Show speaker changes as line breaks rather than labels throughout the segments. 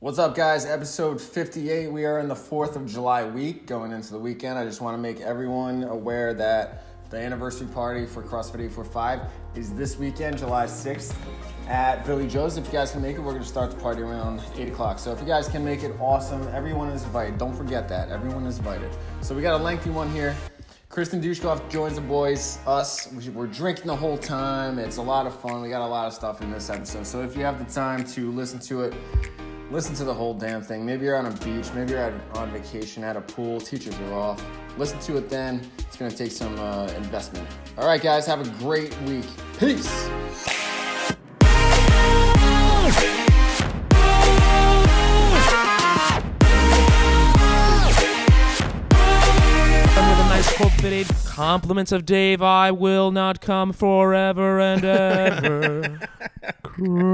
What's up, guys? Episode 58. We are in the 4th of July week going into the weekend. I just want to make everyone aware that the anniversary party for CrossFit 845 is this weekend, July 6th at Billy Joe's. If you guys can make it, we're going to start the party around 8 o'clock. So if you guys can make it, awesome. Everyone is invited. Don't forget that. Everyone is invited. So we got a lengthy one here. Kristen Dushkov joins the boys, us. We- We're drinking the whole time. It's a lot of fun. We got a lot of stuff in this episode. So if you have the time to listen to it, listen to the whole damn thing. Maybe you're on a beach, maybe you're at, on vacation at a pool, teachers are off. Listen to it then. It's going to take some uh, investment. All right, guys, have a great week. Peace.
Under the nice cultivated compliments of Dave, I will not come forever and ever. CrossFit.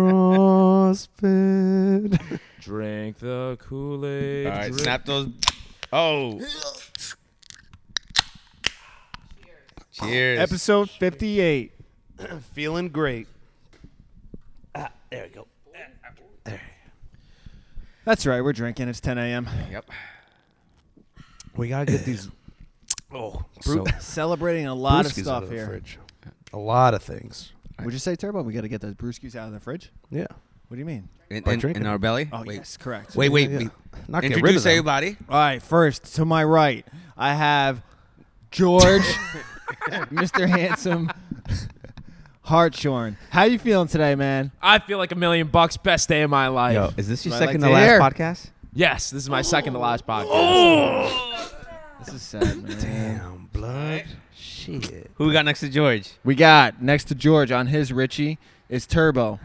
Drink the Kool Aid.
All right, snap those. Oh. Cheers.
Episode 58. Feeling great.
Ah,
There we go.
That's right. We're drinking. It's 10 a.m.
Yep.
We gotta get these. Oh, so
Celebrating a lot of
brewskis out
stuff
of the
here.
Fridge. A lot of things.
Would you say, Turbo, we got to get those brewskis out of the fridge?
Yeah.
What do you mean?
In,
By
in-
drinking.
in our belly?
Oh,
wait.
yes, correct.
Wait, wait.
Yeah, yeah.
wait.
Not get rid of
Introduce
them.
everybody.
All right. First, to my right, I have George, Mr. Handsome, Hartshorn. How you feeling today, man?
I feel like a million bucks. Best day of my life.
is this your
That's what I second like to to hear. last
podcast?
Yes, this is my second to last podcast.
This is sad, man.
Damn blood. Shit.
Who we got next to George?
We got next to George on his Richie is Turbo.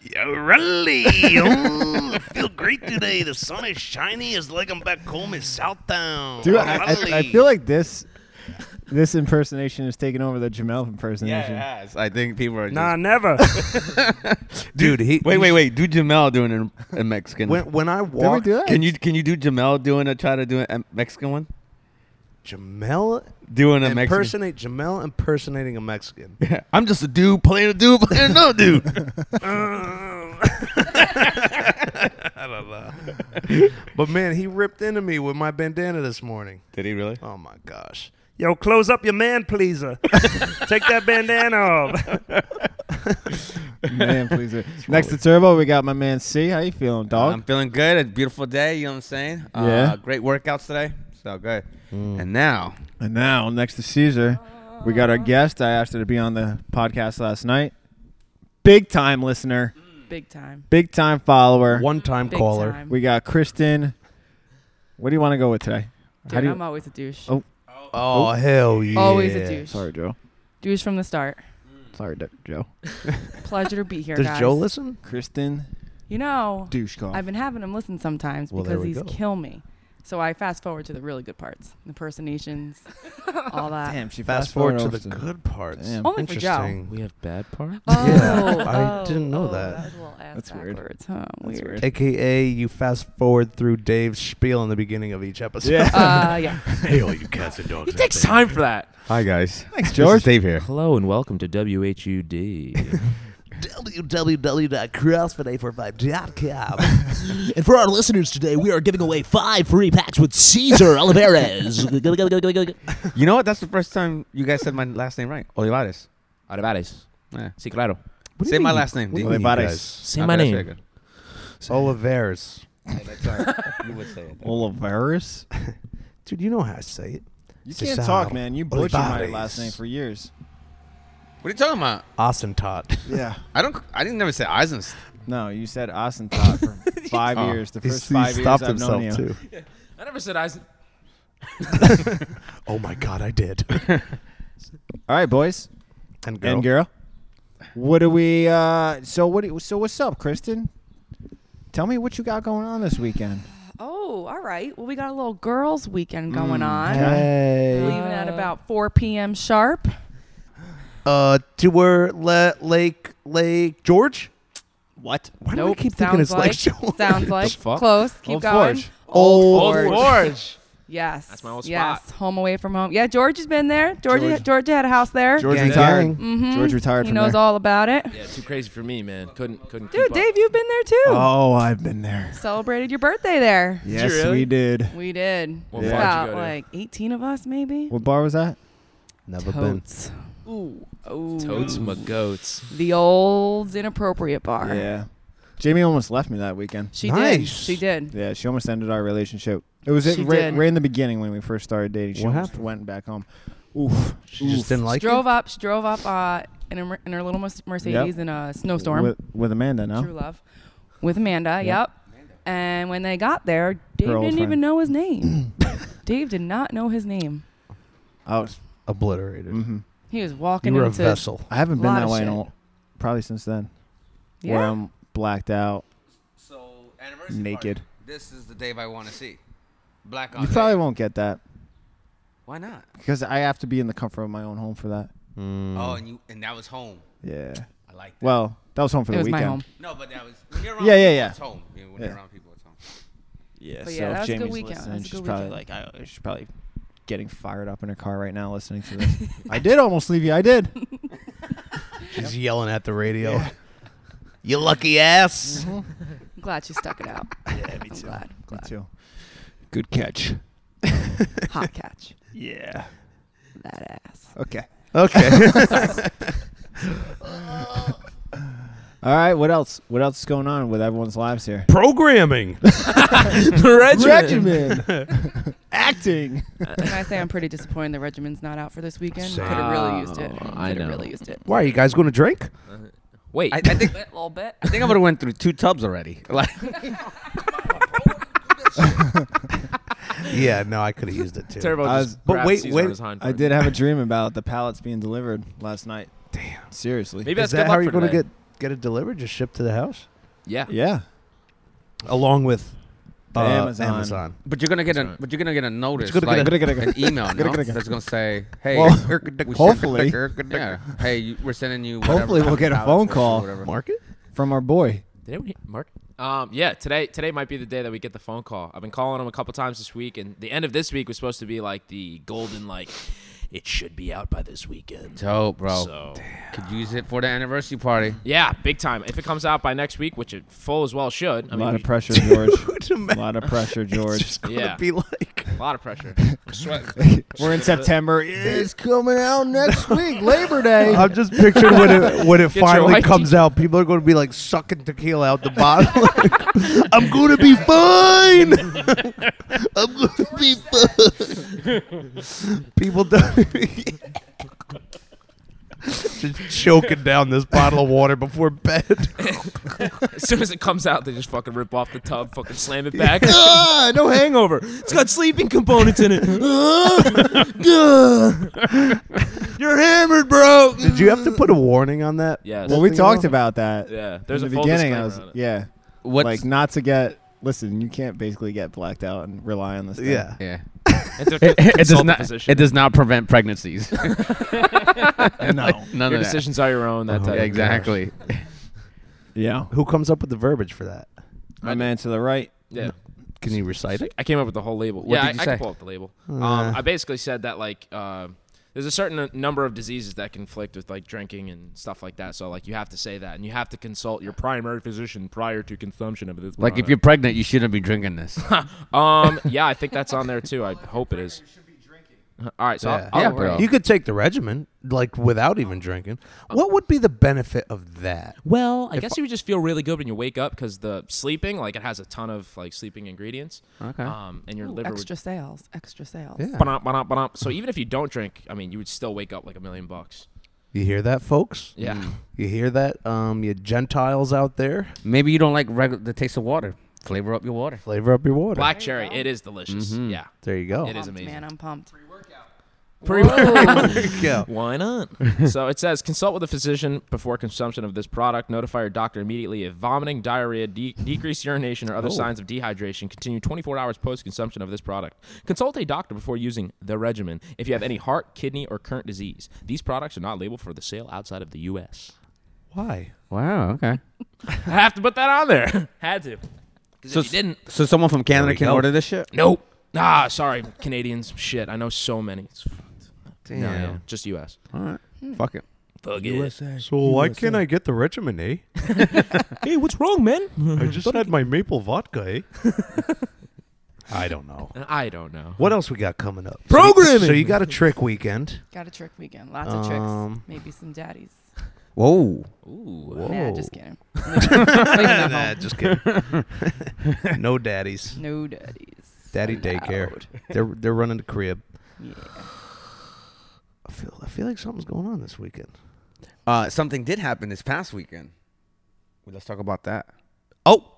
Yo, really? I feel great today. The sun is shiny. It's like I'm back home in Southtown.
Dude, I, I, I feel like this this impersonation is taking over the Jamel impersonation.
yes. I think people are. Just,
Nah, never. Dude, he.
Wait, wait, wait. Do Jamel doing an- a Mexican?
When, when I walked,
do that?
can you can you do Jamel doing a try to do a Mexican one?
Jamel
Doing a Mexican.
impersonate Jamel impersonating a Mexican.
I'm just a dude playing a dude playing another dude.
But man, he ripped into me with my bandana this morning.
Did he really?
Oh my gosh. Yo, close up your man pleaser. Take that bandana off.
man, please. Next to Turbo, we got my man C. How you feeling, dog?
I'm feeling good. It's a beautiful day. You know what I'm saying?
Yeah. Mm.
Uh, great workouts today. So good. And now,
and now, next to Caesar, we got our guest. I asked her to be on the podcast last night. Big time listener,
Big time.
big time follower.
One time
Big
caller.
time.
We got Kristen. What do you want to go with today?
Dude,
How do you?
I'm always a douche.
Oh.
Oh, hell yeah.
Always a douche.
Sorry, Joe.
Douche from the start.
Sorry, D- Joe.
Pleasure to be here,
Does
guys.
Joe listen?
Kristen
You know,
Douchekov.
I've been having him listen sometimes
Well, there
because
we
he's
go.
kill me. So I fast forward to the really good parts, impersonations, all that.
Damn, she
Fast forward to the good parts.
Damn.
Only for Joe.
Interesting.
We have bad parts.
Oh,
Yeah, I
oh,
didn't know
oh,
that.
was a little ass
That's weird.
backwards, Huh?
That's
weird.
weird.
AKA, you fast forward through Dave's spiel in the beginning of each episode.
Yeah.
Uh, yeah.
hell, you cats and dogs.
It takes time for that.
hi guys. Thanks,
George.
This is Dave here.
Hello and welcome to WHUD.
www.crossfit845.com.
And for our listeners today, we are giving away five free packs with Caesar Olivares. Go, go, go, go, go, go.
You know what? That's the first time you guys said my last name right. Olivares.
Olivares.
Yeah.
Sí, claro.
Say my last name. D.
do you mean? Olivares.
Say my name.
Oliveres.
That's all right. You would say it.
Olivares.
Dude, you know how I say it.
You
Cesar
can't talk, man. You butchered my
Olivares.
last name for years.
What are you talking about?
Austin Todd.
Yeah.
I don't. I didn't never say Eisen's.
No, you said Asentot for five
Oh.
years. The
He
first five years
stopped
I've known
himself
you.
too.
I never said I was.
Oh my god, I did.
All right, boys
and girl.
and girl. What do we? Uh, so what? do- So what's up, Kristen? Tell me what you got going on this weekend.
Oh, all right. Well, we got a little girls' weekend going
Mm,
on.
Hey.
Leaving at about 4 p.m. sharp.
Uh, tour le- Lake Lake George.
What?
Why do
nope.
I keep
sounds
thinking it's
like,
Lake George?
Sounds like
fuck?
close. Keep
Old
going.
Forge.
Old
Old Forge.
Yes.
That's my old
Yes.
spot.
Home away from home. Yeah, George has been there. Georgia,
George.
Georgia had a house there.
George
Gang,
retired.
gang.
George retired
he
from
knows
there.
all about it.
Yeah, too crazy for me, man. Couldn't couldn't. keep
Dude,
up.
Dave, you've been there too.
Oh, I've been there.
Celebrated your birthday there.
Yes,
really?
we did.
We did.
What bar did
It's
you
about
go to?
like 18 of us, maybe.
What bar was that?
Never been.
Totes. Ooh. Ooh.
Totes my goats.
The old inappropriate bar.
Yeah. Jamie almost left me that weekend.
She did.
Nice.
She did.
Yeah, she almost ended our relationship. It was
She
it right,
did.
right in the beginning when we first started dating. She
What
almost
happened?
went back home. Oof.
She just didn't like it.
drove up. She drove up uh, in, her, in her little Merce- Mercedes in a snowstorm.
With, with Amanda now.
True Love, with Amanda. Yep. And when they got there, Dave
Her old
didn't even
friend.
know his name. Dave did not know his name.
I, was,
Obliterated.
He was
You
walking
were a
into
vessel.
I haven't been
Lot
that
of
way in
shit.
a, l- probably since then. Where
yeah.
I'm blacked out,
So anniversary
naked.
party. This is the Dave I want to see. Black on.
You
day.
probably won't get that
Why not?
because I have to be in the comfort of my own home for that.
Oh, and you and that was home.
Yeah.
I like that.
Mm. Well, that was home for
It
the
was
weekend.
my home.
no, but that was when you're around
Yeah, yeah,
people,
yeah.
It's home. You know, when
Yeah.
you're around people, it's home.
Yeah,
But
so
yeah, that
if
was a good
Jamie's
weekend. That
listening,
was a
she's
good
probably
weekend.
like, I, she's probably getting fired up in her car right now listening to this. I did almost leave you. I did.
She's yelling at the radio.
You lucky ass.
I'm glad she stuck it out. yeah, me too. I'm glad.
Me
glad.
too.
Good catch.
Hot catch.
Yeah.
That ass.
Okay.
Okay.
All right. What else? What else is going on with everyone's lives here?
Programming.
the regiment.
Regimen. Acting.
Can I say I'm pretty disappointed the regiment's not out for this weekend? Could have really used it.
Oh,
Could
I
have
know.
really used it.
Why are you guys going to drink?
Wait,
I, I think
A little bit.
I think I would have went through two tubs already. Like
Yeah, no, I could have used it too.
Turbo
I was-
just
but
grabbed
wait,
Caesar
wait,
on his hind
I
part.
did have a dream about the pallets being delivered last night. Damn. Seriously.
Maybe
Is
that's
that
good
how
luck
you're
for
going to
today.
get get it delivered? Just shipped to the house
Yeah.
Yeah.
along with
The
uh,
Amazon.
Amazon.
But you're gonna get
Sorry.
a but you're gonna get a notice,
gonna
like
get
an email no?
gonna-
that's gonna say, "Hey,
Well,
we sent-
hopefully.
yeah, hey, you, we're sending you." Whatever,
Hopefully we'll get a
$100
phone
worth or
call.
whatever.
Oh, Market.
From our boy.
Did everyone hear Mark? Um, yeah, today today might be the day that we get the phone call. I've been calling him a couple times this week, and the end of this week was supposed to be like the golden like, it should be out by this weekend.
Dope, bro.
So
Could use it for the anniversary party.
yeah, big time. If it comes out by next week, which it full as well should. I
A
mean,
lot
we-
of pressure, George. A
Imagine
lot of pressure,
what
George.
it's going to
Yeah.
be like.
a lot of pressure.
We're in September. It's coming out next week, Labor Day.
I'm just picturing when it when it
Get your
finally
white
comes
teeth.
out, people are going to be like sucking tequila out the bottle. Like, I'm going to be fine. I'm going to be fine. people don't. just choking down this bottle of water before bed.
as soon as it comes out, they just fucking rip off the tub, fucking slam it back.
ah, no hangover. It's got sleeping components in it. You're hammered, bro. Did you have to put a warning on that?
yes.
well, we talked about that.
yeah. There's
in
a
the
full
beginning. I
disclaimer
was
on it.
yeah,
What's
like not to get. Listen, you can't basically get blacked out and rely on this. Thing.
Yeah.
yeah.
It's a
It, does
consultant
not.
physician.
It does not prevent pregnancies.
no.
None
Your
of that.
decisions are your own. That
Uh-huh.
type of thing.
Exactly.
Yeah,
Who comes up with the verbiage for that?
my man to the right.
Yeah.
Can you recite it?
I came up with the whole label.
What
yeah, I,
did you
I can
say?
pull up the label.
Uh.
um, I basically said that like uh, there's a certain uh, number of diseases that conflict with like drinking and stuff like that. So like you have to say that, and you have to consult your primary physician prior to consumption of this.
Like if you're pregnant, you shouldn't be drinking this.
you're um yeah, I think that's on there too. I hope it is. All right, so I'll-
Yeah.
I'll,
Yeah, bro.
You could take the regimen, like without even drinking. What would be the benefit of that?
Well, I guess you would just feel really good when you wake up because the sleeping, like it has a ton of like sleeping ingredients.
Okay.
Um, and your
Ooh,
liver would
extra sales. Extra sales.
Yeah.
Ba-dum, ba-dum, ba-dum. So even if you don't drink, I mean, you would still wake up like a million bucks.
You hear that, folks?
Yeah.
Mm.
You hear that, um, you Gentiles out there?
Maybe you don't like regu- the taste of water. Flavor up your water.
Flavor up your water.
Black cherry, it is delicious. Yeah.
There you go.
It is
Pumped,
amazing.
Man, I'm pumped.
There you go.
Why not? so it says consult with a physician before consumption of this product. Notify your doctor immediately if vomiting, diarrhea, de- decreased urination, or other signs of dehydration continue 24 hours post consumption of this product. Consult a doctor before using the regimen if you have any heart, kidney, or current disease. These products are not labeled for the sale outside of the U.S.
Why?
Wow. Okay.
I have to put that on there. Had to. Because
So
if you didn't,
So someone from Canada can
go.
order this shit.
nope. Ah, sorry, Canadians. Shit, I know so many. It's
Damn.
No, no, just U.S.
All right. Fuck it.
Fuck
USA.
So why can't I get the regimen, eh?
Hey, what's wrong, man?
I just had my maple vodka, eh? I don't know.
Uh, I don't know.
What else we got coming up?
Programming!
So you got a trick weekend.
Got a trick weekend. Lots of
Um,
tricks. Maybe some daddies.
Whoa.
Ooh.
Whoa.
Nah, just kidding. Leave them at
Nah,
home.
just kidding. no daddies.
No daddies.
Daddy daycare.
allowed.
They're they're running the crib.
Yeah.
I feel I feel like something's going on this weekend.
Uh, something did happen this past weekend. Well, let's talk about that.
Oh,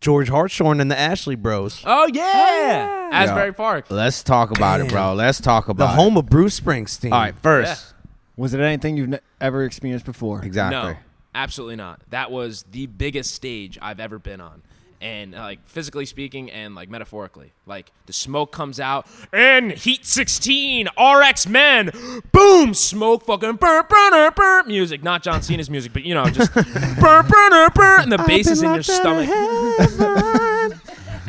George Hartshorn and the Ashley Bros,
Oh yeah, Asbury Park.
Let's talk about it, bro. Let's talk
the
about it.
home of Bruce Springsteen.
All right, first.
Was it anything you've ne- ever experienced before?
Exactly.
No, absolutely not. That was the biggest stage I've ever been on. And uh, like physically speaking, and like metaphorically, like the smoke comes out and Heat 16, RX Men, boom, smoke fucking burr burner burr music, not John Cena's music, but you know just burr burner burr, and the bass is in your stomach,
Hmm.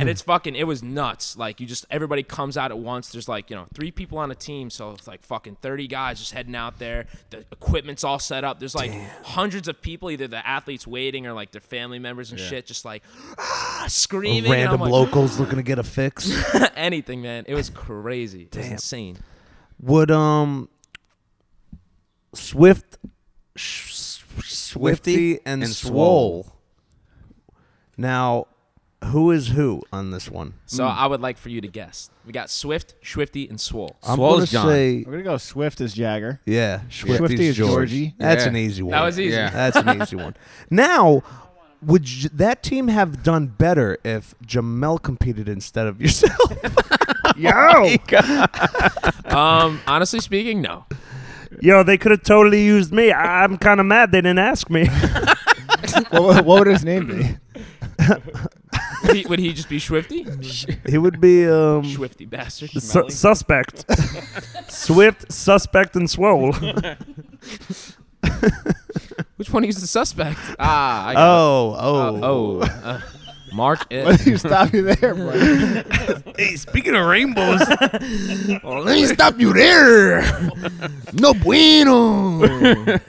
and it's fucking, it was nuts. Like you just everybody comes out at once. There's like you know three people on a team, so it's like fucking 30 guys just heading out there. The equipment's all set up. There's like hundreds of people, either the athletes waiting or like their family members and shit, just like ah, screaming. and I'm
Random
like,
locals looking to get a fix.
anything, man. It was crazy. It was insane.
Would um Swift Sh- Swifty and,
and
Swole.
Swole.
Now, who is who on this one?
So I would like for you to guess. We got Swift, Swifty, and Swole.
I'm
Swole's
gonna
John.
say
We're gonna go Swift as Jagger.
yeah, Swifty's
Swifty is
George.
Georgie.
That's
Yeah.
an easy one.
That was easy.
Yeah.
That's an easy one. Now, would j- that team have done better if Jamel competed instead of yourself? Oh
Yo.
Um, honestly speaking, no.
Yo, they could have totally used me. I- I'm kind of mad they didn't ask me.
what, what- what would his name be?
Would he, would he just be Swifty?
he would be um,
Swifty bastard.
Su- suspect. Swift, suspect, and swole.
Which one is the suspect? Ah, I got it.
oh oh
oh. uh, Mark
Why
it.
do you stop me there, bro?
hey, speaking of rainbows,
Let me stop you there. No bueno.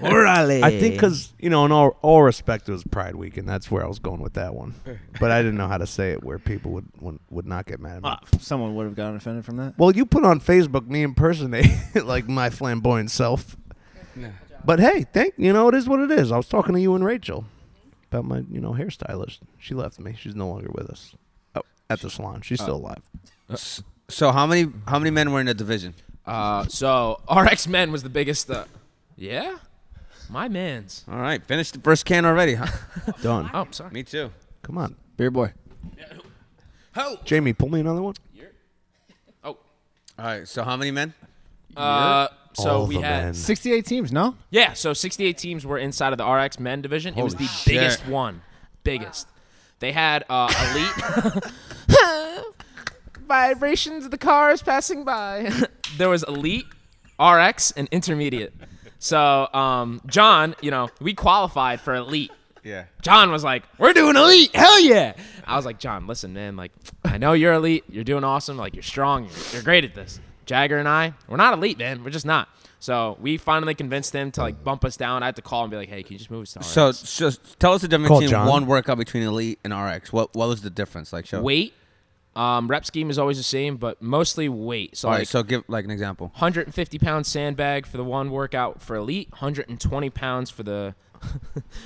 Orale. I think because, you know, in all, all respect, it was Pride Week, and that's where I was going with that one. But I didn't know how to say it where people would would, would not get mad at me.
Ah.
Someone would have gotten offended from that.
well, you put on Facebook me impersonate like my flamboyant self. But hey, thank you know it is what it is. I was talking to you and Rachel about my you know hairstylist. She left me. She's no longer with us. Oh, at the salon. She's still alive.
so how many how many men were in the division?
Uh, so RX Men was the biggest. Uh, yeah, my man's.
All right, finished the first can already, huh?
Done.
Oh, I'm sorry.
Me too.
Come on,
Beer boy.
Oh,
Jamie, pull me another one.
oh.
All right, so how many men?
Uh, so
All
we
the
had
men.
68 teams, no?
yeah. So 68 teams were inside of the RX Men division. it was the biggest one, biggest. They had uh, elite. Vibrations of the cars passing by. there was elite, RX, and intermediate. So um, John, you know, we qualified for elite.
Yeah.
John was like, "We're doing elite, hell yeah!" I was like, "John, listen, man. Like, I know you're elite. You're doing awesome. Like, you're strong. You're, you're great at this." Jagger and I, we're not elite, man. We're just not. So we finally convinced him to like bump us down. I had to call and be like, "Hey, can you just move us to RX?"
So just tell us the difference
Call
between
John.
one workout between elite and RX. What what was the difference? Like show.
weight, um, rep scheme is always the same, but mostly weight. So
All right,
like
so give like an example.
150 pound sandbag for the one workout for elite, 120 pounds for the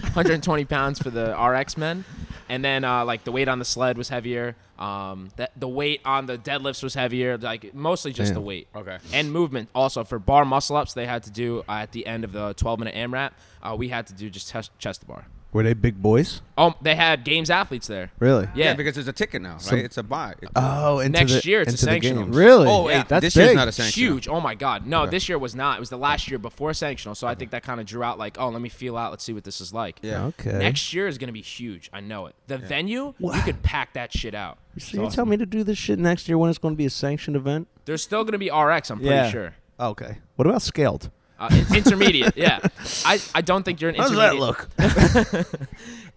120 pounds for the RX men, and then uh, like the weight on the sled was heavier. Um, that the weight on the deadlifts was heavier. Like mostly just the weight.
Okay.
And movement also for bar muscle ups they had to do uh, at the end of the 12 minute AMRAP. Uh, we had to do just chest, chest to bar.
Were they big boys?
Oh, they had games athletes there.
Really?
Yeah.
because there's a ticket now, right? it's a buy. It's
Oh, into
Next
the,
year it's a
into the
sanctional.
games.
Really?
oh, wait,
that's
this
big.
year's not a sanction.
huge. Oh my god. No, this year was not. It was the last year before sanctional. So I think that kind of drew out like, oh, let me feel out. Let's see what this is like.
Yeah.
Okay.
Next year is going to be huge. I know it. The venue, you could pack that shit out.
so you tell me to do this shit next year when it's going to be a sanctioned event?
There's still going to be RX, I'm pretty
Yeah.
sure.
Okay. What about scaled?
Uh, in- intermediate, yeah. I, I don't think you're an intermediate.
look?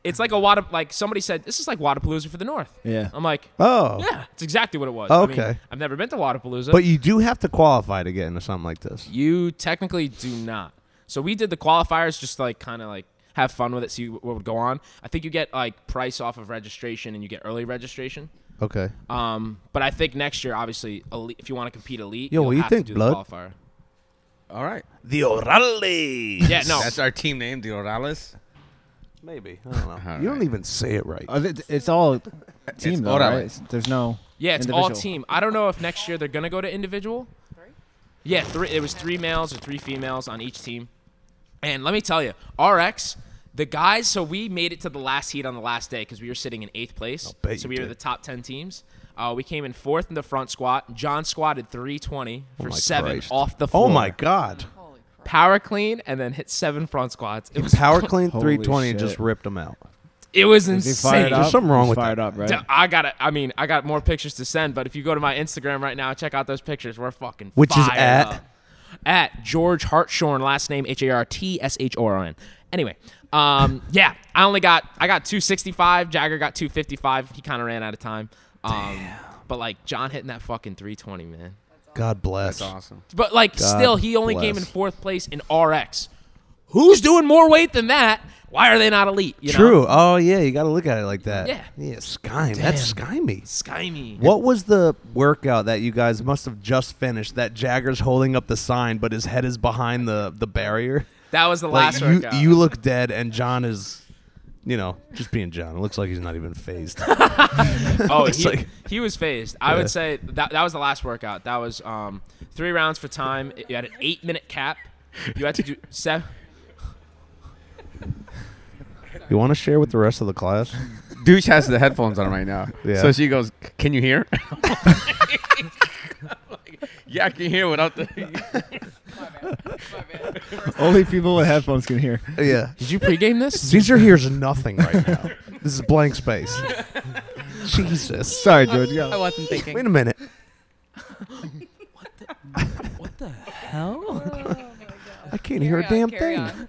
It's like a wad of like somebody said this is like Wadapalooza for the North.
Yeah.
I'm like,
Oh.
yeah, it's exactly what it was.
Oh,
I mean,
okay.
I've never been to Wadapalooza,
But you do have to qualify to get into something like this.
you technically do not. So we did the qualifiers just to, like kind of like have fun with it, see what would go on. I think you get like price off of registration and you get early registration.
Okay.
Um, but I think next year, obviously, elite, if you want to compete elite,
Yo,
you'll
what do you
have
think,
to do
Blood?
the qualifier.
All right.
The Orale.
Yeah, no,
That's our team name, the Orales.
Maybe. I don't know.
All
you
right.
don't even say it right.
Uh, it- It's all team though,
all that
right?
way.
It's- There's no.
yeah, it's all
individual.
team. I don't know if next year they're gonna go to individual. Yeah, three. It was three males or three females on each team. And let me tell you, RX, the guys. So we made it to the last heat on the last day because we were sitting in eighth place.
bet
So
you
we were
did.
the top ten teams. Uh, we came in fourth in the front squat. John squatted 320 for
Oh my
seven
Christ.
off the floor.
Oh my God.
Power clean and then hit seven front squats. It was
Power clean
Holy
320 and
shit.
just ripped them out.
It was
Is he fired
insane.
up?
There's something wrong
He's
with
fired
that.
up, right?
D- I got. I mean, I got more pictures to send, but if you go to my Instagram right now, check out those pictures. We're fucking.
Which is
fired
at?
up. at George Hartshorn, last name H A R T S H O R N. Anyway, um, yeah, I only got I got 265. Jagger got 255. He kind of ran out of time. Um, But like John hitting that fucking 320, man.
God bless.
That's awesome.
But like, still, he only came in
bless.
fourth place in RX. Who's doing more weight than that? Why are they not elite? You know?
True. Oh yeah, you got to look at it like that.
Yeah.
Yeah, sky. That's skymy.
Sky me.
What was the workout that you guys must have just finished? That Jagger's holding up the sign, but his head is behind the the barrier.
That was the
Like
last
you,
workout.
you look dead, and John is, you know, just being John. It looks like he's not even phased.
Oh,
It's
he,
like-
he was phased. I
Yeah.
would say that that was the last workout. That was um, three rounds for time. You had an eight minute cap. You had to do seven.
you want to share with the rest of the class?
Douche has the headphones on right now.
Yeah.
So she goes, Can you hear? I'm like, yeah, I can hear without the.
Only people with headphones can hear.
yeah.
Did you pregame this?
Caesar hears nothing right now. this is blank space. Jesus.
Sorry, George. go.
I wasn't thinking.
Wait a minute.
What the hell?
I can't hear a damn thing.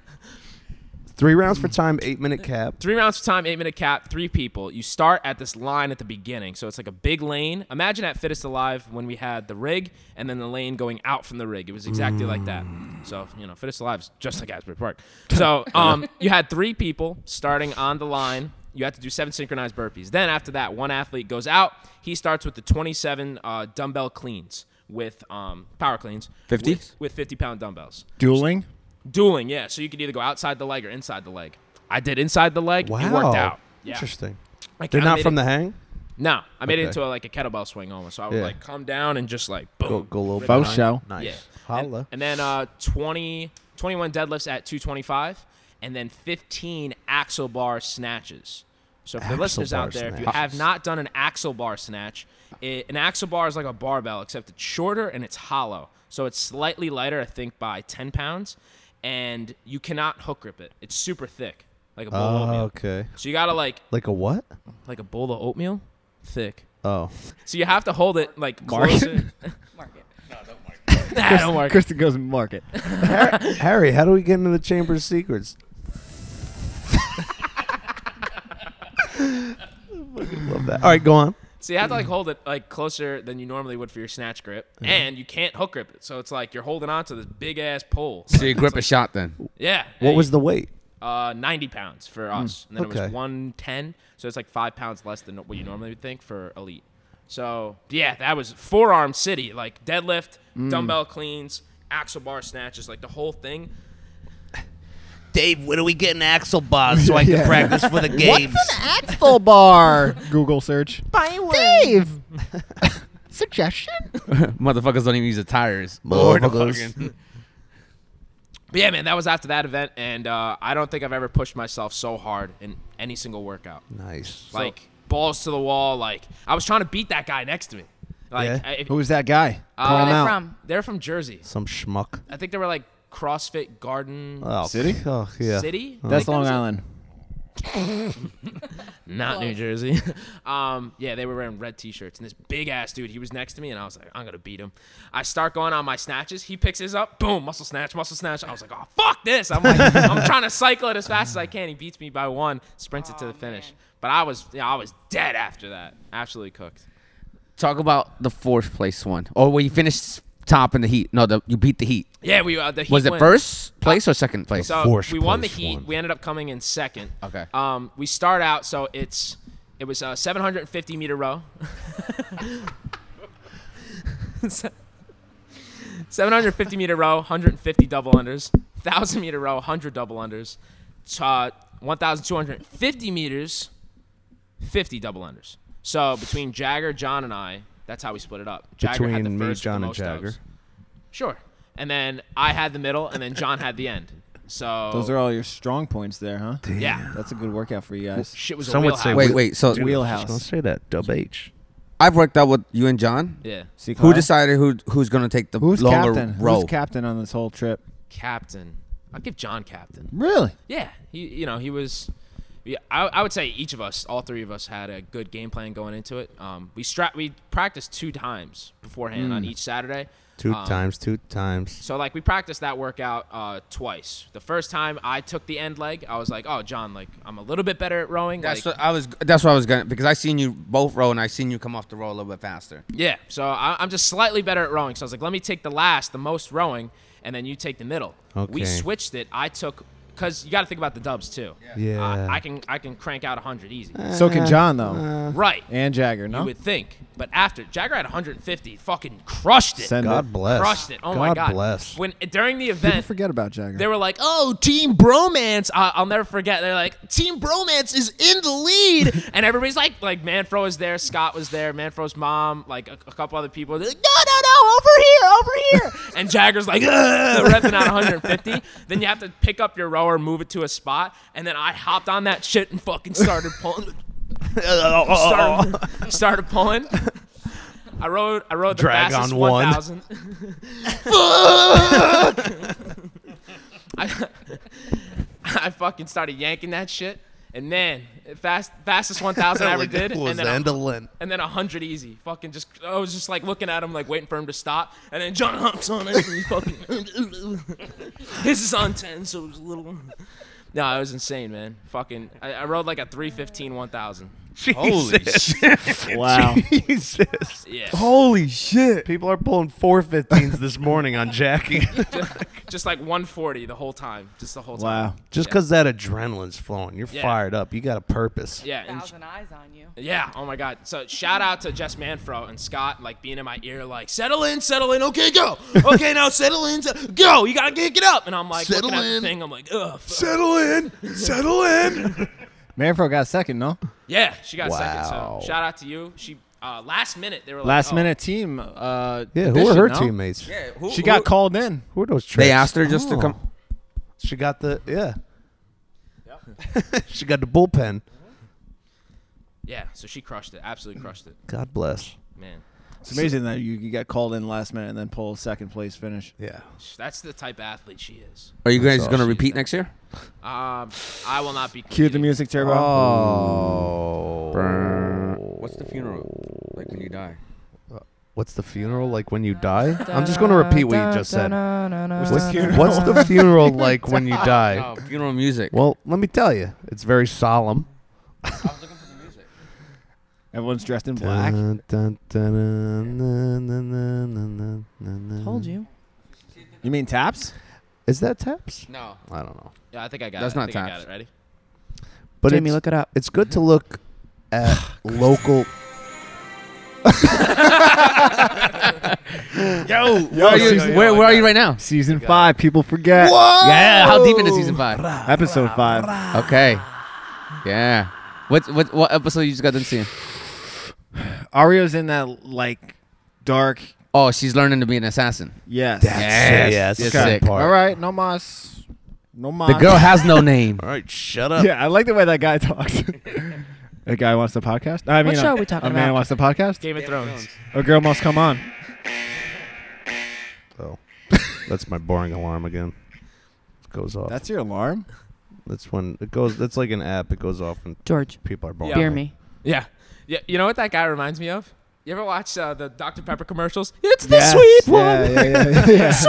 Three rounds for time, eight minute cap.
Three rounds for time, eight minute cap, three people. You start at this line at the beginning. So it's like a big lane. Imagine at Fittest Alive when we had the rig and then the lane going out from the rig. It was exactly like that. So, you know, Fittest Alive is just like Asbury Park. So um, you had three people starting on the line. You had to do seven synchronized burpees. Then after that, one athlete goes out. He starts with the 27 uh, dumbbell cleans with um, power cleans.
50?
With, with 50 pound dumbbells.
Dueling.
Dueling, yeah. So you could either go outside the leg or inside the leg. I did inside the leg. It worked out. Yeah.
Interesting.
Like,
They're
I
not
made
from
it-
the hang?
No, I made it
Okay.
into a, like a kettlebell swing almost. So I would
Yeah.
like come down and just like boom.
Go, go a little
rip
bit.
it
Faux
on.
show.
Nice.
Yeah.
Holla.
And then uh 20 21 deadlifts at 225 and then 15 axle bar snatches. So for the
Axle
listeners
bar
out there, if you
snatches.
have not done an axle bar snatch, it, an axle bar is like a barbell except it's shorter and it's hollow. So it's slightly lighter, I think by 10 pounds, and you cannot hook grip it. It's super thick, like a bowl of
Oh,
oatmeal.
okay.
So you got to like
Like a what?
like a bowl of oatmeal, thick.
Oh.
So you have to hold it like
Mark
close.
it.
it. Nah, don't mark. it.
Kristen goes market.
Harry, how do we get into the Chamber of Secrets? Fucking Love that. All right, go on.
So you have
Mm.
to like hold it like closer than you normally would for your snatch grip,
Uh-huh.
and you can't hook grip it. So it's like you're holding on to this big ass pole.
So you grip a shot then.
Yeah.
What was the weight?
uh 90 pounds for us, and then it
okay.
was 110. So it's like five pounds less than what you normally would think for elite. So yeah, that was forearm city like deadlift,
Mm.
dumbbell cleans, axle bar snatches, like the whole thing.
Dave, when are we getting axle
Uh,
bars so I can practice for the games?
Axel bar. Google search. Dave. Suggestion.
Motherfuckers don't even use the tires.
Motherfuckers.
But yeah, man, that was after that event, and uh, I don't think I've ever pushed myself so hard in any single workout.
Nice.
Like balls to the wall. Like I was trying to beat that guy next to me. Like
Yeah?
I, if-
Who was that guy? Call
Where
him
they
out.
from?
they're from Jersey.
Some schmuck.
I think they were like CrossFit Garden
Oh,
City?
Oh, yeah.
City. I
That's
think that
Long
was it.
Island.
not New Jersey. um, yeah, they were wearing red T-shirts, and this big ass dude, he was next to me, and I was like, I'm gonna beat him. I start going on my snatches. He picks his up, boom, muscle snatch, muscle snatch. I was like, oh fuck this. I'm like, I'm trying to cycle it as fast as I can. He beats me by one, sprints it to the finish. But I was, yeah, I was dead after that. Absolutely cooked.
Talk about the fourth place one, or when you finished top in the heat. No, the, you beat the heat.
Yeah, we uh, the Heat
Was it
went-
first place or second place?
So
Fourth
we won the
place
heat.
won.
We ended up coming in second.
Okay.
Um, we start out so it's it was a 750 meter row. 750 meter row, 150 double unders, 1000 meter row, 100 double unders, t- uh, 1250 meters, 50 double unders. So between Jagger, John, and I, that's how we split it up. Jagger had the
Between me,
first with the
John, and
most dubs.
Jagger.
Sure. And then I had the middle, and then John had the end. So
Those are all your strong points there, huh?
Yeah.
That's a good workout for you guys.
shit was
Some
a
would say
wheelhouse.
wait, wait. So
Wheelhouse.
Don't say that. Dub H.
I've worked out with you and John.
Yeah,
See,
Who
Kyle?
decided who who's gonna take the
Who's
longer
captain?
row?
Who's captain on this whole trip?
captain. I'll give John captain.
Really?
Yeah, he you know he was. Yeah, I, I would say each of us, all three of us, had a good game plan going into it. Um, we strap we practiced two times beforehand on each Saturday.
Two
Um,
times. Two times.
So like we practiced that workout uh, twice. The first time I took the end leg, I was like, oh John, like I'm a little bit better at rowing.
That's
like,
what I was. That's what I was gonna because I seen you both row and I seen you come off the row a little bit faster.
Yeah, so I, I'm just slightly better at rowing. So I was like, let me take the last, the most rowing, and then you take the middle. We
Okay.
switched it. I took because you got to think about the dubs too.
Yeah.
I, I can I can crank out 100 easy.
Eh.
So
Uh-huh.
can John though,
right.
and Jagger. No.
You would think, but after Jagger had 150, fucking crushed it.
Send
God
it.
bless.
Crushed it. Oh my god.
bless.
When during the
People
event,
forget about Jagger.
they were like, "Oh, Team Bromance." I I'll never forget. They're like, "Team Bromance is in the lead," and everybody's like, "Like Manfro was there, Scott was there, Manfro's mom, like a, a couple other people." They're like, "No, no, no, over here, over here!" and Jagger's like, "Ugh," "Repping out 150." then you have to pick up your rower, move it to a spot, and then I hopped on that shit and fucking started pulling. started, started pulling. I rode. I rode the
Drag
fastest
on one.
1,000. I, I fucking started yanking that shit, and man, fast fastest 1,000 I ever did, and then a, and then 100 easy. Fucking just, I was just like looking at him, like waiting for him to stop, and then John hops on it, and he fucking. This is on 10, so it was a little. No, it was insane, man. Fucking, I, I rode like a 315 1000.
Holy shit!
wow.
Jesus.
Yeah.
Holy shit. People are pulling 415s this morning on Jackie.
Just like 140 the whole time. Just the whole time.
wow.
Just because that adrenaline's flowing, you're
Yeah.
fired up. You got a purpose.
Yeah. and-
Thousand eyes on you.
yeah. Oh my God. So shout out to Jess Manfro and Scott, like being in my ear, like settle in, settle in. Okay, go. Okay, now settle in, se- go. You gotta get, get up. And I'm like
Settle
looking at
in.
the thing. I'm like, ugh. fuck.
Settle in. Settle in.
Manfro got second. No.
Yeah, she got second.
Wow.
So shout out to you. She uh, last minute they were like,
Last
oh,
minute team. Uh,
Yeah, who
addition,
are her
no?
teammates?
who,
She got called in.
Who are those tricks?
They asked her just to come.
She got the, yeah. she got the bullpen.
Yeah, so she crushed it. Absolutely crushed it,
God bless.
man.
It's amazing that you, you got called in last minute and then pull a second place finish.
Yeah.
That's the type of athlete she is.
Are you guys gonna
awesome.
repeat next year?
Um, I will not be.
Cue the
competing.
music, Turbo.
Oh.
What's the funeral like when you die?
What's the funeral like when you die? I'm just going to repeat what you just said.
What's
What's, what's the funeral like when you
Oh,
die?
funeral music.
Well, let me tell you, it's very solemn.
I was looking for the music.
Everyone's dressed in black.
Dun, dun, dun, dun, dun, dun, dun, dun, dun, dun.
Told you.
You mean taps?
Is that taps?
No.
I don't know.
Yeah, I think I got.
That's
it. I
not
think I got
taps.
it. Ready?
But
Jamie,
it's,
look it up.
it's good to look at local.
Yo,
Yo,
Are you, where, where are you right now?
Oh, Season five, people forget.
Yeah. How deep into season five?
Episode five.
Okay. Yeah. What what what episode you just got done seeing?
Ario's in that like dark.
Oh, she's learning to be an assassin.
Yes.
Yes.
Yeah, that's the
Yes,
sad
sick.
part.
All right. No mas. No mas.
The girl has no name.
All right, shut up.
Yeah, I like the way that guy talks. A guy wants the podcast. I mean,
show
a,
are we talking
a man
about?
wants the podcast.
Game of Thrones.
A girl must come on.
Oh, that's my boring alarm again. It goes off.
That's your alarm.
That's when it goes. That's like an app. It goes off when
George,
people are born.
Yeah.
beer me.
Yeah. Yeah. You know what that guy reminds me of? You ever watch uh, the Dr. Pepper commercials? It's the sweet one.
Yeah, yeah, yeah, yeah.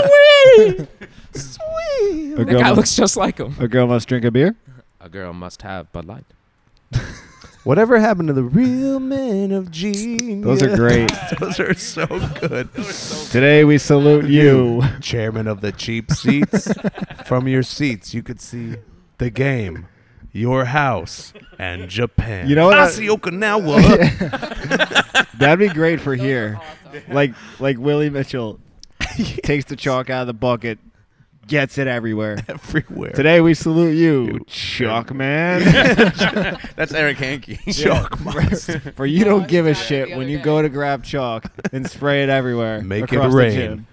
Sweet. sweet.
A
That guy
girl,
looks just like him.
a girl must drink a beer.
A girl must have Bud Light.
Whatever happened to the real men of genius?
Those are great.
Those are so good.
Today we salute you.
Chairman of the cheap seats. From your seats, you could see the game, your house, and Japan.
You know what?
Nasi Okinawa.
That'd be great for here. Like like Willie Mitchell takes the chalk out of the bucket, gets it everywhere.
Everywhere.
Today we salute you,
You
chalk man.
That's Eric Hankey.
Chalk monster.
for you
I
don't give a
got it the
shit
other
when you
day.
go to grab chalk and spray it everywhere.
Make it
across the
rain.
gym.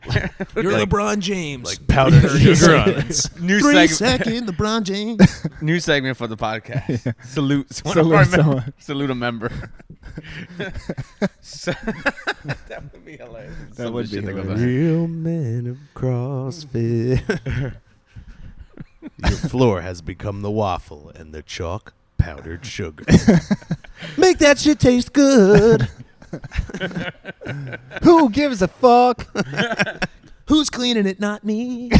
You're
Like-
LeBron James.
Like powdered sugar. on it.
Seconds.
New segment.
LeBron James.
New segment for the podcast. Salute one
Salute
of our mem-
someone.
Salute a member. So- that would be hilarious. Some of
would
the
be
shit goes
hilarious.
on.
Real men of CrossFit. Your floor has become the waffle and the chalk powdered sugar. Make that shit taste good.
Who gives a fuck?
Who's cleaning it? Not me.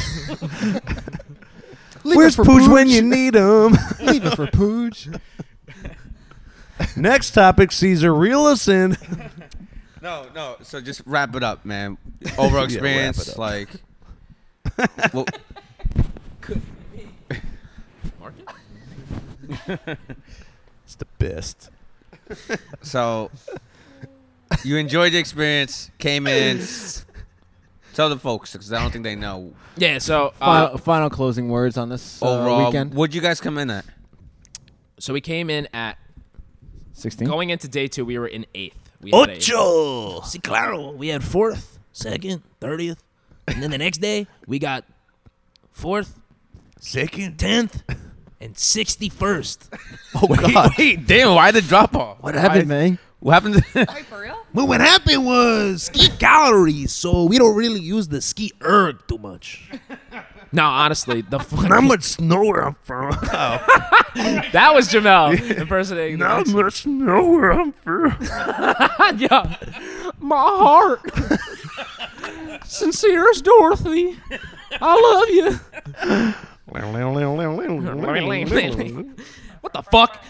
Where's Pooch when you need him?
Leave it for Pooch.
Next topic, Caesar, reel us in.
No, no. So just wrap it up, man. Overall experience,
up.
like. well,
It's the best.
so you enjoyed the experience. Came in. s- Tell the folks because I don't think they know.
Yeah, so uh,
Final, final closing words on this uh,
Overall,
weekend.
what'd you guys come in at?
so we came in at
16.
going into day two, we were in eighth. We had a-
Ocho. Si, claro. We had fourth, second, thirtieth. And then the next day, we got fourth,
Second.
tenth, and 61st.
Oh, God.
Wait, damn! Why the drop off? What
happened, man?
What happened? To-
Wait, for real?
Well, what happened was ski calories, so we don't really use the ski erg too much.
No, honestly, the fuck.
Not much snow where I'm from.
that was Jamel impersonating. the
Not
Mexican.
much snow where I'm from.
yeah. My heart. Sincerest Dorothy. I love you. what the fuck?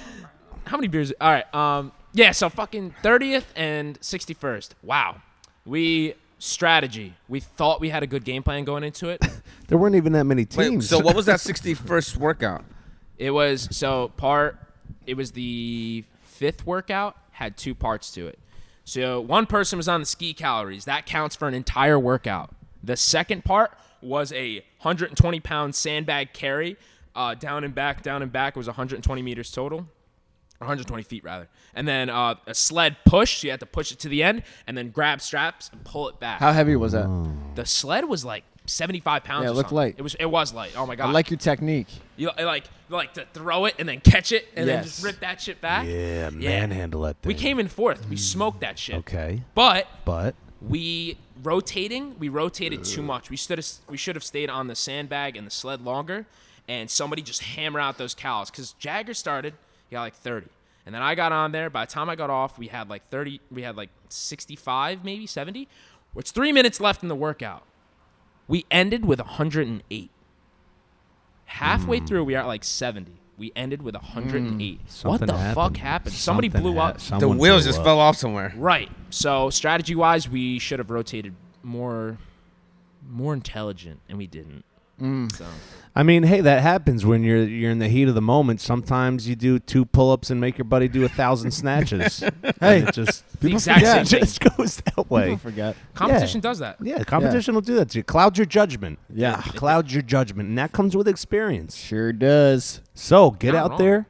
How many beers? All right. Um. Yeah. So fucking thirtieth and sixty first. Wow. We strategy. We thought we had a good game plan going into it.
There weren't even that many
Wait,
teams.
so what was that 61st workout?
It was so part. It was the fifth workout had two parts to it. So one person was on the ski calories. That counts for an entire workout. The second part was a 120 pound sandbag carry, uh, down and back, down and back. It was 120 meters total. 120 feet rather, and then uh, a sled push. So you had to push it to the end, and then grab straps and pull it back.
How heavy was that?
Mm.
the sled was like 75 pounds.
Yeah, it
or
looked
something.
light.
It was. It was light. Oh my god.
I like your technique.
You li- like you like to throw it and then catch it and then just
Yes.
rip that shit back.
Yeah, manhandle that thing. Mm.
We came in fourth. We smoked that shit.
Okay.
But
But
we rotating. We rotated too much. We should have we should have stayed on the sandbag and the sled longer. And somebody just hammer out those cows because Jagger started. He got like thirty, and then I got on there. By the time I got off, we had like thirty. We had like sixty-five, maybe seventy. It's three minutes left in the workout. We ended with 108. Halfway through, we are at like 70. We ended with 108.
Hmm.
what the fuck happened? Somebody blew up.
The wheels just fell off somewhere.
Right. So strategy wise, we should have rotated more, more intelligent, and we didn't. So
I mean, hey, that happens when you're you're in the heat of the moment. Sometimes you do two pull-ups and make your buddy do a thousand snatches. hey, it just
the exact
yeah,
same
it
thing.
just goes that way.
Don't forget.
Competition does that.
Yeah, competition will do that to you. Cloud your judgment.
Yeah.
Cloud your judgment, and that comes with experience.
Sure does.
So get
Not
out
wrong.
there,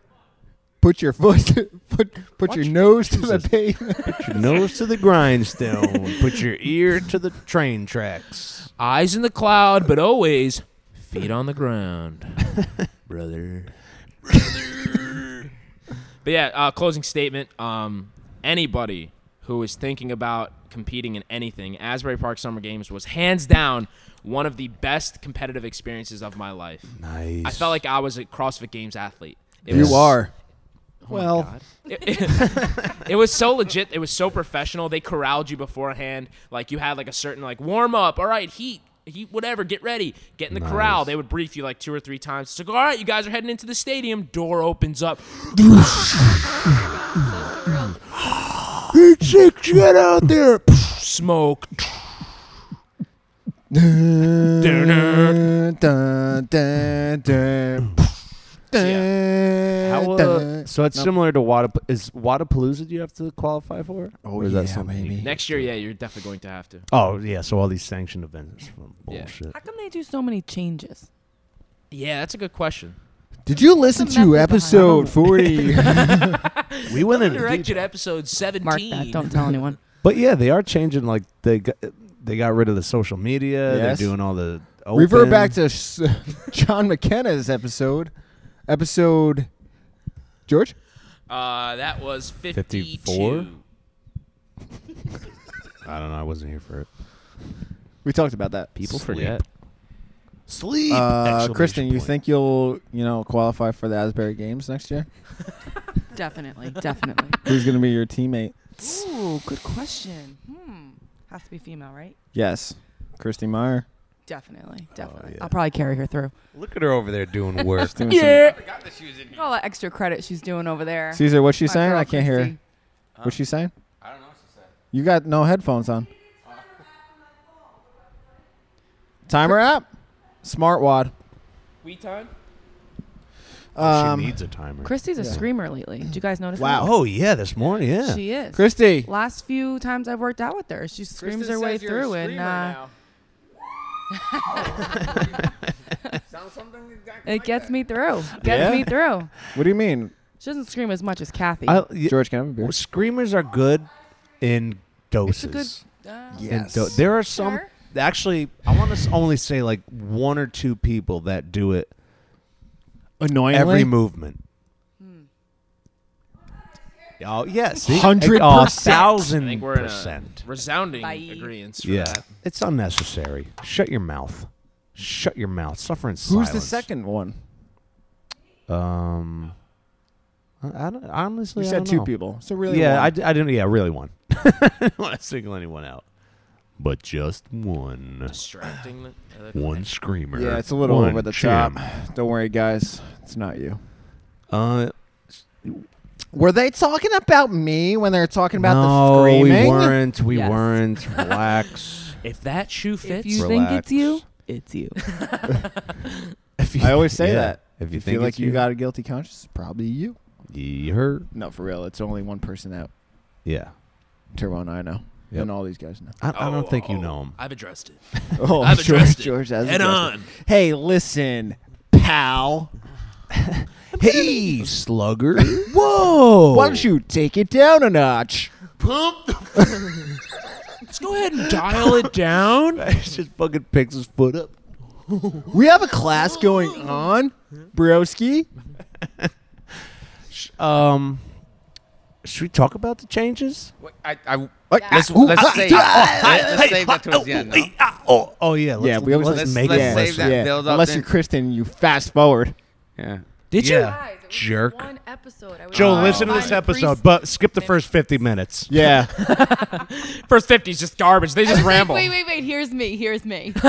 Put your foot, put, put your nose to the pavement.
put your nose to the grindstone, put your ear to the train tracks.
Eyes in the cloud, but always feet on the ground, brother. Brother. but yeah, uh, closing statement. Um, anybody who is thinking about competing in anything, Asbury Park Summer Games was hands down one of the best competitive experiences of my life.
Nice.
I felt like I was a CrossFit Games athlete. It was- Oh
You are.
well,
It was so legit. It was so professional. They corralled you beforehand. Like you had like a certain like warm up. All right, heat, heat, whatever. Get ready. Get in the corral. They would brief you like two or three times. It's like, all right, you guys are heading into the stadium. Door opens up.
get out there.
Smoke.
How, uh,
Dun.
so it's similar to Wada. Is Wadapalooza? Do you have to qualify for?
Oh,
Or is that
yeah,
something you-
baby.
Next year, yeah, you're definitely going to have to.
Oh yeah. So all these sanctioned events. are
Yeah.
Bullshit.
How come they do so many changes?
Yeah, that's a good question.
Did you listen
What's the
to
method
episode 40?
We went in
Directed episode
Mark
17.
that. Don't tell anyone.
But yeah, they are changing. Like they got, they got rid of the social media.
Yes.
They're doing all the. Open.
Revert back to s- John McKenna's episode. Episode. George?
Uh, that was 52.
54? I don't know. I wasn't here for it.
We talked about that.
People forget.
Sleep.
Uh,
exclamation
Kristen, you
point.
think you'll, you know, qualify for the Asbury Games next year?
Definitely, definitely.
Who's going to be your teammate?
Ooh, good question. Hmm. Has to be female, right?
Yes. Christy Meyer.
Definitely, definitely.
Oh, yeah.
I'll probably carry her through.
Look at her over there doing work.
Doing some-
Yeah. All that extra credit she's doing over there.
Caesar, what's she
My
saying?
girl,
I can't hear.
Christy.
What's she saying?
I don't know what to say.
You got no headphones on. Timer up. Smart wad.
We time?
Um,
she needs a timer.
Christy's a screamer lately. Did you guys notice?
Wow.
Oh yeah, this morning.
that?
Yeah.
she is.
Christy.
Last few times I've worked out with her, she screams her way through, and uh,
Sounds something exactly
it
like
gets
that.
me through. Gets
Yeah?
me through.
What do you mean?
She doesn't scream as much as Kathy.
I, yeah,
George, can I have a beer?
Screamers are good in doses.
a good- Uh,
And do- there are some.
Sure.
Actually, I want to only say like one or two people that do it
Annoyingly.
every movement.
Hmm.
Oh yes, see?
100%.
Oh,
I think
thousand
we're in a
percent.
resounding
Bye.
agreement. For
Yeah,
that.
it's unnecessary. Shut your mouth. Shut your mouth. Suffer in
Who's
silence.
the second one?
Um, I, I don't, honestly,
You
I
said
don't
two
know.
people. So really,
yeah,
one.
I, d- I didn't. Yeah, really one. I didn't want to single anyone out, but just one.
Distracting. the- uh, the
One screamer.
yeah, it's a little
one
over the
champ.
top. Don't worry, guys. It's not you.
Uh,
Were they talking about me when they were talking about
no,
the screaming?
we weren't. We
Yes.
weren't. Relax.
If that shoe fits,
if you
Relax.
think it's you, it's you.
if you,
I always say
yeah,
that.
If you,
You
think
feel like
it's
you got a guilty conscience? Probably you.
you heard,
No, for real. It's only one person out.
yeah.
Turbo and I know,
Yep.
and all these guys know.
I, I don't
Oh,
think you
oh,
know him.
I've addressed it.
Oh,
I've
George,
addressed
George,
it.
has
Head
addressed
on.
it. Hey, listen, pal.
Hey, slugger! Whoa!
Why don't you take it down a notch?
Let's go ahead and dial it down.
just fucking picks his foot up?
We have a class going on, broski.
Um, should we talk about the changes?
Wait, I, I,
Like,
let's
ah, ooh, ah,
let's save
ah,
let's save that towards the end. no?
Oh, oh yeah. Let's,
Yeah, we always
let's,
let's-
make
let's
it
save
personal.
that build up
Unless
then.
you're Kristen, you fast forward.
Yeah.
Did
Yeah.
you?
Guys, it was Jerk.
One episode. I
Joe, listen to this episode, but skip the first fifty minutes.
Yeah,
First 50 is just garbage. They just ramble.
Wait, wait, wait. Here's me. Here's me.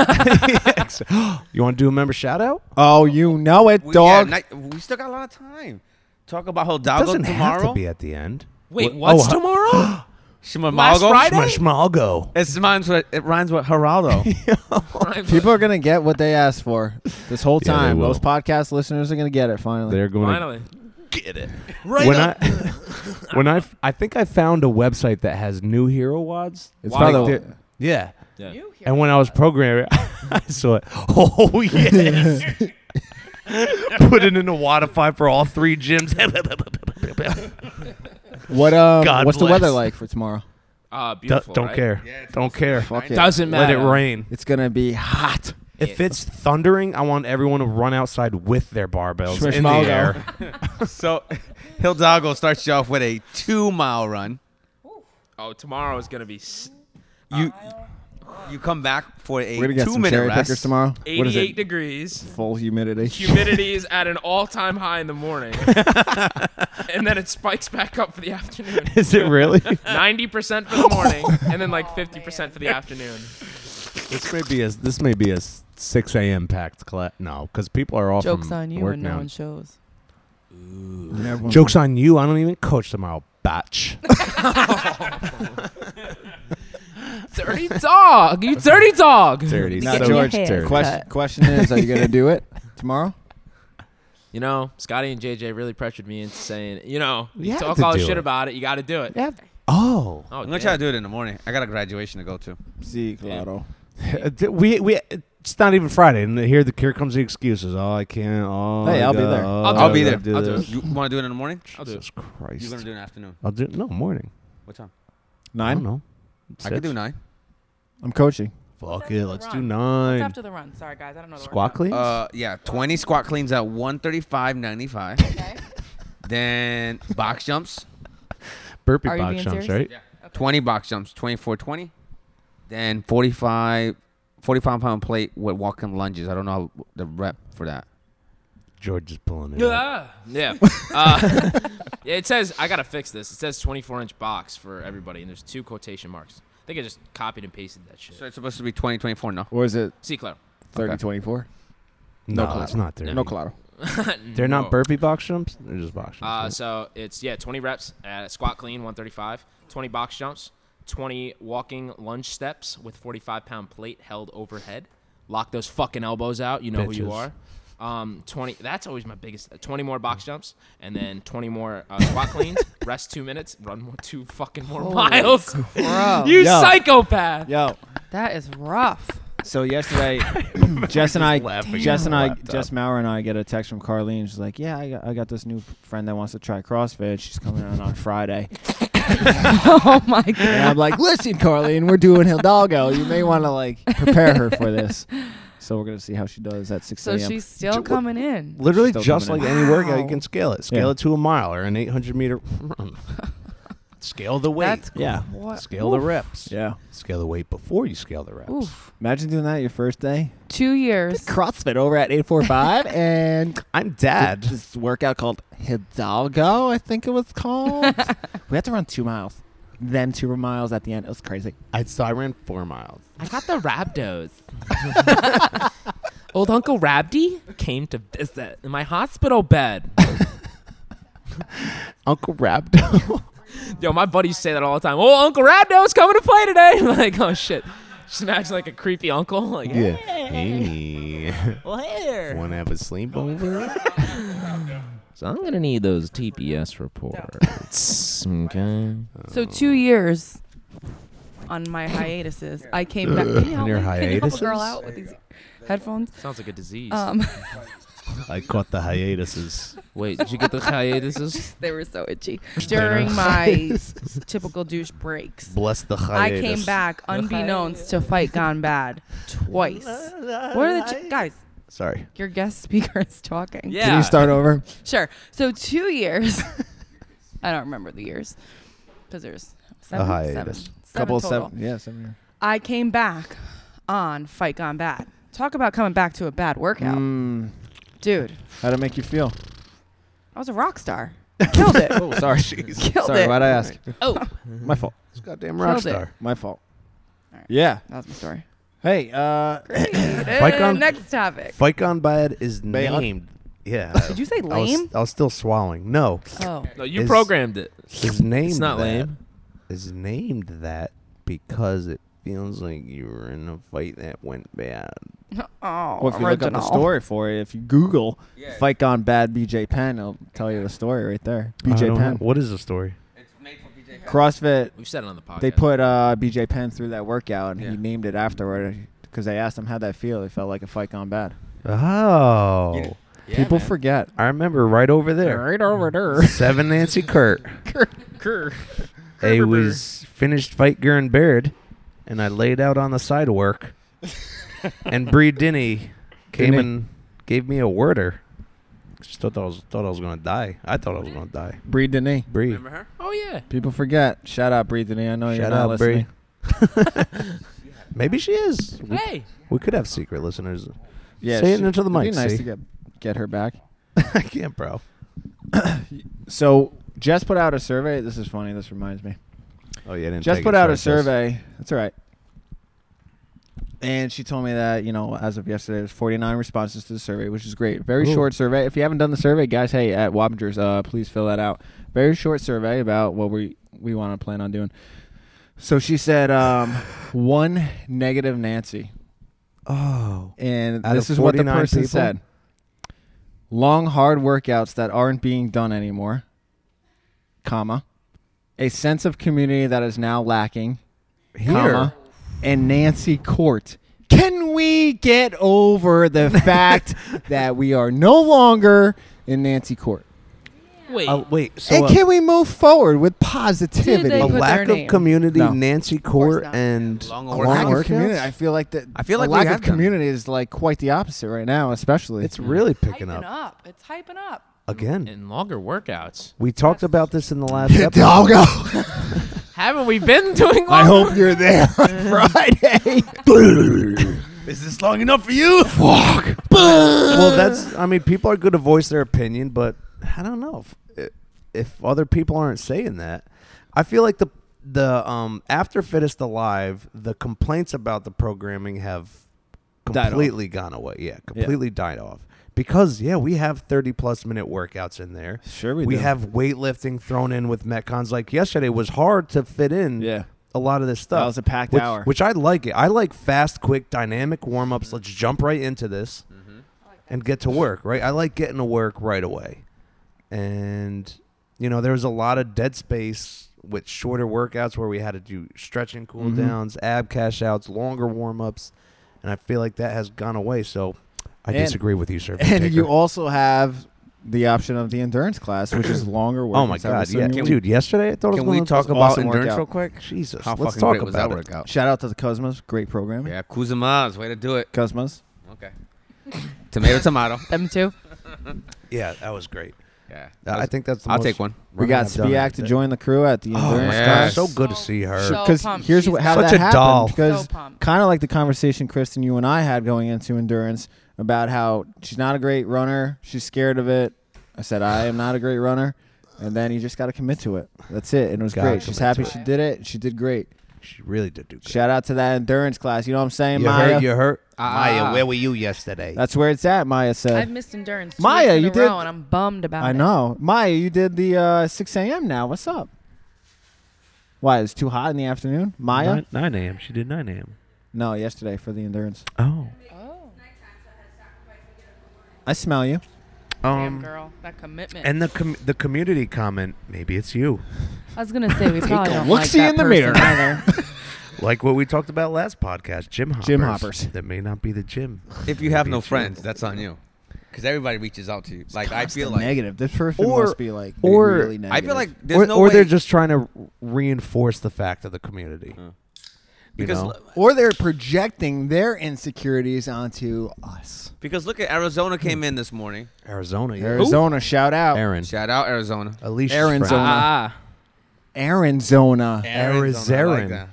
You want to do a member shout out?
Oh, you know it,
We,
dog.
Yeah, ni- we still got a lot of time. Talk about
It
Hidalgo
doesn't
tomorrow.
have to be at the end.
Wait,
Wh-
what's
oh,
tomorrow? Last
Shimamago?
Friday?
Schmashmalgo.
It's rhymes with it rhymes with Geraldo.
People are gonna get what they asked for this whole
Yeah, they
time.
will.
Those podcast listeners are gonna get it finally.
They're going to
Finally.
Get it.
Right
when
up.
I when I I think I found a website that has new hero wads.
it's
Why
probably
Like the- yeah.
Yeah.
And when I was programming, I saw it. Oh yes. Put it in a Wattify for all three gyms.
what. Um,
God
what's the
bless.
weather like for tomorrow?
Ah,
Do-
beautiful.
don't
right?
care. don't care.
Fuck it.
Doesn't
Let
matter.
it rain.
It's gonna be hot.
If it's thundering, I want everyone to run outside with their barbells in the
Schmishmallow.
air.
So Hidalgo starts you off with a two mile run.
Oh, tomorrow is gonna be s-
You you come back for a
We're gonna get
two
some
minute
cherry
rest.
pickers tomorrow. What is
88
it?
degrees.
Full humidity.
Humidity is at an all-time high in the morning, and then it spikes back up for the afternoon.
Is it really?
Ninety percent for the morning, and then like fifty percent for the afternoon.
This may be a this may be a s- six a.m. packed class. No, because people are off.
Jokes
from
on you
work
when
now.
no one shows.
Jokes on you. I don't even coach tomorrow. Batch.
Dirty dog, you dirty dog.
Dirty.
Now,
So-
George,
Your hair's
question,
cut.
question is, are you gonna do it tomorrow?
You know, Scotty and JJ really pressured me into saying, you know, you,
have
talk
to
all this
do
shit
it.
about it, you got to do it.
Yeah. Oh,
Oh,
I'm gonna try to do it in the morning. I got a graduation to go to.
See, claro.
Uh, we we. It's not even Friday, and here the here comes the excuses. Oh, I can't. Oh,
Hey,
I
I'll be
got-
there.
oh,
I'll do
I
I'll be
gotta
there.
do
I'll do
this.
You want to do it in the morning?
I'll do it.
Jesus Christ!
You're gonna do it in the afternoon.
I'll do no morning.
What time?
I
Nine.
don't know.
I could do nine.
I'm coaching.
Fuck
after
it.
the
Let's do
run? It's
nine.
after the run. Sorry, guys. I don't know the
Squat
workout.
cleans.
Uh, yeah, 20 squat cleans at 135.95.
Okay.
then box jumps,
Burpee
Are you
box
being
jumps,
serious?
right?
20 box jumps, 24.20. Then 45, 45 pound plate with walking lunges. I don't know how the rep for that.
George is pulling it. up.
Yeah. Yeah. Uh, yeah, It says I gotta fix this. It says 24-inch box for everybody, and there's two quotation marks. I think I just copied and pasted that shit.
So it's supposed to be 20, 24, no?
Or is it
See, Claire.
30,
Okay.
24?
No,
No
it's not there.
No, claro.
They're
No.
not burpee box jumps. They're just box jumps.
Uh,
right?
so it's yeah, 20 reps at squat clean, 135, 20 box jumps, 20 walking lunge steps with 45 pound plate held overhead. Lock those fucking elbows out. You know who you are.
Bitches.
Um, 20. That's always my biggest. 20 more box jumps and then 20 more uh, squat cleans. Rest two minutes. Run more two fucking more miles.
Bro,
you
Yo.
psychopath.
Yo,
that is rough.
so yesterday, Jess and I, Jess and I, Jess Maurer and I get a text from Carlene. She's like, "Yeah, I got, I got this new friend that wants to try CrossFit. She's coming on on Friday."
oh my god.
And I'm like, "Listen, Carlene, we're doing Hidalgo. You may want to like prepare her for this." So we're gonna see how she does at 6
So
a.m.
she's still coming in.
Literally
Still
just like
coming
any workout, you
Wow.
can scale it. Scale
Yeah.
it to a mile or an 800 meter run. scale the weight.
That's
Yeah.
What?
scale the reps.
yeah.
Scale the weight before you scale the reps.
Oof.
Imagine doing that your first day.
Two years.
CrossFit over at 845 and
I'm dad.
this workout called Hidalgo, I think it was called. we had to run two miles, then two miles at the end. It was crazy.
I so I ran four miles.
I got the Rabdos. Old Uncle Rabdi came to visit in my hospital bed.
Uncle Rabdo.
Yo, my buddies say that all the time. Oh, Uncle Rabdo's coming to play today. like, oh shit. Just imagine like a creepy uncle. Like,
yeah. Amy. Want to have a sleepover?
so I'm gonna need those TPS reports. okay.
So two years on my hiatuses. I came back. Can you help
your
me? Can you help a girl
hiatuses?
out with these headphones?
Sounds like a disease.
Um,
I caught the hiatuses.
Wait, did you get the hiatuses?
they were so itchy. During my typical douche breaks,
Bless the
I
hiatus.
came back unbeknownst to Fight Gone Bad twice. What are the ch- guys?
Sorry.
Your guest speaker is talking.
Yeah.
Can you start over?
Sure. So two years. I don't remember the years because there's seven, seven, seven,
hiatus.
Couple
total.
seven. Yeah, seven.
I came back on Fight Gone Bad. Talk about coming back to a bad workout,
Mm,
dude.
how'd it make you feel?
I was a rock star. Killed it.
Oh, sorry.
Killed
sorry,
it.
why'd I ask?
Oh,
My fault.
It's goddamn
Killed
rock
it.
star.
My fault.
All right.
Yeah.
that was my story.
Hey, uh,
Great.
Fight Gone-
Next topic.
Fight Gone Bad is
Bad?
named. Yeah.
Did you say
I was-
lame?
I was still swallowing. No.
Oh,
No, you
Is-
programmed it.
is named
It's not
that-
lame.
Is named that because it feels like you were in a fight that went bad.
oh.
well, if you look up the
original.
story for it, if you Google Fight Gone Bad BJ Penn, it'll tell you the story right there. BJ Penn.
What is the story?
It's made for BJ.
CrossFit
We've said it on the podcast.
They put uh, BJ Penn through that workout, and
Yeah.
he named it afterward because they asked him how'd that feel. It felt like a fight gone bad.
Oh,
Yeah,
People
man.
forget.
I remember right over there.
Right over there.
Seven Nancy Kurt.
Grr.
I was finished fight Gurren Baird, and I laid out on the side work, and Bree Denny came
Denny.
and gave me a worder. Just thought I was thought I was gonna die. I thought I was gonna die.
Bree Denis.
Bree,
Remember her?
Oh yeah.
People forget. Shout out Bree Denis. I know you're
shout
not
out
listening.
Bree. Maybe she is. We,
Hey.
we could have secret listeners.
Yeah,
Say it
she-
into the
it'd
mic,
Be nice
see?
to get get her back.
I can't, bro.
So Jess put out a survey. This is funny. This reminds me.
Oh yeah, I didn't
Jess
take
put
it,
out
sorry,
a
Jess.
survey. That's all right. And she told me that, you know, as of yesterday, there's 49 responses to the survey, which is great. Very
Ooh.
short survey. If you haven't done the survey, guys, hey, at Wabbingers, uh, please fill that out. Very short survey about what we, we want to plan on doing. So she said um, one negative Nancy.
Oh,
And
Out
this
of
is what the
49
person
people?
said long, hard workouts that aren't being done anymore, comma, a sense of community that is now lacking, comma, and Nancy Court. Can we get over the fact that we are no longer in Nancy Court?
Wait.
Oh wait, so
and
uh,
can we move forward with
Did they
positivity?
a
put their
lack of
name?
community,
No.
Nancy
course
Court,
not.
and
Long
long
workouts. Lack of
workouts?
community. I feel like that.
I feel like
a
we
lack
have
of
done.
community is like quite the opposite right now, especially.
It's really picking
Hyping
up.
up. It's hyping up.
again.
And longer workouts.
We talked about this in the last episode.
Haven't we been doing? Longer
I hope you're there on Friday.
Is this long enough for you? Fuck.
well, that's. I mean, people are good to voice their opinion, but I don't know if if other people aren't saying that. I feel like the the um after Fittest Alive, the complaints about the programming have
off.
completely gone away. Yeah, completely died off. Because yeah, we have thirty plus minute workouts in there.
Sure we do.
have weightlifting thrown in with metcons. Like yesterday was hard to fit in.
Yeah.
a lot of this stuff.
was a packed
which-
hour.
which I like it. I like fast, quick, dynamic warm
Mm-hmm.
ups. Let's jump right into this and get to work, right? I like getting to work right away. And, you know, there was a lot of dead space with shorter workouts where we had to do stretching cool
Mm-hmm.
downs, ab cash outs, longer warm ups. And I feel like that has gone away. So I
And-
disagree with you, sir.
And you also have the option of the endurance class, which is longer work.
Oh my God! Yeah, dude. yesterday I thought it
Can
was
we
gonna-
talk about
awesome
endurance
workout.
real quick?
Jesus.
How
let's
fucking
talk
great was that
about it.
workout?
Shout out to the Cosmos, great programming.
Yeah, Kuzuma's way to do it.
Cosmos.
Okay. tomato, tomato.
Them too.
Yeah, that was great.
Yeah.
I think that's. The
I'll
most
take one.
We got Spiak to join the crew at the
Oh,
endurance
yeah.
class.
So
So
good to see her.
So
Because
pumped.
here's
She's
what, how
Such
that
a
happened.
doll.
Because
So pumped.
kind of like the conversation Kristen, you and I had going into endurance about how she's not a great runner. She's scared of it. I said I am not a great runner, and then you just got to commit to it. That's it. And it was
Gotta
great. She's
commit
happy she did it. She did great.
She really did do good.
Shout out to that endurance class. You know what I'm saying,
you
Maya?
hurt. You hurt.
Ah.
Maya, where were you yesterday?
That's where it's at. Maya said.
I've missed endurance. Two
Maya,
weeks in
you
a
did-
row, and I'm bummed about
I
it.
know. Maya, you did the uh, 6 a.m. now. What's up? Why? It's too hot in the afternoon? Maya?
nine a.m. She did nine a.m.
No, yesterday for the endurance.
Oh,
Oh,
I smell you. Um,
damn girl, that commitment.
Um, and the com- the community comment. Maybe it's you.
I was gonna say we probably don't like
look-see
that
in the
person
mirror.
either.
Like what we talked about last podcast, Jim hoppers.
Gym hoppers.
That may not be the gym.
If you have
Maybe
no
it's you.
friends, that's on you. Because everybody reaches out to you. Like, I feel like.
negative. This person
Or-
must be like
or-
really
I
negative.
feel like there's
Or,
no
or
way.
they're just trying to reinforce the fact of the community. you
because
know?
or they're projecting their insecurities onto us.
because look at Arizona came in this morning.
Arizona. yeah.
Arizona, shout out.
Aaron.
Shout out Arizona.
Alicia.
Aaron's
friend.
Ah.
Arizona.
Arizona, I like
Arizarin.
that.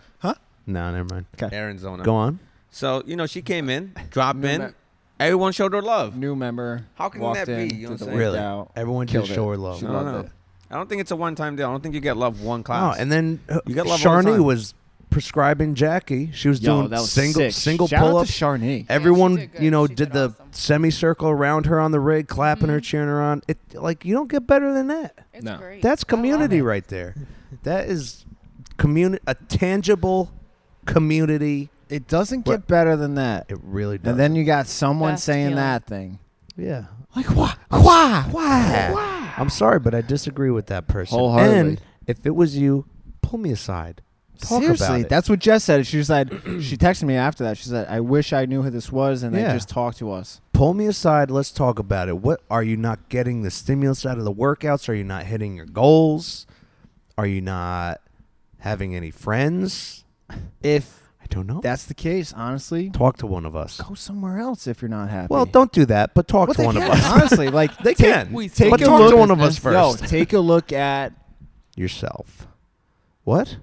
No, never mind.
Arizona.
Go on.
So you know, she came in, dropped
New
in.
me-
Everyone showed her love.
New member.
How can
walked
that be?
in,
You know what
did the
I'm saying?
workout,
Everyone
killed
just
it.
show her love.
She
No,
loved
no.
it.
I don't think it's a one-time deal. I don't think you get love one
Oh,
class.
and then uh,
You get love all the
Sharni
time.
was prescribing Jackie. She was
Yo,
doing
that was
single
sick.
single
Shout
pull
out
ups.
to Sharni.
Everyone,
did good.
you know,
She
did,
did
the
awesome.
semicircle around her on the rig, clapping
Mm-hmm.
her, cheering her on. It like you don't get better than that.
It's
No.
great.
That's
I love
community
it.
right there. That is communi- a tangible community.
It doesn't
What?
get better than that.
It really does.
And then you got someone
Best
saying
feeling.
that thing.
yeah,
Like why? Why?
Why? I'm sorry, but I disagree with that person.
Wholeheartedly.
And if it was you, pull me aside. Talk about
Seriously,
it.
that's what Jess said. She was like, she texted me after that. She said, "I wish I knew who this was, and
Yeah.
they just talked to us."
pull me aside. Let's talk about it. What are you not getting the stimulus out of the workouts? Are you not hitting your goals? Are you not having any friends?
If
I don't know.
That's the case, honestly.
talk to one of us.
Go somewhere else if you're not happy.
Well, don't do that, but talk
Well,
to
they
one
can,
of us.
honestly. Like
They
take-
can.
we-
But
take a
talk to
look-
one of us
Yo,
first.
take a look at
Yourself. What?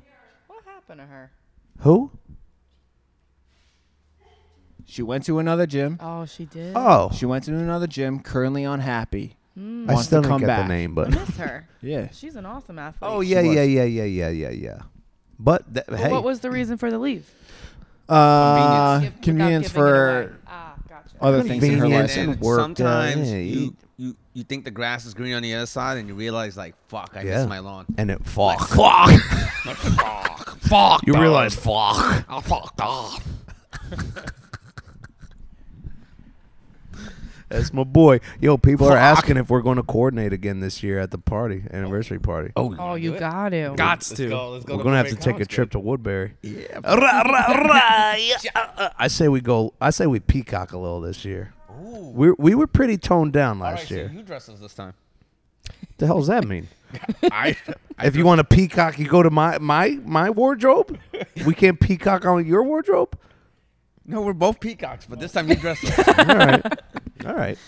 What happened to her?
Who?
She went to another gym.
Oh, she did.
Oh,
She went to another gym. Currently unhappy.
I
Wants
still
to
don't
come
get
back.
the name,
I
but
miss her.
Yeah.
She's an awesome athlete.
oh yeah,
was.
yeah, yeah, yeah, yeah, yeah, yeah. But th-
But
hey,
What was the reason for the leave?
ah.
Uh,
Give- without
convenience
giving it away.
for
Ah, gotcha.
other things in her
Convenience
life.
and-
And
work, uh,
sometimes
yeah,
you,
eat.
you you think the grass is green on the other side, and you realize like, fuck, I
Yeah.
missed my lawn.
and it fuck,
fuck. Fuck.
You realize
fuck. I fucked off.
That's my boy. Yo, people are asking if we're going to coordinate again this year at the party, anniversary party.
Oh,
Oh, you
got
got to.
Gots to.
we're going to have to take a trip to Woodbury.
Yeah.
Ra, ra, ra, yeah, uh, uh. I say we go. I say we peacock a little this year. We we were pretty toned down
All
last
right, so
year.
you dress us this time.
the hell does that mean?
I,
if you want to peacock, you go to my my my wardrobe. we can't peacock on your wardrobe.
No, we're both peacocks, but this time you dress us. what
All right, all right.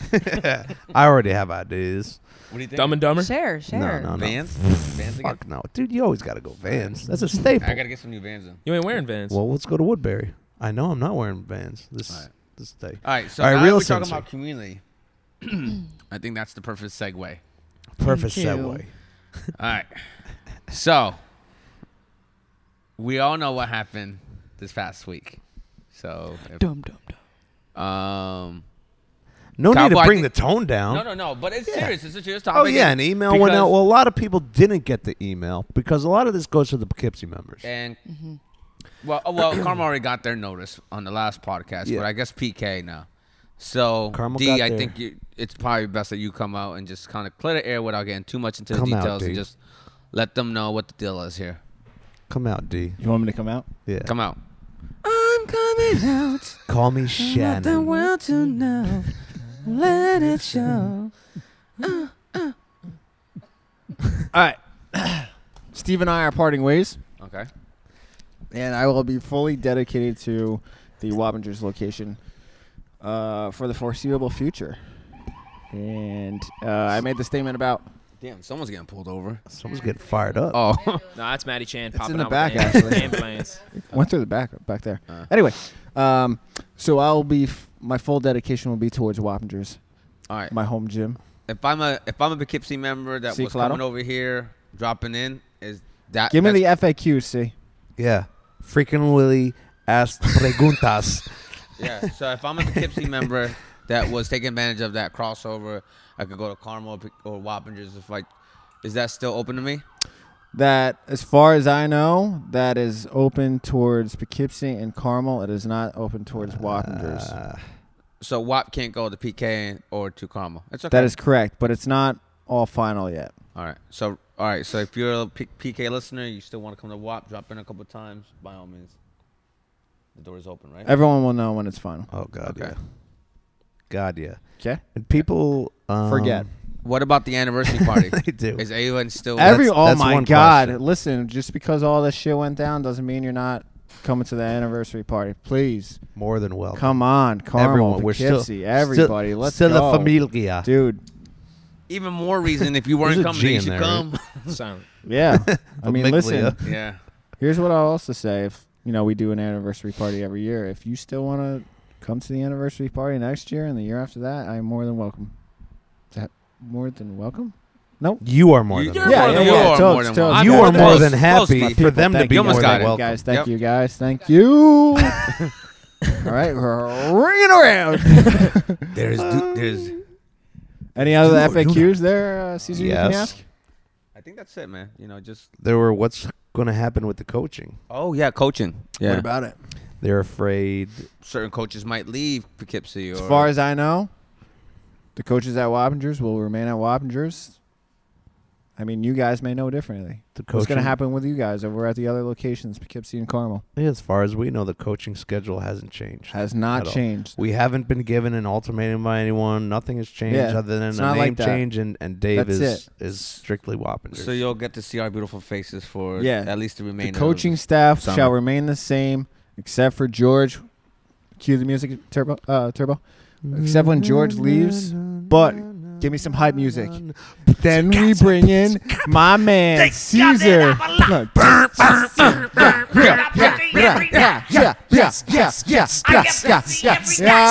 I already have ideas.
do you think?
Dumb and Dumber.
Share, share.
No, no, no.
Vans? Vans again?
Fuck no, dude. You always got to go Vans. That's a staple.
I gotta get some new Vans in.
You ain't wearing Vans.
Well, let's go to Woodbury. I know I'm not wearing Vans this
All right.
this day.
All right, so
All right,
now that
real
we're
sensor.
talking about community. I think that's the perfect segue. All
Perfect
Me too.
segue.
right, so we all know what happened this past week. So, if-
Dum dum dum.
um,
No need
Cowboy,
to
I
bring
think-
the tone down.
no, no, no, but it's serious. It's a serious topic.
Oh yeah, an email went out. Well, a lot of people didn't get the email because a lot of this goes to the Poughkeepsie members.
and well, oh, well, Karma already got their notice on the last podcast,
Yeah.
but I guess PK now. So
Karma
D,
got
I
there.
think you, it's probably best that you come out and just kind of clear the air without getting too much into the
Come out,
details
D.
and just let them know what the deal is here.
Come out, D.
You want me to come out?
Yeah.
Come out.
I'm coming out.
Call me
Let the
Shannon.
world to know. Let it show.
All right. Steve and I are parting ways,
Okay.
and I will be fully dedicated to the Wappingers location uh, for the foreseeable future. And uh, I made the statement about
Damn, someone's getting pulled over.
Someone's getting fired up.
Oh,
No, that's Maddie Chan popping
in the
out
back,
with the am-
actually.
ambulance.
went through the back back there. Anyway, um, so I'll be f- my full dedication will be towards Wappingers,
all right.
my home gym.
If I'm a if I'm a Poughkeepsie member that
See,
was
Claro?
coming over here, dropping in, is that
Give me
that's-
the FAQ, see.
Yeah. Freaking Willie asked preguntas.
Yeah. So if I'm a Poughkeepsie member that was taking advantage of that crossover, I could go to Carmel or Wappingers. If like, is that still open to me?
That, as far as I know, that is open towards Poughkeepsie and Carmel. It is not open towards Wappingers.
Uh,
So WAP can't go to PK or to Carmel. It's okay.
That is correct, but it's not all final yet.
all right. So all right. So if you're a P- PK listener, you still want to come to WAP, drop in a couple times. By all means, the door is open, right?
Everyone will know when it's final.
oh God,
Okay.
yeah. God, yeah.
Okay.
And people um,
Forget.
What about the anniversary party?
They do.
Is anyone still?
Every
that's-
oh
that's
my
one
god!
question.
Listen, just because all this shit went down doesn't mean you're not coming to the anniversary party. Please,
More than welcome.
come on, Carmel,
Everyone, we're still
Poughkeepsie, everybody,
Still,
let's
still
go,
a familia.
dude.
even more reason if you
There's
weren't
a
coming,
G
you
in
should
there, right?
come.
Silent.
Yeah, I mean, listen.
Famiglia.
yeah.
Here's what I'll also say: if you know we do an anniversary party every year, if you still want to come to the anniversary party next year and the year after that, I'm more than welcome. Is that more than welcome?
You are more
You-
than
you're
welcome.
more than
you
welcome.
are
Totes,
more than
totes.
welcome.
You
guys.
are more
Close,
than
close,
happy
my
for
people.
them to
Thank
be
you.
Almost
more
got
than
it.
Thank you, guys. Thank
welcome.
Yep.
you, guys. Thank you. All right, we're ringing around.
There's du- there's.
Any other
Do or do
FAQs there, uh, Caesar? You can
Yes.
ask.
I think that's it, man. You know, just
There were what's going to happen with the coaching.
oh yeah, coaching. Yeah,
about it?
They're afraid.
certain coaches might leave Poughkeepsie. Or,
As far as I know, the coaches at Wappingers will remain at Wappingers. I mean, you guys may know differently.
The
What's going to
coaching-
happen with you guys over at the other locations, Poughkeepsie and Carmel?
Yeah, as far as we know, the coaching schedule hasn't changed.
Has not
At all.
changed.
We haven't been given an ultimatum by anyone. Nothing has changed
Yeah,
other than
it's
a
not
name
like that.
change, and, and Dave
That's
is is strictly Wappingers.
so you'll get to see our beautiful faces for
Yeah.
at least the
The
remainder.
coaching
Of
staff
summer.
shall remain the same,
except for George. Cue the music, Turbo. Uh, turbo. Except when George leaves, but give me some hype music. Then we bring in my man Caesar. No, yeah, yeah, yes, yes, yes, yes, yes, yes, yes,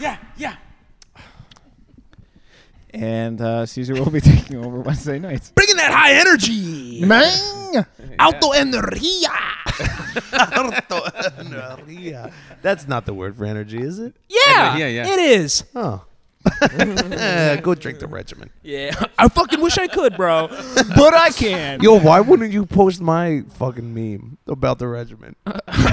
yes. And uh, Caesar will be taking over Wednesday nights.
Bringing that high energy.
Man,
Alto energía.
That's not the word for energy, is it?
Yeah,
Yeah, yeah.
it is.
Oh. Uh, go drink the regimen.
Yeah, I fucking wish I could, bro.
but I can.
Yo, why wouldn't you post my fucking meme about the regimen?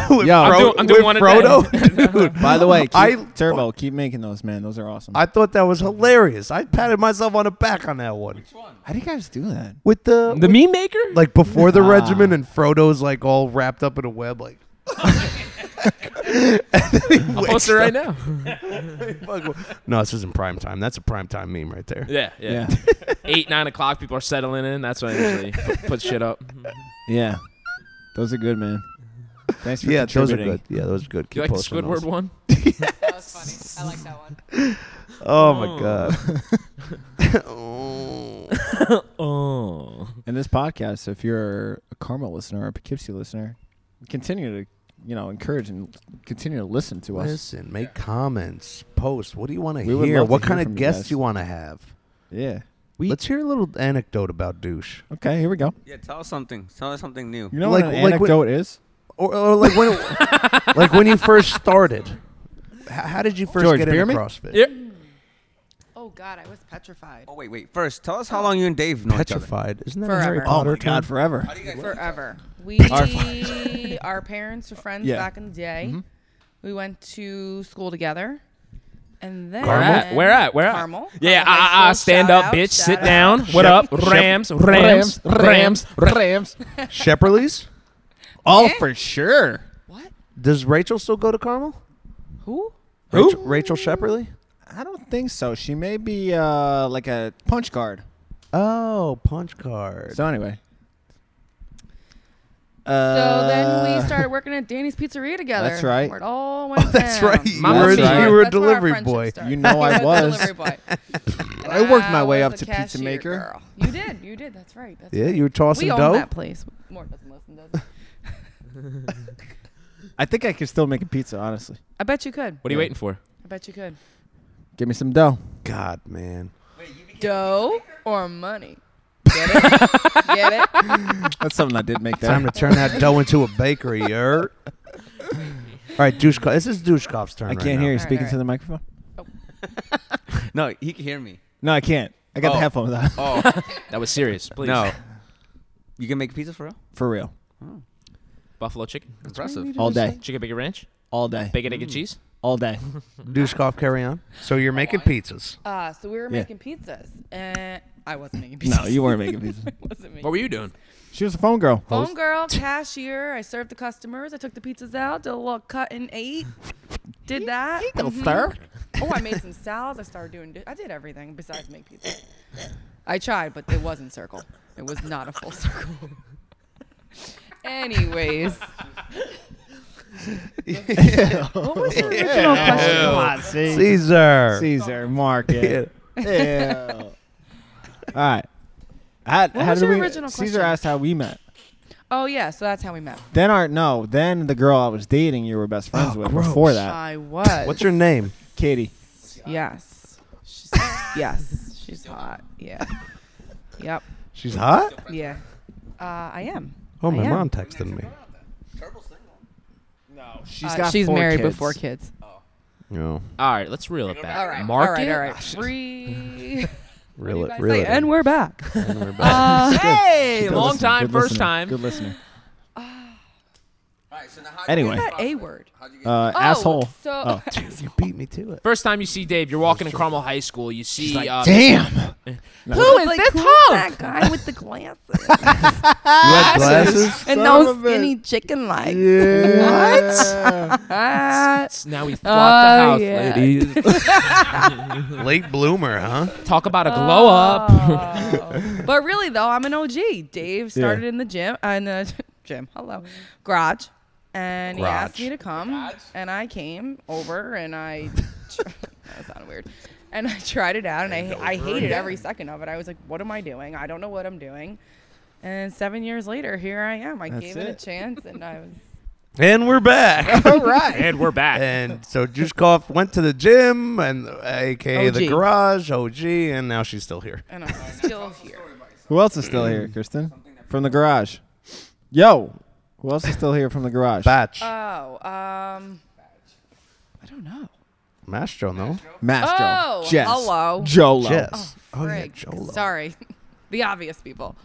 With
Yo, I'm
doing- I'm doing one
with
a
Frodo? Dude,
By the way, keep,
I-
Turbo, keep making those, man. Those are awesome.
I thought that was hilarious. I patted myself on the back on that one.
How do you guys do that?
With the,
The meme maker?
like before the
Ah.
regimen and Frodo's like all wrapped up in a web, like.
I'll post it right now.
No, this isn't prime time. That's a prime time meme right there.
Yeah, yeah.
Yeah.
Eight, nine o'clock, people are settling in. That's when I usually put, put shit up. Do
Yeah. Those are good, man. Thanks for
Yeah, those are
contributing.
good. Yeah, those are good. Keep
you like the
posting
Squidward
those.
one?
That was funny. I like that one.
Oh
Oh.
my god.
Oh.
And this podcast, if you're a Karma listener or a Poughkeepsie listener, continue to, you know, encourage and continue to listen to us.
Listen, make comments, post. What do you want to
We would
hear?
love to
What
hear
kind
from
of
you
guests
guys.
you want to have?
Yeah.
Let's hear a little anecdote about douche,
Okay, here we go.
Yeah, tell us something. Tell us something new.
You know
Like-
what an
like when-
anecdote is?
or, or like when, like when you first started. H- How did you first
George
get into
Bierman?
CrossFit?
Yeah.
Oh God, I was petrified.
Oh wait, wait. First, tell us how long you and Dave know each other.
Petrified. Isn't that a Harry
Forever.
Oh,
Potter
my
term?
God, forever.
Forever. We our parents or friends
Yeah.
back in the day.
Mm-hmm.
We went to school together, and then
Where at? Where at? Where at?
Carmel.
Yeah,
Carmel High
ah, ah,
School.
stand
Oh, Shout
up,
out,
bitch.
shout
Sit
out.
down. What up? Rams, Rams, Rams.
Rams.
Shepperly's?
Oh, for sure.
What?
Does Rachel still go to Carmel?
Who?
Who?
Rachel, Rachel Shepperly?
I don't think so. She may be uh, like a punch guard.
Oh, punch card.
So anyway.
so then
Uh,
we started working at Danny's Pizzeria together.
That's right. Oh,
Where it all went
that's
down.
right. You
Mama's
were,
That's right.
you were a
That's where our
delivery
friendship
boy.
started.
You know I
a
was.
delivery boy. And
I worked my way up
was a
to pizza
cashier
maker.
girl. You did. You did. That's right. That's
Yeah,
right.
you were tossing
we own
dough.
that place. More doesn't listen, does it?
I think I could still make a pizza, honestly.
I bet you could.
What are you waiting for?
I bet you could.
Give me some dough.
God, man.
Dough or money? Get it? Get it?
That's something I did make
Time
that.
to turn that dough into a bakery, er. All right, douche. Cop. This is douche cop's turn.
I
right
can't
now.
hear you
Alright,
speaking to
alright.
the microphone.
No, he can hear me.
No, I can't. I got
Oh.
the headphones on.
Oh
That was serious. Please.
no. You can make pizza for real?
For real.
Buffalo chicken.
Impressive.
All day.
Chicken bacon ranch.
All day.
Bacon, egg, and cheese.
All day.
Douche cop, carry on. So you're making pizzas.
Uh, so we were
Yeah.
making pizzas, and I wasn't making pizzas.
no, you weren't making pizza.
wasn't making.
What were you doing?
She was a phone girl.
Phone girl, cashier. I served the customers. I took the pizzas out, did a little cut and ate. Did that. Mhm. Oh, I made some salads. I started doing. di- I did everything besides make pizza. I tried, but it wasn't circle. It was not a full circle. Anyways, what was your original question? Oh.
Caesar.
Caesar.
Caesar. Market. All right. How,
What
how
was
did
your
we,
original
Caesar
question?
asked how we met.
Oh yeah, so that's how we met.
Then our no. Then the girl I was dating, you were best friends with before that,
I was.
What's your name?
Katie.
Yes. She's, yes. She's hot. Yeah. Yep.
She's hot.
Yeah. Uh, I am.
Oh, my
I am.
mom texted me.
She's
Uh,
got
she's
four
married
kids.
before kids.
No,
All right, let's reel it back.
All right.
Market.
All right. All right. Free.
really,
Guys
really.
say, and we're back.
Uh, hey,
Good
long
listener,
time,
good
first
listener,
time.
Good listener.
All right, so now how
Anyway.
Uh, Is that a word?
how'd you get
Uh,
Oh,
asshole.
So
Oh.
you beat me to it.
First time you see Dave, you're walking in Carmel High School. You see, uh,
Damn.
who is this hunk?
that guy with the glasses
You had glasses.
Son
and those
of a-
skinny chicken legs?
Yeah.
Ah,
Now we
Oh,
flock the house,
yeah.
ladies.
Late bloomer, huh?
Talk about a
Ah.
glow up.
Oh. but really though, I'm an OG. Dave started in the gym, uh, in the gym. Hello, garage. And he asked
Garage.
me to come, and I came over, and I. that sounded weird. And I tried it out, and I I hated every second of it. I was like, "What am I doing? I don't know what I'm doing." And seven years later, here I am. I gave it. a chance, and I was.
And we're back.
All right.
And we're back.
and so Jushkov went to the gym and aka the
OG.
garage, OG, and now she's still here.
And I'm still here.
Who else is still here, Kristen? From the garage. Yo. Who else is still here from the garage?
Batch.
Oh, um, I don't know.
Mastro, no?
Mastro.
Oh,
Jess.
hello.
Jolo.
Jess. Oh,
Frig. Oh, Sorry, the obvious people.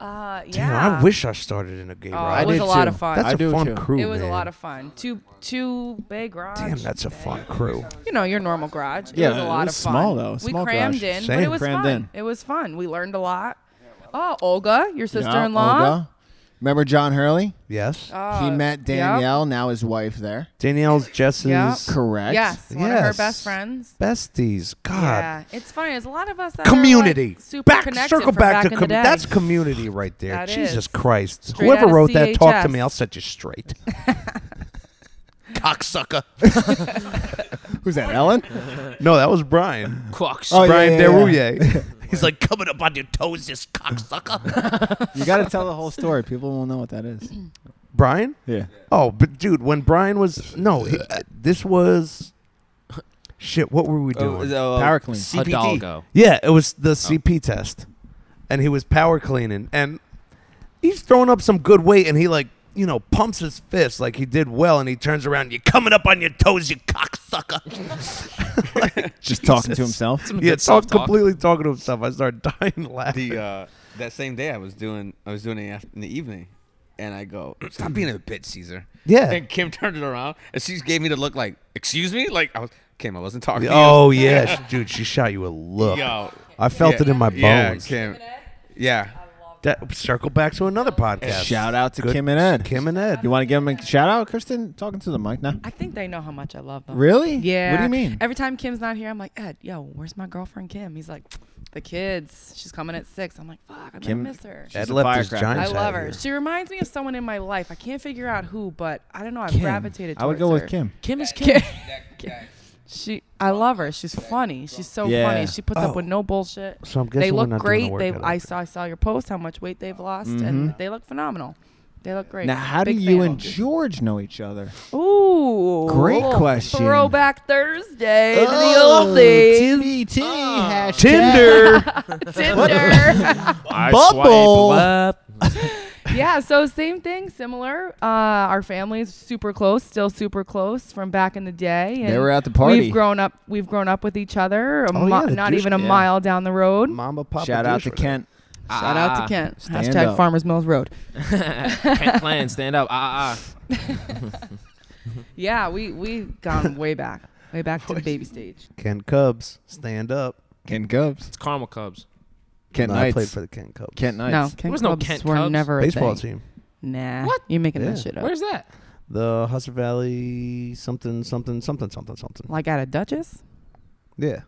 Uh, yeah.
Damn, I wish I started in a gay
Oh,
ride.
it was
did
a lot
too.
of fun.
That's
I
a
do
fun
too.
crew.
it was
man.
a lot of fun. Two two big garage.
Damn, that's a fun crew.
You know your normal garage.
Yeah,
it was a
it
lot
was
of fun.
small, though. Small
we crammed
garage.
in, but
Same.
it was
Crammed
fun.
in.
It was fun. We learned a lot. Oh, Olga, your
Yeah,
sister-in-law.
Olga. Remember John Hurley?
Yes.
Oh,
he met
yep.
Danielle, now his wife there.
Danielle's Jess's
Yep.
Correct.
Yes, one of her
Yes.
best friends.
besties. God.
Yeah, it's funny. There's a lot of us that Are,
Community.
like, super
back
connected
circle
from
back, to
in the
com-
day.
that's community right there.
That
Jesus
is.
Christ.
Straight
Whoever
outta
wrote that talk to
CHS.
me, I'll set you straight. Cocksucker.
Who's that, Ellen?
No, that was Brian.
Clocks.
Oh, yeah,
Brian
yeah, yeah.
Derouillet.
He's like coming up on your toes, this cocksucker.
You got to tell the whole story. People won't know what that is.
Brian?
Yeah.
Oh, but dude, when Brian was no, he- uh, this was shit. What were we
Oh,
doing?
uh,
Power clean.
Hidalgo.
yeah, it was the CP test, and he was power cleaning, and he's throwing up some good weight, and he like you know pumps his fist like he did well, and he turns around, you
You're coming up on your toes, you cocksucker.
Just talking to himself.
yeah,
good
talk,
self-talk.
completely talking to himself. I started dying laughing.
the uh, that same day I was doing I was doing it af- in the evening, and I go, "Stop being a bitch, Caesar."
Yeah.
And Kim turned it around, and she gave me the look like, "Excuse me," like I was Kim. I wasn't talking.
oh yeah, sh- dude, she shot you a look.
to you. uh, yo,
I felt
Yeah.
it in my
Yeah,
bones.
Kim. Yeah,
that, circle back to another podcast.
Shout out to
Good-
Kim and Ed.
Kim and Ed.
You want to give him a shout out, Kristen? Talking to the mic now.
I think they know how much I love them.
Really?
Yeah.
What do you mean?
Every time Kim's not here, I'm like, Ed, yo, where's my girlfriend Kim? He's like, the kids. She's coming at six. I'm like, fuck, I'm
Kim-
gonna miss her.
She's
Ed
a
left his
firecracker.
Giants
I
hat
love her.
here.
She reminds me of someone in my life. I can't figure out who, but I don't know. I've
Kim.
gravitated. Towards
I would go
her.
with Kim.
Kim is Kim.
Kim. she, I love her. She's funny. She's so
Yeah.
funny. She puts
Oh.
up with no bullshit.
So I'm
They
guessing we're
look
not doing the
great. They,
workout
I
out
saw, I saw your post. How much weight they've lost, and they look phenomenal. They look great.
Mm-hmm. Now, how do
Big
you
fan.
and George know each other?
Ooh,
Great question.
Throwback Thursday to the
Oh,
Ah. old days.
TBT hashtag.
Tinder.
Tinder.
I
Bubble.
swipe left.
yeah, so same thing, similar. Uh, our family's super close, still super close from back in the day. And
They were at the party.
We've grown up. We've grown up with each other. A
Oh,
mi-
yeah, the
not
douche-
even a
yeah.
mile down the road.
Mama Papa.
Shout out
douche
to
right
Kent.
Shout out
Ah,
to Kent.
stand
Hashtag
up.
Farmers Mills Road.
Kent Clan, stand up. Ah, ah.
Yeah, we we gone way back, way back to the baby stage.
there. Kent Cubs. Stand up.
Kent Cubs.
It's Carmel Cubs.
Kent
No, I
Knights.
played for the Kent Cubs.
Kent Knights.
No, Kent
was
clubs
no Kent
were
Cubs.
never a
baseball
thing.
team.
Nah, what? You're making that
Yeah.
shit up.
Where's that?
The Hudson Valley something something something something something.
like out of Duchess,
Yeah.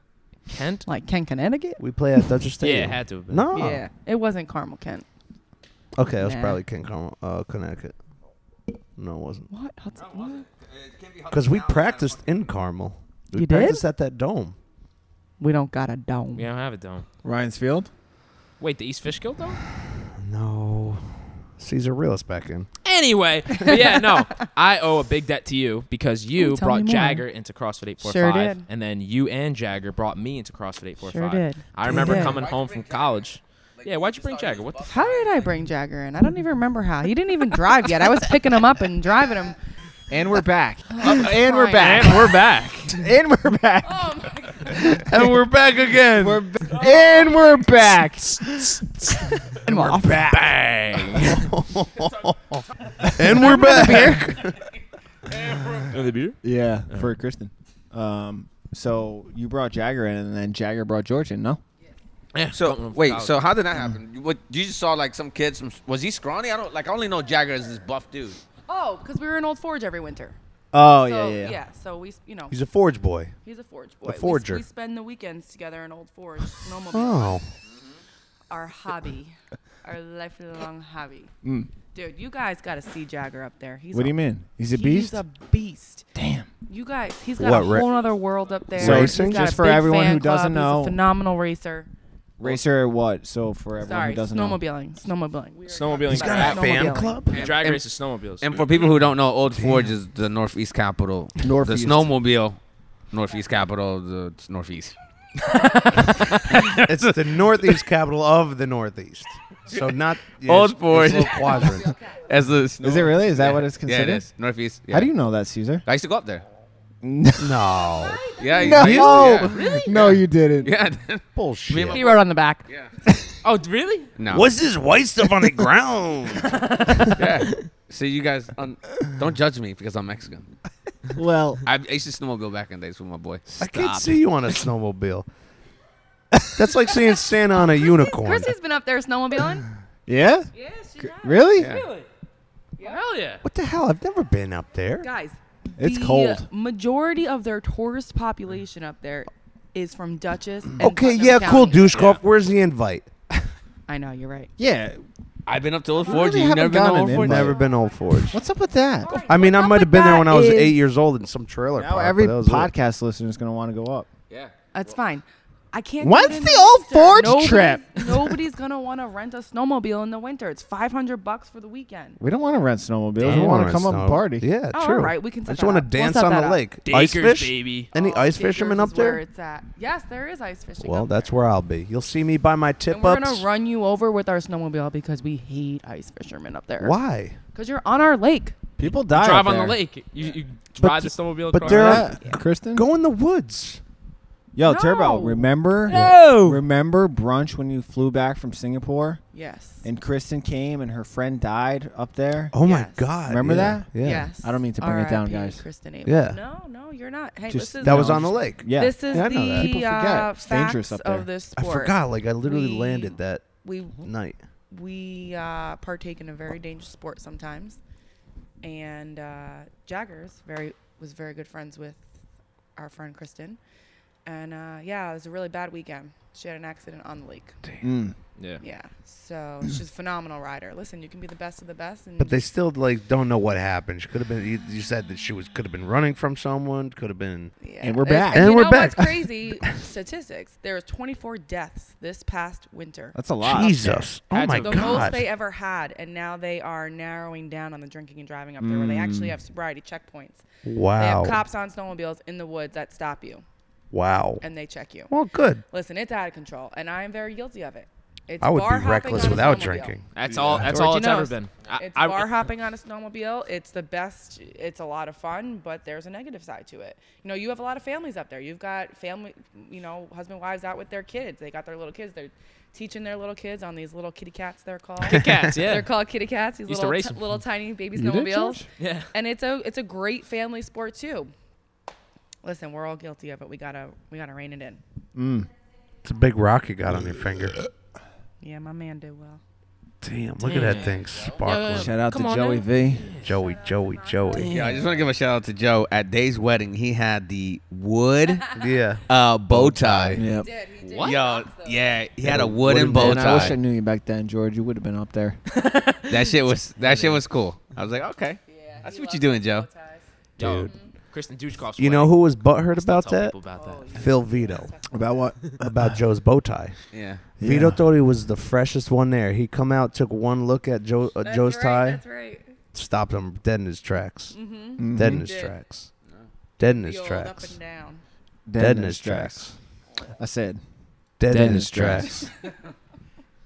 Kent?
like Kent, Connecticut.
We play at Dutchess
Yeah, it
Stadium.
had to have been.
No.
Yeah, it wasn't Carmel Kent.
Okay, it was
Nah.
probably Kent Carmel, uh, Connecticut. No, it wasn't.
What? Hudson- what?
Because we practiced in Carmel. We
You did?
practiced at that dome.
We don't got a dome.
We don't have it, though.
Ryan's Field.
Wait, the East Fishkill, though?
No. Caesar Realist back in.
Anyway, but yeah, no, I owe a big debt to you because you
Ooh, tell
brought
me more.
Jagger into CrossFit 845,
Sure did.
and then you and Jagger brought me into CrossFit 845.
Sure did.
I remember
did.
coming home from college. yeah, why'd you bring Jagger? What the? F-
How did I bring Jagger in? I don't even remember how. He didn't even drive yet. I was picking him up and driving him.
And we're back.
Oh,
and we're
Fine.
back.
and we're back.
And we're back.
Oh my God.
and we're back again.
We're b- and we're back.
And we're off.
Bang.
and we're back.
Oh,
the beer?
Yeah, for Kristen. Um, so you brought Jagger in, and then Jagger brought George in. No,
Yeah, coming
So
home from
wait,
college.
so how did that happen? You- What you just saw like some kid, some was he scrawny? I don't like. I only know Jagger as this buff dude.
Oh, because we were in Old Forge every winter.
oh
so, So we, s- you know,
He's a Forge boy.
he's a Forge boy. We s-
forger.
Oh.
We, spend the weekends together in Old Forge. Snowmobile.
Oh.
our hobby, our lifelong hobby. Dude, you guys got to see Jagger up there. He's
Mm. What
a,
do you mean? He's a
He's
beast.
a beast.
Damn.
You guys, he's got
What,
a
ra-
whole other world up there.
So
He's
racing?
got a
Just for
big
everyone
fan
who doesn't
club. He's
know.
a phenomenal racer.
Racer or what? So for everyone
Sorry,
who doesn't know.
snowmobiling, snowmobiling. We are talking
Snowmobiling's
about
got a
snowmobiling.
fan club?
Drag
and-
race is snowmobiles.
And for people who don't know, Old Forge is the Northeast capital.
Northeast.
The snowmobile, Northeast capital, the it's Northeast.
it's the northeast capital of the northeast. So not yeah,
Old
it's-
Ford.
it's a little quadrant.
As the
Is it really? Is that what it's
Yeah,
considered?
it is. Northeast. Yeah.
How do you know that, Caesar?
I used to go up there.
no
Yeah.
No,
I used to,
Oh! no, you didn't.
yeah. yeah.
bullshit.
He wrote on the back.
oh, really?
no.
What's this white stuff on the ground?
Yeah. See, you guys um, don't judge me because I'm Mexican.
Well,
I, I used to snowmobile back in the days with my boy.
I can't see you on a snowmobile. That's like seeing Santa on a unicorn.
Chrissy's been up there snowmobiling.
yeah.
yeah, she has.
Really?
Yeah.
Hell yeah.
What the hell? I've never been up there.
Guys,
It's
the
cold.
Majority of their tourist population up there is from Dutchess. And
Okay,
Putnam
yeah, cool,
County.
Douchekopf. Where's the invite?
I know you're right.
Yeah.
I've been up to Old
Why
Forge.
they
You've never
haven't
been to
gotten
Old
an
Forge?
invite?
Never been to Old Forge.
What's up with that?
I mean, I
What's
might have
up with
been there when I was
that is-
eight years old in some trailer
Now
park.
every
but that was it.
podcast listener is going to want to go up.
Yeah.
That's fine. I can't.
When's
do it in
the old
winter.
Forge
Nobody's-
trip?
Nobody's gonna want to rent a snowmobile in the winter. It's five hundred bucks for the weekend.
We don't want to rent snowmobiles.
I
we want
wanna
to come up
snow.
and party.
Yeah,
Oh,
true.
all right, we can set
I just
that
want to
up. We'll
dance
set
on
that
the
up.
lake. ice
Dakers,
fish?
baby.
Any
Oh,
ice
Dickers
fishermen
is
up there?
Where it's at? Yes, there is ice fishing.
Well,
up
that's
there.
where I'll be. You'll see me by my tip
And we're
ups.
gonna run you over with our snowmobile because we hate ice fishermen up there.
Why?
Because you're on our lake.
People die.
Drive
up
on the
there.
lake. You, you ride the snowmobile.
but
Remember
across
there
the-
are-
that, Kristen?
Go in the woods.
Yo, Turbo,
No.
remember?
Oh!
No.
Remember brunch when you flew back from Singapore
Yes.
and Kristen came and her friend died up there?
Oh my
Yes.
God.
Remember
yeah,
that?
Yeah.
Yes.
I don't mean to bring it down,
R.I.P.
guys.
Kristen Abel.
Yeah.
No, no, you're not. Hey,
Just,
this is
that was
no,
on the
just-
lake.
Yeah.
This is
Yeah, I know that.
the
People forget.
uh,
It's dangerous
facts
up
of
there.
this
I
sport.
forgot. Like I literally
We-
landed that
We
night.
we uh, partake in a very dangerous sport sometimes, and uh, Jaggers very was very good friends with our friend Kristen, and uh, yeah, it was a really bad weekend. She had an accident on the lake.
Mm.
Yeah.
Yeah, so she's a phenomenal rider. Listen, you can be the best of the best, and
But they still like don't know what happened. She could have been. You, you said that she was could have been running from someone. Could have been.
Yeah.
And we're
It's-
back.
And
you
we're
know what's
back.
crazy? Statistics. There was 24 deaths this past winter.
That's a lot.
Jesus. Oh
Had
my
to-
the most
God.
they ever had, and now they are narrowing down on the drinking and driving up there, where they actually have sobriety checkpoints. They
Mm. Wow.
have cops on snowmobiles in the woods that stop you
Wow.
and they check you.
Well, good.
Listen, it's out of control, and I am very guilty of it. It's
I would
bar
be
hopping
reckless
on a
without
snowmobile.
drinking.
That's all. That's all
Georgie
it's ever
knows.
been.
It's bar hopping on a snowmobile. It's the best. It's a lot of fun, but there's a negative side to it. You know, you have a lot of families up there. You've got family, you know, husband wives out with their kids. They got their little kids. They're teaching their little kids on these little kitty cats. They're called.
cats. Yeah.
They're called kitty cats. These
Used to
little,
race
t-
'em.
little tiny baby
You did,
snowmobiles.
George?
yeah.
And it's a it's a great family sport too. Listen, we're all guilty of it. We gotta we gotta rein it in.
It's a big rock you got on your finger.
Yeah, my man did well.
Damn. Look at that thing sparkling.
Shout out
Come
to
on
Joey
now.
V.
Joey. Joey. Joey.
Yeah, I just want to give a shout out to Joe. At Day's wedding, he had the wood
Yeah.
uh, bow tie.
Yep.
Did he did?
Yo, yeah, he had a wooden
wooden
bow
Man, I wish I
tie.
knew you back then, George. You would have been up there.
That shit was that shit was cool. I was like, okay, that's what you're doing, Joe.
Dude. Kristen Duchkoff's
You know who was butthurt about that?
People about that.
Phil Vito.
About what?
About Joe's bow tie.
Yeah,
Vito thought he was the freshest one there. He come out, took one look at Joe, uh, Joe's tie,
That's right. Mm-hmm.
stopped him dead in his tracks.
Mm-hmm.
Dead in his
Did.
tracks. Dead in
The
his
old up
tracks.
and down.
Dead in his tracks.
I said,
Dead
Dead
in
in
his
his tracks.
tracks.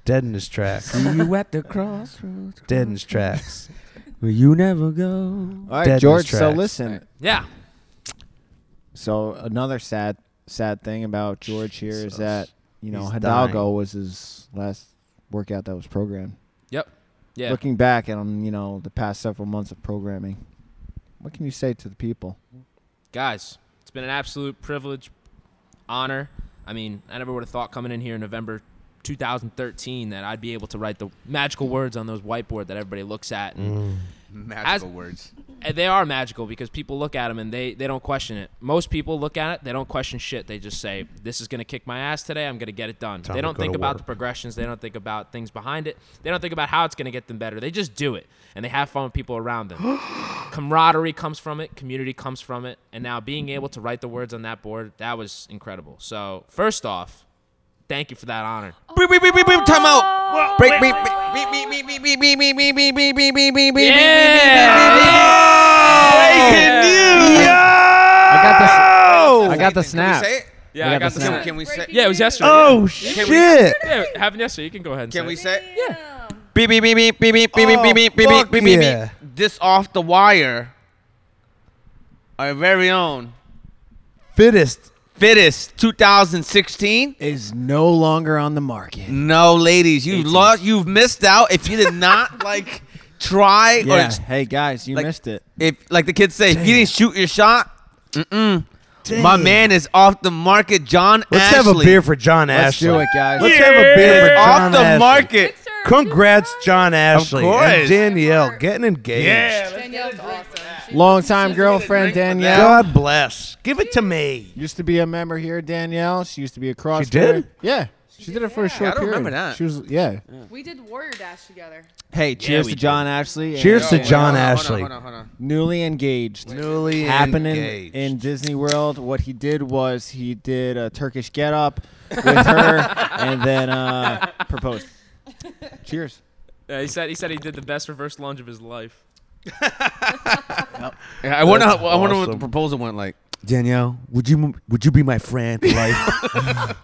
Dead in his tracks.
you at the crossroads
Dead in his tracks.
where you never go?
all
Dead in
right,
his
George. So
tracks.
listen.
Yeah.
So another sad, sad thing about George here is
Jesus.
that you know
He's
Hidalgo
dying.
was his last workout that was programmed.
Yep. Yeah.
Looking back at him, you know the past several months of programming, what can you say to the people?
guys, it's been an absolute privilege, honor. I mean, I never would have thought coming in here in November 2013 that I'd be able to write the magical words on those whiteboard that everybody looks at. And
magical
As-
words.
and they are magical because people look at them and they, they don't question it. Most people look at it, they don't question shit. They just say, "This is gonna kick my ass today. I'm gonna get it done."
Time
they
to
don't
go
think
to
about
work.
the progressions. They don't think about things behind it. They don't think about how it's gonna get them better. They just do it, and they have fun with people around them. Camaraderie comes from it. Community comes from it. And now being able to write the words on that board, that was incredible. So first off, thank you for that honor.
Beep, beep, beep, beep, beep, time out.
Well,
Break, beep, beep, beep, beep, beep, beep, beep, beep, beep, beep, beep, beep, beep, beep, beep, beep,
I got
Oh!
the, I got the snap.
Can we say it?
Yeah,
I
I
got
got
the
the
snap.
snap.
Can we say?
Yeah, it was yesterday.
Oh shit!
Yeah, happened yesterday. You can go ahead. And
Can
say
we
it.
say?
Yeah.
beep beep beep beep beep beep beep beep
Oh,
beep beep beep
fuck
beep beep
yeah.
beep this off the wire our very own
Fittest.
fittest 2016
Is no longer on the market.
no ladies you lost you've missed out if you did not like try
Yeah.
or
Hey guys, you
like-
missed it.
if like the kids say if you didn't shoot your shot mm-mm, my man is off the market john
Let's
Ashley.
have a beer for John
Let's
Ashley.
do it, guys.
Let's have a beer for
off
John
the
Ashley.
market
Oh,
Congrats, John Ashley and
course.
Danielle getting engaged.
Danielle's awesome. She-
Long time girlfriend Danielle.
God bless. Give it to me.
Used to be a member here, Danielle. She used to be a cross.
did?
Yeah. She, did it for a
yeah.
short
I don't
period.
remember that.
She was yeah.
We did Warrior Dash together.
Hey, cheers
we
to John Ashley. and uh,
Cheers to
Oh, Hold on,
John
hold on,
Ashley.
hold on, hold on,
Newly engaged.
Newly
happening
engaged.
in Disney World. What he did was he did a Turkish get up with her and then uh, proposed. Cheers.
Yeah, he said he said he did the best reverse lunge of his life.
hold on. i wonder
That's
how, i wonder what the
awesome.
proposal went like
Danielle, would you would you be my friend for life?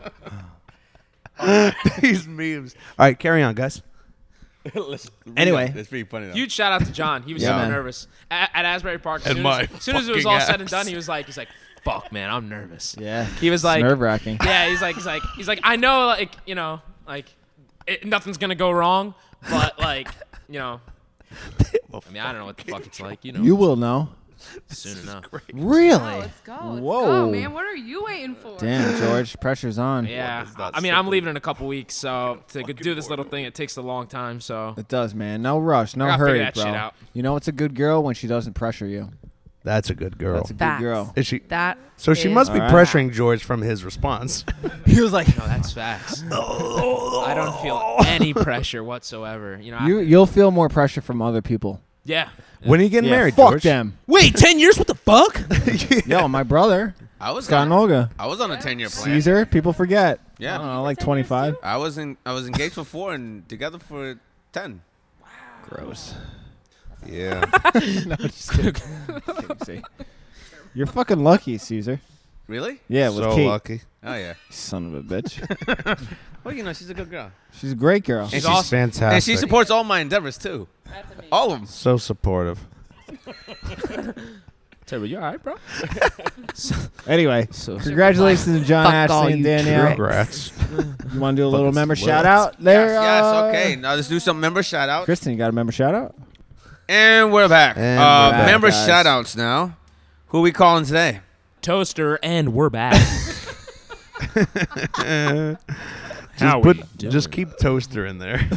These memes. All right, carry on, guys.
Anyway.
it's pretty funny though.
Huge shout out to John. He was
Yeah,
super
man.
nervous at, at Asbury Park. As
And
soon
my
as, as soon as it was
fucking
all said and
ass.
done, he was like, he's like, "Fuck, man, I'm nervous."
Yeah.
He was like,
Nerve wracking.
"Yeah." He's like, he's like, he's like, I know, like, you know, like, it, nothing's gonna go wrong, but like, you know, I mean, I don't know what the fuck it's like, you know,
You will know.
soon enough.
Really?
Oh, let's go. Let's
Whoa.
go, man. What are you waiting for?
Damn, George, pressure's on.
Yeah,
is that
I mean, I'm
something?
leaving in a couple weeks, so to do this little thing, it takes a long time. So
It does, man. No rush, no
I gotta
hurry,
figure that
bro.
shit out.
You know it's a good girl when she doesn't pressure you.
That's a good girl.
It's a
Facts.
good girl.
Is she?
That.
So she
is
must be
All right.
pressuring George from his response.
He was like,
no, that's facts. I don't feel any pressure whatsoever. You know, I-
you, you'll feel more pressure from other people.
yeah.
when are you getting
Yeah,
married,
fuck
George?
them.
Wait, ten years? What the fuck?
Yo, my brother,
i was
Scott and
on,
Olga.
i was on a 10-year plan
Caesar, people forget.
Yeah.
I don't know, like
Ten years
25.
I was in. I was engaged for four and together for ten.
Gross.
Yeah.
You're fucking lucky, Caesar.
Really?
Yeah, with
so
Kate.
lucky.
Oh yeah.
Son of a bitch.
Well, you know, she's a good girl,
She's a great girl.
She's
awesome.
fantastic.
and she supports all my endeavors too.
That's amazing.
All of them.
so supportive.
Terry, you all right, bro?
Anyway,
So
congratulations to John
Fuck all
Ashley and
you
Danielle.
tricks.
Congrats.
You want to do a little
Fucking
member
sluts.
shout out there?
Yes, yes,
uh,
okay. Now let's do some member shout outs.
Kristen, you got a member shout out?
And we're back. uh,
And we're back,
member
guys.
shout outs now. Who we calling today?
Toaster, and we're back.
Just,
we
put,
doing?
just keep toaster in there.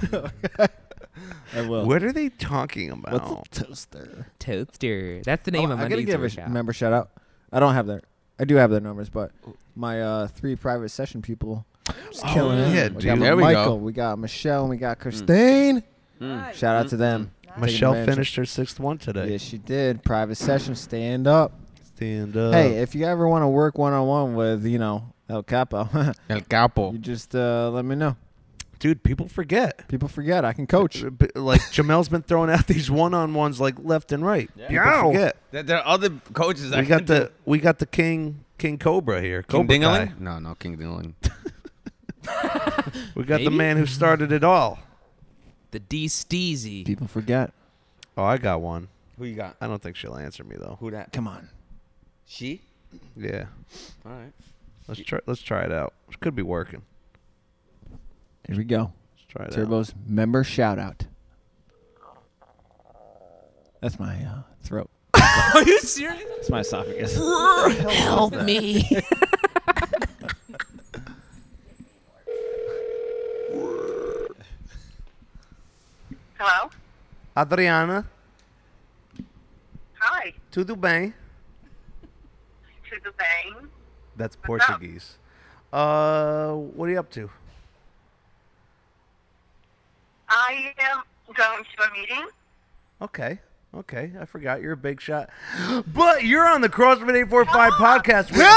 I will.
what are they talking about?
toaster?
Toaster. That's the
Oh, I gotta give a sh- member shout out. I don't have their. I do have their numbers, but my uh, three private session people just killing it.
Oh, yeah,
we
dude.
got
There we go. Hmm.
Michael, we got Michelle, and we got Christine.
Nice.
Shout out to them. Taking
Michelle
advantage.
finished her sixth one today.
Yeah, she did. Private session, stand up.
Stand up.
Hey, if you ever want to work one on one with, you know, El Capo,
El Capo.
you just uh, let me know.
dude, people forget.
People forget I can coach.
B- Like Jamel's been throwing out these one-on-ones like left and right. People forget.
There, there are other coaches.
We
that
got the we got the king king cobra here.
King
Cobra Kai.
Dingaling. No, no, King Dingaling.
We got the
Maybe?
man who started it all.
The D Steezy.
People forget.
Oh, I got one.
Who you got?
I don't think she'll answer me though.
Who that?
Come on.
She.
Yeah.
All right.
Let's try let's try it out. It could be working.
Here we go.
Let's try it out.
Turbo's member shout out. That's my uh, throat.
Are you serious?
That's my esophagus.
Help me.
Hello.
Adriana.
Hi.
Tudo bem.
Tudo bem?
That's Portuguese. Uh, what are you up to?
I am going to a meeting.
Okay. Okay, I forgot you're a big shot, but you're on the CrossFit 845 podcast with George.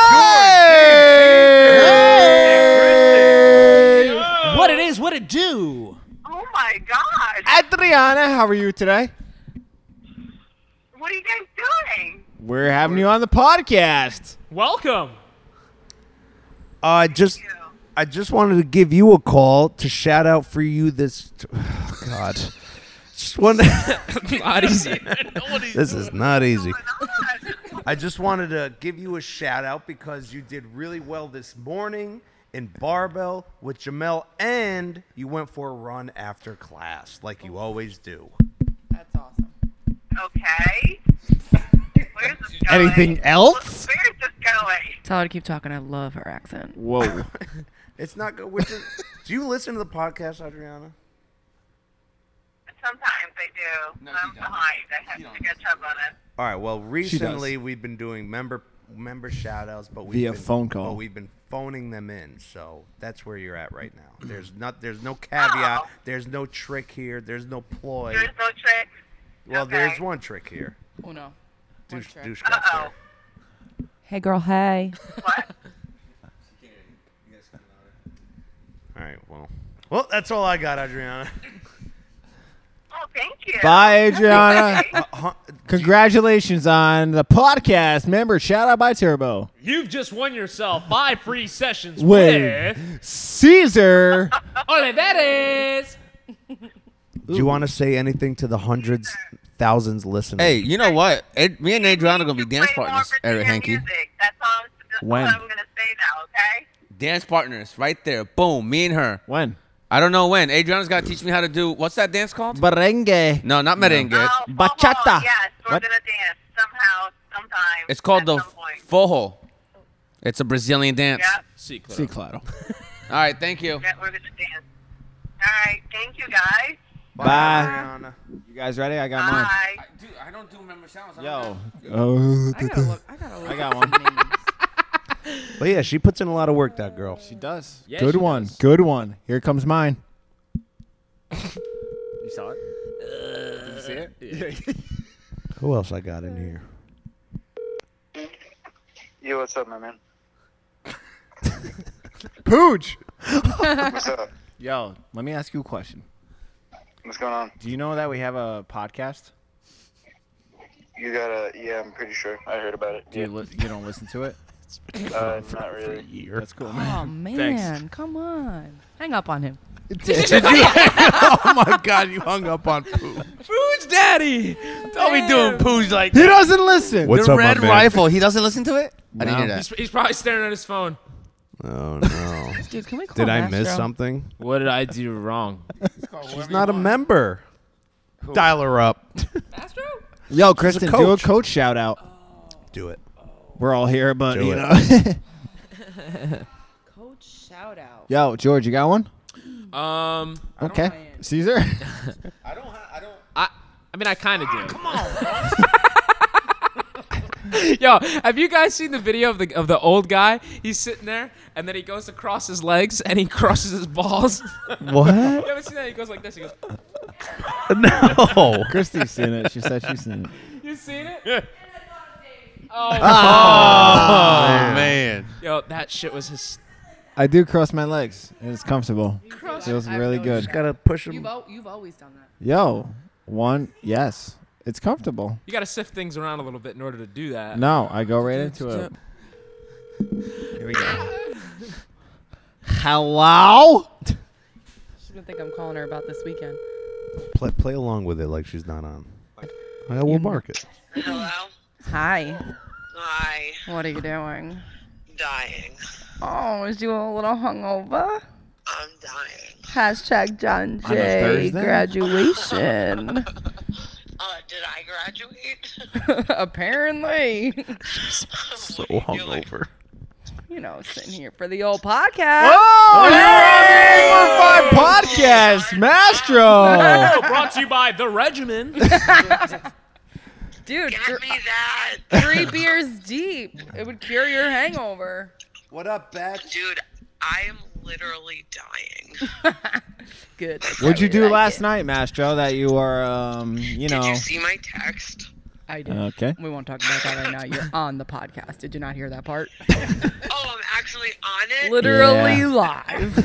What it is, what it do.
Oh my God.
Adriana, how are you today?
What are you guys doing?
We're having you on the podcast.
Welcome.
I just, I just wanted to give you a call to shout out for you this. oh, God, just wanted.
Not easy.
this is not easy. I just wanted to give you a shout out because you did really well this morning in barbell with Jamel, and you went for a run after class like you always do.
That's awesome.
Okay. Where's this going?
Anything else?
Where's this going?
Tell her to keep talking. I love her accent.
Whoa.
It's not good. Which is, do you listen to the podcast, Adriana?
Sometimes I do. I'm behind. I have to catch up on it.
All right. Well, recently we've been doing member member shout outs, but we've
Via
been,
phone call.
But we've been phoning them in, so that's where you're at right now. There's not. There's no caveat.
Oh.
There's no trick here. There's no ploy.
There's no trick.
Well,
okay.
there's one trick here.
Oh, no.
Douche,
trick.
douche
Uh
got
oh.
there.
Hey, girl. Hey.
What?
All right. Well. Well, that's all I got, Adriana.
Oh, thank you.
Bye, Adriana.
Huh?
Congratulations on the podcast member shout out by Turbo
You've just won yourself five free sessions
With-
with.
Caesar.
Oliveres.
Do you want to say anything to the hundreds, thousands listening?
Hey, you know what? Ed, me and Adriana are gonna be
You
dance
play more
partners,
Virginia
Eric Hankey.
music. That's all. That's
When?
what I'm gonna say now. Okay.
Dance partners, right there. Boom, me and her.
When?
I don't know when. Adriana's gotta teach me how to do what's that dance called?
Merengue.
no, not merengue.
Oh, fojo,
Bachata.
Yes, we're
What?
gonna dance somehow, sometime.
It's called
at
the
some point.
forro. It's a Brazilian dance.
Yeah,
See, Clara.
See, Claro.
All right, thank you.
yeah, we're gonna dance. All right, thank you guys.
Bye.
Bye.
Adriana.
You guys ready? I
Ah.
got mine.
Bye.
Dude, I don't do member sounds.
Yo. Oh,
I gotta look. I gotta look.
I got one.
But yeah, she puts in a lot of work, that girl.
She does.
Yeah,
Good
she
one.
does.
Good one. Here comes mine.
You saw it? Did you see it?
Who else I got in here?
Yo, what's up, my man?
Pooch.
What's up?
Yo, let me ask you a question.
What's going on?
Do you know that we have a podcast?
You got a? Yeah, I'm pretty sure. I heard about it.
Do you, li- you don't listen to it?
Yeah, uh, not really.
That's cool, man.
Oh, man. Come on. Hang up on him.
Oh my God, you hung up on poo.
Who's daddy?
Don't be doing poos like
He doesn't listen.
What's
the
up,
red
my man?
rifle. He doesn't listen to it. I didn't hear
No.
that.
He's, he's probably staring at his phone.
Oh no!
Dude, can we call
Did I miss
Mastro?
something?
What did I do wrong?
She's not a member. Dial her up.
Mastro?
Yo, Kristen, do a
coach.
coach shout out.
Do it.
We're all here, but
Do
you
it.
know.
Coach shout out.
Yo, George, you got one?
Um,
Okay,
know it.
Caesar.
I, I mean, I kind of do. Come on. Yo, have you guys seen the video of the of the old guy? He's sitting there, and then he goes to cross his legs, and he crosses his balls.
What?
you ever seen that? He goes like this. He goes,
No.
Christy's seen it. She said she's seen it.
"You seen it?" oh,
man.
yo, that shit was his.
I do cross my legs, and it's comfortable. Feels
I've
really
noticed
good.
Gotta push
You've,
him.
al- you've always done that.
Yo, one, yes, it's comfortable.
You gotta sift things around a little bit in order to do that.
No, I go right into it. Here we go. Hello.
She's gonna think I'm calling her about this weekend.
Play, play along with it like she's not on. I will mark it.
Hello.
Hi.
Hi.
What are you doing?
Dying.
Oh, is you a little hungover?
I'm dying.
Hashtag John
a Thursday?
J graduation.
Uh, did I graduate?
Apparently.
so
You know, sitting here for the old podcast.
Oh, you're on the 815 podcast, Mastro.
Brought to you by The Regimen.
Dude, get me that. Three beers deep. It would cure your hangover.
What up, Batch?
Dude, I am literally dying.
Good.
What'd you do last night, Mastro? That you are, um, you know.
Did you see my text?
I did.
Okay.
We won't talk about that right now. You're on the podcast. Did you not hear that part?
Oh, I'm actually on it.
Literally
Yeah.
live.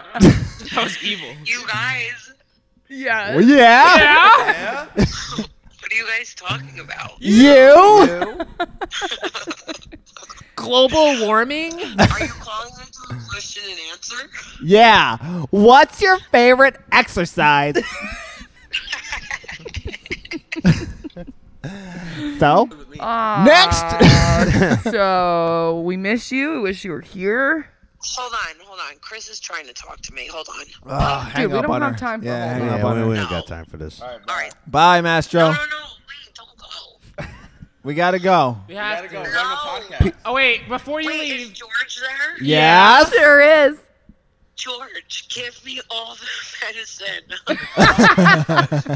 that
was evil.
You guys.
Yeah.
Well, yeah.
Yeah. what are you guys talking about?
You?
Global warming?
Are you calling into the question and answer?
Yeah. What's your favorite exercise? so?
Next. so we miss you. We wish you were here.
Hold on, hold on. Chris is trying to talk to me. Hold on.
Oh,
hang Dude, we up don't on have her. time for
yeah,
all
hang
that.
up
Yeah,
on
we-
her.
we ain't got time for this. All right,
bye.
Bye, Mastro. We gotta go.
We have to. Oh wait, before you leave.
George there?
Yes.
There is.
George, give me all the medicine.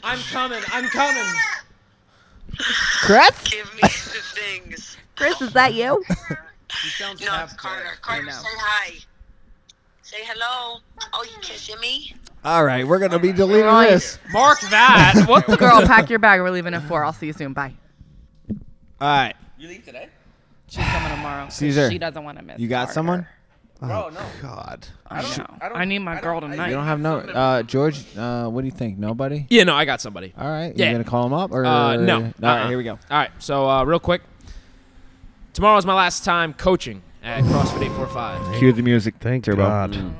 I'm coming. I'm coming.
Chris?
Give me the things.
Chris, is that you?
no, it's Carter. Carter, say hi. Say hello. Oh, you kissing me?
All right, we're gonna be deleting this.
Mark that. What the
Girl, pack your bag. We're leaving at four. I'll see you soon. Bye.
All right,
You leave today?
She's coming tomorrow. 'cause
Caesar.
She doesn't want to miss.
You got
Carter.
someone?
Bro, no.
God.
I know. I, need my girl tonight.
You don't have no uh, George. Uh, what do you think? Nobody.
Yeah, no, I got somebody.
All right,
Yeah.
you gonna call him up or
Uh, no.
All right,
Uh-uh.
here we go.
All right. So uh, real quick, tomorrow's my last time coaching at CrossFit 845.
Cue the music. Thank Turbo.
Mm.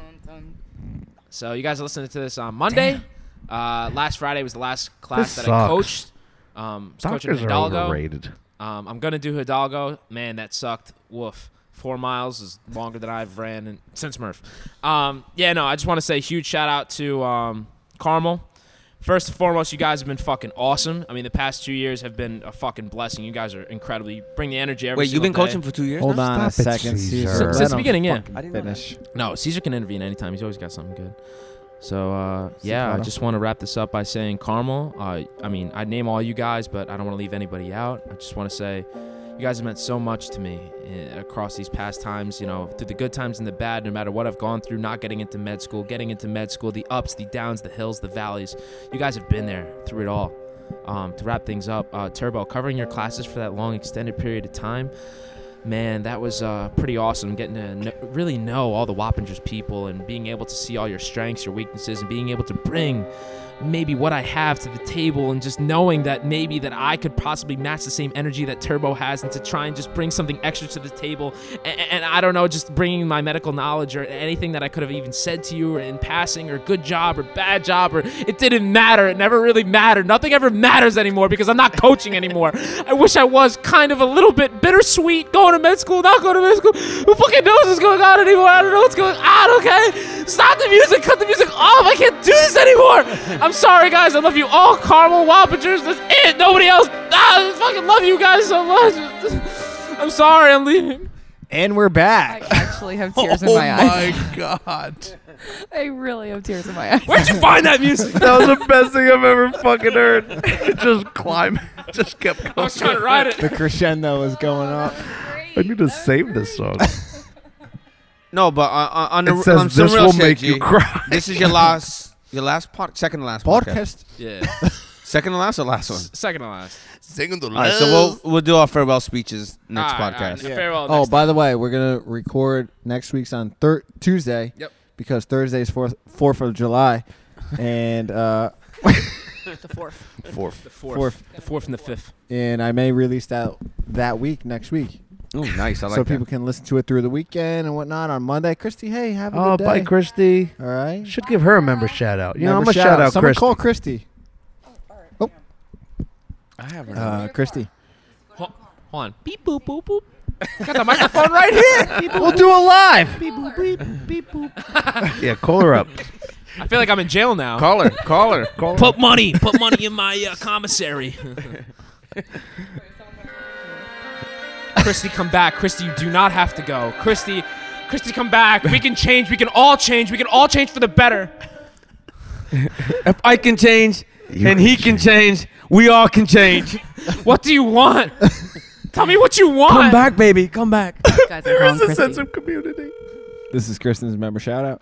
So you guys are listening to this on Monday. Uh, last Friday was the last class
This
that I
sucks.
coached. Um, was coaching
Soccer's are
Hidalgo.
overrated.
Um, I'm gonna do Hidalgo. Man, that sucked. Woof. Four miles is longer than I've ran in, since Murph. Um, yeah, no, I just want to say huge shout out to um, Carmel. First and foremost, you guys have been fucking awesome. I mean, the past two years have been a fucking blessing. You guys are incredibly you bring the energy every.
Wait, you've been
single
coaching
day.
for two years
Hold
now?
on a
Stop it,
second, Caesar.
Caesar.
Let
Since the
him
beginning, yeah.
fucking Finish.
No, Caesar can intervene anytime. He's always got something good. So uh, yeah, I
Ricardo.
just want to wrap this up by saying Carmel. Uh, I mean, I name all you guys, but I don't want to leave anybody out. I just want to say, you guys have meant so much to me eh, across these past times. You know, through the good times and the bad, no matter what I've gone through, not getting into med school, getting into med school, the ups, the downs, the hills, the valleys. You guys have been there through it all. Um, to wrap things up, uh, Turbo, covering your classes for that long extended period of time man, that was uh, pretty awesome. Getting to kn- really know all the Wappingers people and being able to see all your strengths, your weaknesses, and being able to bring maybe what I have to the table and just knowing that maybe that I could possibly match the same energy that Turbo has and to try and just bring something extra to the table. And, and I don't know, just bringing my medical knowledge or anything that I could have even said to you or in passing or good job or bad job or it didn't matter. It never really mattered. Nothing ever matters anymore because I'm not coaching anymore. I wish I was kind of a little bit bittersweet going to med school, not going to med school. Who fucking knows what's going on anymore? I don't know what's going on, okay? Stop the music, cut the music off. I can't do this anymore. I'm sorry, guys. I love you all, Carmel Wappingers. That's it. Nobody else. Ah, I fucking love you guys so much. I'm sorry, I'm leaving.
And we're back.
actually have tears
Oh
in my eyes.
God.
I really have tears in my eyes.
Where'd you find that music?
That was the best thing I've ever fucking heard. It just climbed. It just kept going.
I was trying to ride it.
the crescendo is going up.
I need to save this song.
No, but on, on, on
It
the
says
on some
this
real
will
shit,
make you
G,
cry.
This is your last, your last pod, second to last podcast.
Podcast.
Yeah.
second to last or last one.
Second to last.
Second to
All right, so
Uh,
we'll we'll do our farewell speeches next
All right, all right.
podcast.
Farewell.
Oh,
next
by the way, we're gonna record next week's on thir- Tuesday.
Yep.
Because Thursday's fourth Fourth of July, and uh,
The fourth.
Fourth.
The fourth.
Fourth.
The fourth and the fifth.
and I may release that that week next week,
Oh, nice. I like
so
that.
people can listen to it through the weekend and whatnot on Monday. Christy, hey, have a
Oh,
good day.
bye, Christy.
All right.
Should give her a member shout out. You know, I'm
Member
gonna shout out
Someone
Christy.
call Christy. Oh,
I have
uh, Christy.
Hold, hold on. Beep boop boop boop. Got the microphone right here. Beep, boop.
We'll do it live.
Yeah, call her up.
I feel like I'm in jail now.
Call her. Call her. Call her.
Put money. Put money in my uh, commissary. Christy, come back. Christy, you do not have to go. Christy, Christy, come back. We can change. We can all change. We can all change for the better.
if I can change, then he can change. We all can change.
what do you want? Tell me what you want.
Come back, baby. Come back.
Guys,
There is a sense of community.
This is Kristen's member shout out.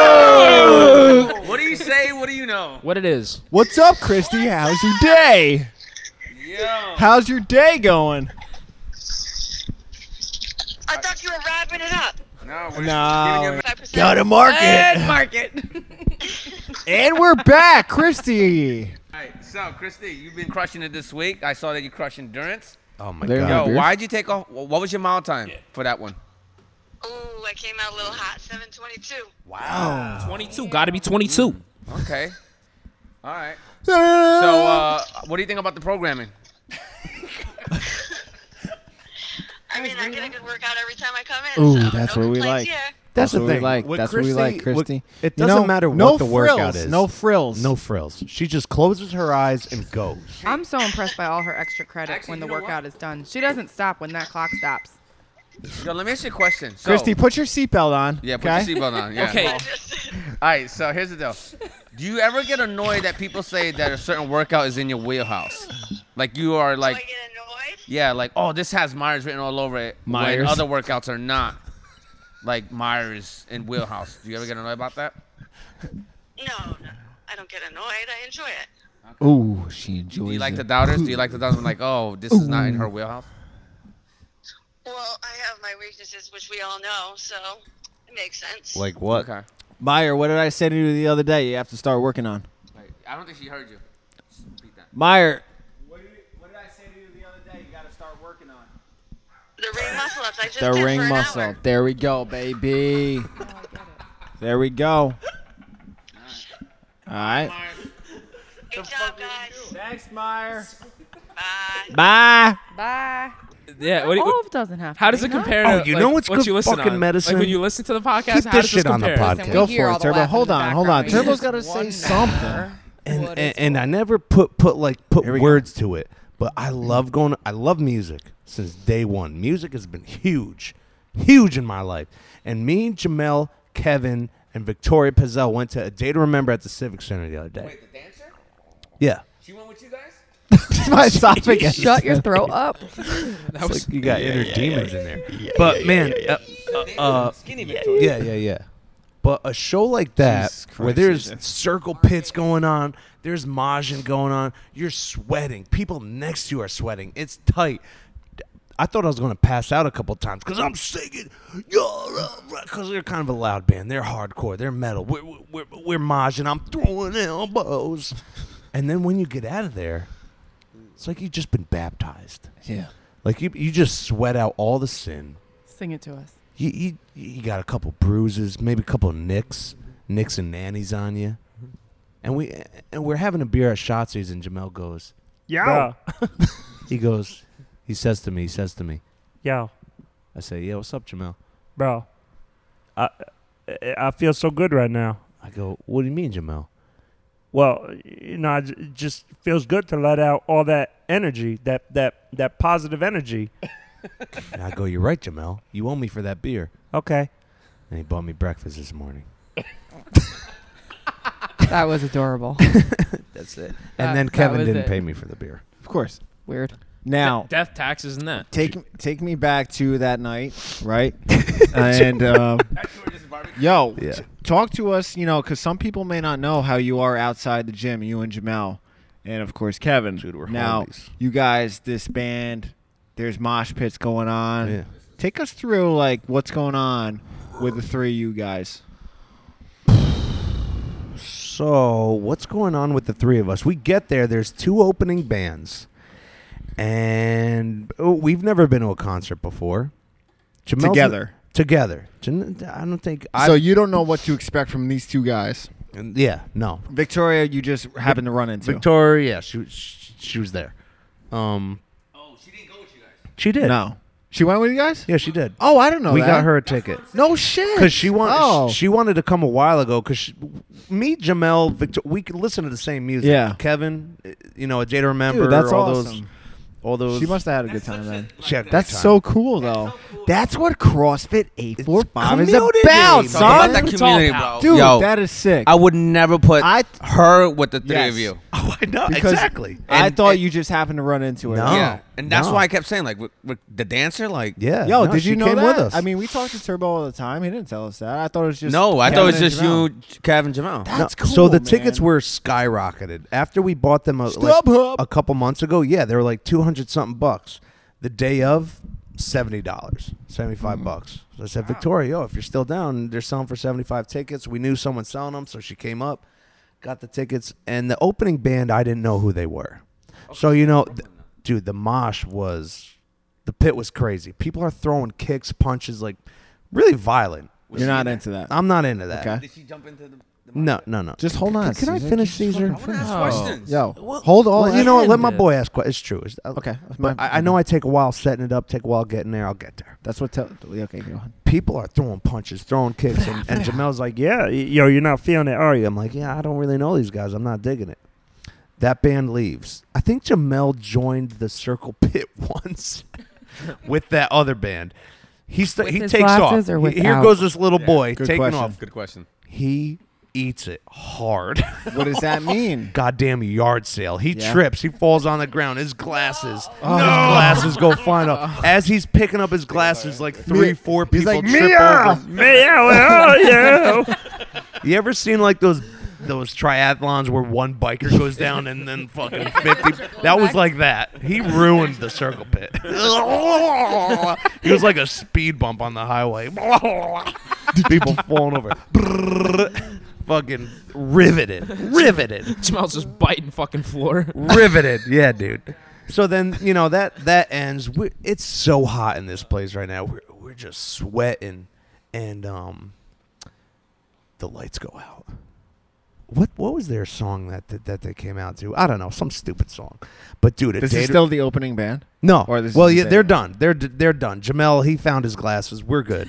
Yeah!
What do you say? What do you know?
What it is?
What's up, Christy? How's your day? How's your day going?
I thought you were wrapping it up. No,
No.
Gotta mark it. And mark
it.
and we're back, Christy.
All right, so Christy, you've been crushing it this week. I saw that you crushed endurance.
Oh
There you God. go,
Yo,
dude.
why'd you take off? wh- What was your mile time for that one?
Ooh, I came out a little hot, 722.
Wow. 22. Got to be 22.
Okay. All right. So, uh, what do you think about the programming?
I mean, I get a good workout every time I come in.
Ooh,
so
that's
no
what we
complaints
like.
here.
That's,
That's
what
the
we
thing.
like.
What
That's what we like,
Christy- what-
Christy.
it
You
doesn't
know,
matter
no
what the workout
frills,
is.
No frills.
No frills. She just closes her eyes and goes.
I'm so impressed by all her extra credit when the workout is done. She doesn't stop when that clock stops.
Yo, let me ask you a question. So,
Christy, put your seatbelt on.
Yeah, put
okay?
your seatbelt on. Yeah.
Okay.
All right, so here's the deal. Do you ever get annoyed that people say that a certain workout is in your wheelhouse? Like you are like. Do I get annoyed? Yeah, like oh, this has Myers written all over it.
Myers.
When other workouts are not. Like Myers and wheelhouse. Do you ever get annoyed about that?
No, no, I don't get annoyed. I enjoy it.
Ooh, she enjoys. Do you like the doubters? Do you like the doubters? I'm like, oh, this is not in her
Ooh.
wheelhouse.
Well, I have my weaknesses, which we all know, so it makes sense.
Like what? Okay.
Meyer, what did I say to you the other day? You have to start working on.
Like, I don't think she heard you. Repeat that.
Meyer.
The ring muscle ups. I just
The
did for
ring
an
muscle.
hour.
There we go, baby. there we go. All right.
Good job, guys.
Thanks, Meyer.
Bye.
Bye.
Bye.
Yeah. What do you,
Olive doesn't have.
How
to
does
be,
it
huh?
compare?
Oh,
to,
you
like,
know what's
what
good
you listen
fucking
on?
medicine?
Like when you listen to the podcast,
Keep
how
this
does
shit
this
on the
compare?
podcast.
Go for it, Turbo. Hold on, hold on.
background.
Turbo's got to
Just
say something.
and and, and I never put put like put words to it, but I love going. I love music since day one. Music has been huge, huge in my life. And me, Jamel, Kevin, and Victoria Pizzell went to a day to remember at the Civic Center the other day. Wait, the dancer? Yeah.
She went with you guys?
It's my esophagus.
Shut your throat up.
That was you got inner demons in there.
yeah,
but
yeah,
man,
yeah,
uh,
yeah.
uh, uh,
Skinny Victoria.
yeah, yeah, yeah. But a show like that,
Jesus
where
Christ,
there's
Jesus.
circle pits going on, there's mahjong going on, you're sweating. People next to you are sweating. It's tight. I thought I was going to pass out a couple times because I'm singing. Because they're kind of a loud band. They're hardcore. They're metal. We're, we're, we're, we're mahjong. I'm throwing elbows. And then when you get out of there, it's like you've just been baptized.
Yeah.
Like you, you just sweat out all the sin.
Sing it to us.
You, you, you got a couple bruises, maybe a couple nicks, nicks and nannies on you. And we and we're having a beer at Shotzi's, and Jamel goes,
Yo.
"Bro." he goes, he says to me, he says to me,
Yo.
I say, "Yeah, what's up, Jamel?"
Bro, I I- I feel so good right now.
I go, "What do you mean, Jamel?"
Well, you know, I j- it just feels good to let out all that energy, that that that positive energy.
And I go, "You're right, Jamel. You owe me for that beer."
Okay.
And he bought me breakfast this morning.
That was adorable.
That's it.
That-
and then
that
Kevin
was
didn't
it.
pay me for the beer.
Of course.
Weird.
Now,
Death taxes and that.
take take me back to that night, right? and um, yo,
Yeah.
t- talk to us, you know, because some people may not know how you are outside the gym, you and Jamel, and of course Kevin. now, you guys, this band, there's mosh pits going on.
Yeah.
Take us through like what's going on with the three of you guys.
So, what's going on with the three of us? We get there, there's two opening bands. And oh, we've never been to a concert before. Jamel's-
Together.
Together. Jan- I don't think I
so you don't know what to expect from these two guys.
Yeah, no.
Victoria, you just happened to run into.
Victoria, yeah, she, she she was there. Um Oh, she didn't go
No. She went with you guys?
Yeah, she did.
Oh, I don't know.
with you guys? She did. we got
that.
her a ticket.
No shit.
Because she wanted
Oh.
she wanted to come a while ago. Because me, Jamel, Victor, we could listen to the same music.
Yeah.
Kevin, eh, you know, a Day to Remember.
that's
all
awesome.
those all those.
She must have had a good time then.
She had a good
That's
time.
so cool though. That's what CrossFit 845 is
community.
about,
It's all
Oh, son.
about the
community, bro.
Dude,
Yo,
that is sick.
I would never put her with the three
Yes.
of you.
Oh, I know
Because I thought you just happened to run into her.
yeah, and that's why I kept saying like with, with the dancer, like
Yo, did you know that? I mean, we talked to Turbo all the time. He didn't tell us that. I thought it was just
no, I
Kevin
thought it was
and
just
Jerome.
you, Kevin Jamal.
That's
No, So
cool,
the tickets
man.
were skyrocketed after we bought them a, like,
StubHub.
a couple months ago. Yeah, they were like two hundred something bucks. The day of, seventy dollars, seventy five
Mm.
bucks. So I said, Victoria, yo, if you're still down, they're selling for seventy five tickets. We knew someone selling them, so she came up, got the tickets, and the opening band. I didn't know who they were. So you know, th- dude, the mosh was, the pit was crazy. People are throwing kicks, punches, like really violent.
You're not into that.
I'm not into that.
Okay.
Did she jump into the?
No, no, no.
Just hold
C-
on,
Can
Caesar.
I finish,
Just
Caesar?
fucking- I wanna ask
Finish.
questions. Yo, hold all
Well, you know what? Let my
that.
boy ask. que- It's true. It's, okay. But I, I know I take a while setting it up, take a while getting there. I'll get there.
That's what. Tell, okay, go on.
People are throwing punches, throwing kicks, and, and Jamel's like, "Yeah, y- yo, you're not feeling it, are you?" I'm like, "Yeah, I don't really know these guys. I'm not digging it." That band leaves. I think Jamel joined the Circle Pit once with that other band. He st-
With
he
his
takes off.
glasses or
He- Here
without?
goes this little
Yeah.
boy
Good
taking
question.
off.
Good question.
He eats it hard.
What does that mean?
Goddamn yard sale. He
Yeah.
trips. He falls on the ground. His glasses.
Oh.
His
No.
glasses go flying off. As he's picking up his glasses, like three, four
he's
people
like,
trip
"Meow,
over.
meow, oh, yeah."
You ever seen like those those triathlons where one biker goes down and then fucking fifty? That was like that. He ruined the circle pit. He was like a speed bump on the highway. People falling over. fucking riveted. Riveted.
Jamal's just biting fucking floor.
riveted. Yeah, dude. So then you know that that ends. we it's so hot in this place right now. We're we're just sweating, and um, the lights go out. What what was their song that that, that they came out to? I don't know, some stupid song. But dude, it
This is
dated-
still the opening band.
no.
Or this is
well,
the
yeah,
day
they're
of?
done. They're d- they're done. Jamel, he found his glasses. We're good.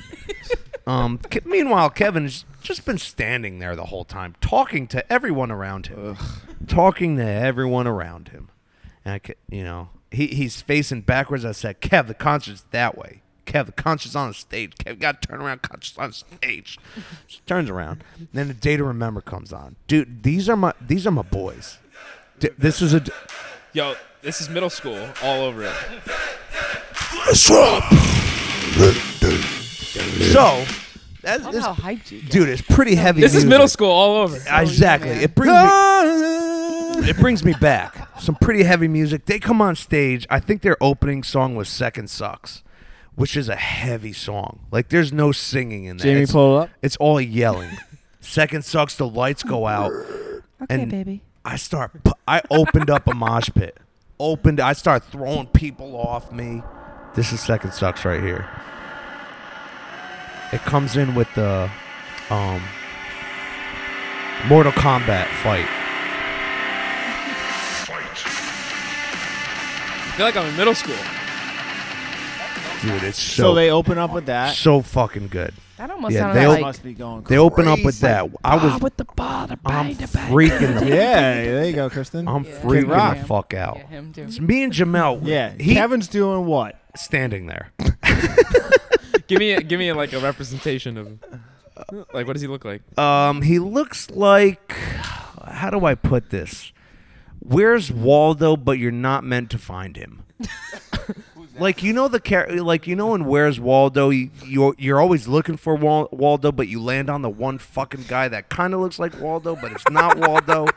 um. Ke- meanwhile, Kevin's just been standing there the whole time, talking to everyone around him, talking to everyone around him, and I, ca- you know, he he's facing backwards. I said, Kev, the concert's that way. Kev, the concert's on the stage. Kev, got to turn around. Concert's on stage. Just turns around. then the day to remember comes on. Dude, these are my these are my boys. D- this is a. D-
Yo, this is middle school all over it.
So, that's
Love how hyped you get.
dude, it's pretty heavy.
This is
music.
middle school all over.
Exactly. It brings
Ah.
me. it brings me back. Some pretty heavy music. They come on stage. I think their opening song was "Second Sucks," which is a heavy song. Like there's no singing in that.
Jamie,
It's-
pull it up.
It's all yelling. Second sucks. The lights go out.
Okay,
and
baby.
I start. pu- I opened up a mosh pit. Opened. I start throwing people off me. This is second sucks right here. It comes in with the um, Mortal Kombat fight.
I feel like I'm in middle school.
Dude, it's so.
So, they open up with that.
so fucking good.
That almost sounded
they
like- Ah,
Must be going
They open up with
crazy.
that. I was
Bob with
the bother,
I'm freaking the
yeah, there you go, Kristen.
I'm
Yeah.
freaking
Rock.
the fuck out.
Yeah, him too.
It's me and Jamel.
Yeah,
he
Kevin's doing what?
standing there.
give me, a, give me like a representation of, like what does he look like?
Um, he looks like. How do I put this? Where's Waldo? But you're not meant to find him. like you know the char- like you know in Where's Waldo? You, you're you're always looking for Wal- Waldo, but you land on the one fucking guy that kind of looks like Waldo, but it's not Waldo.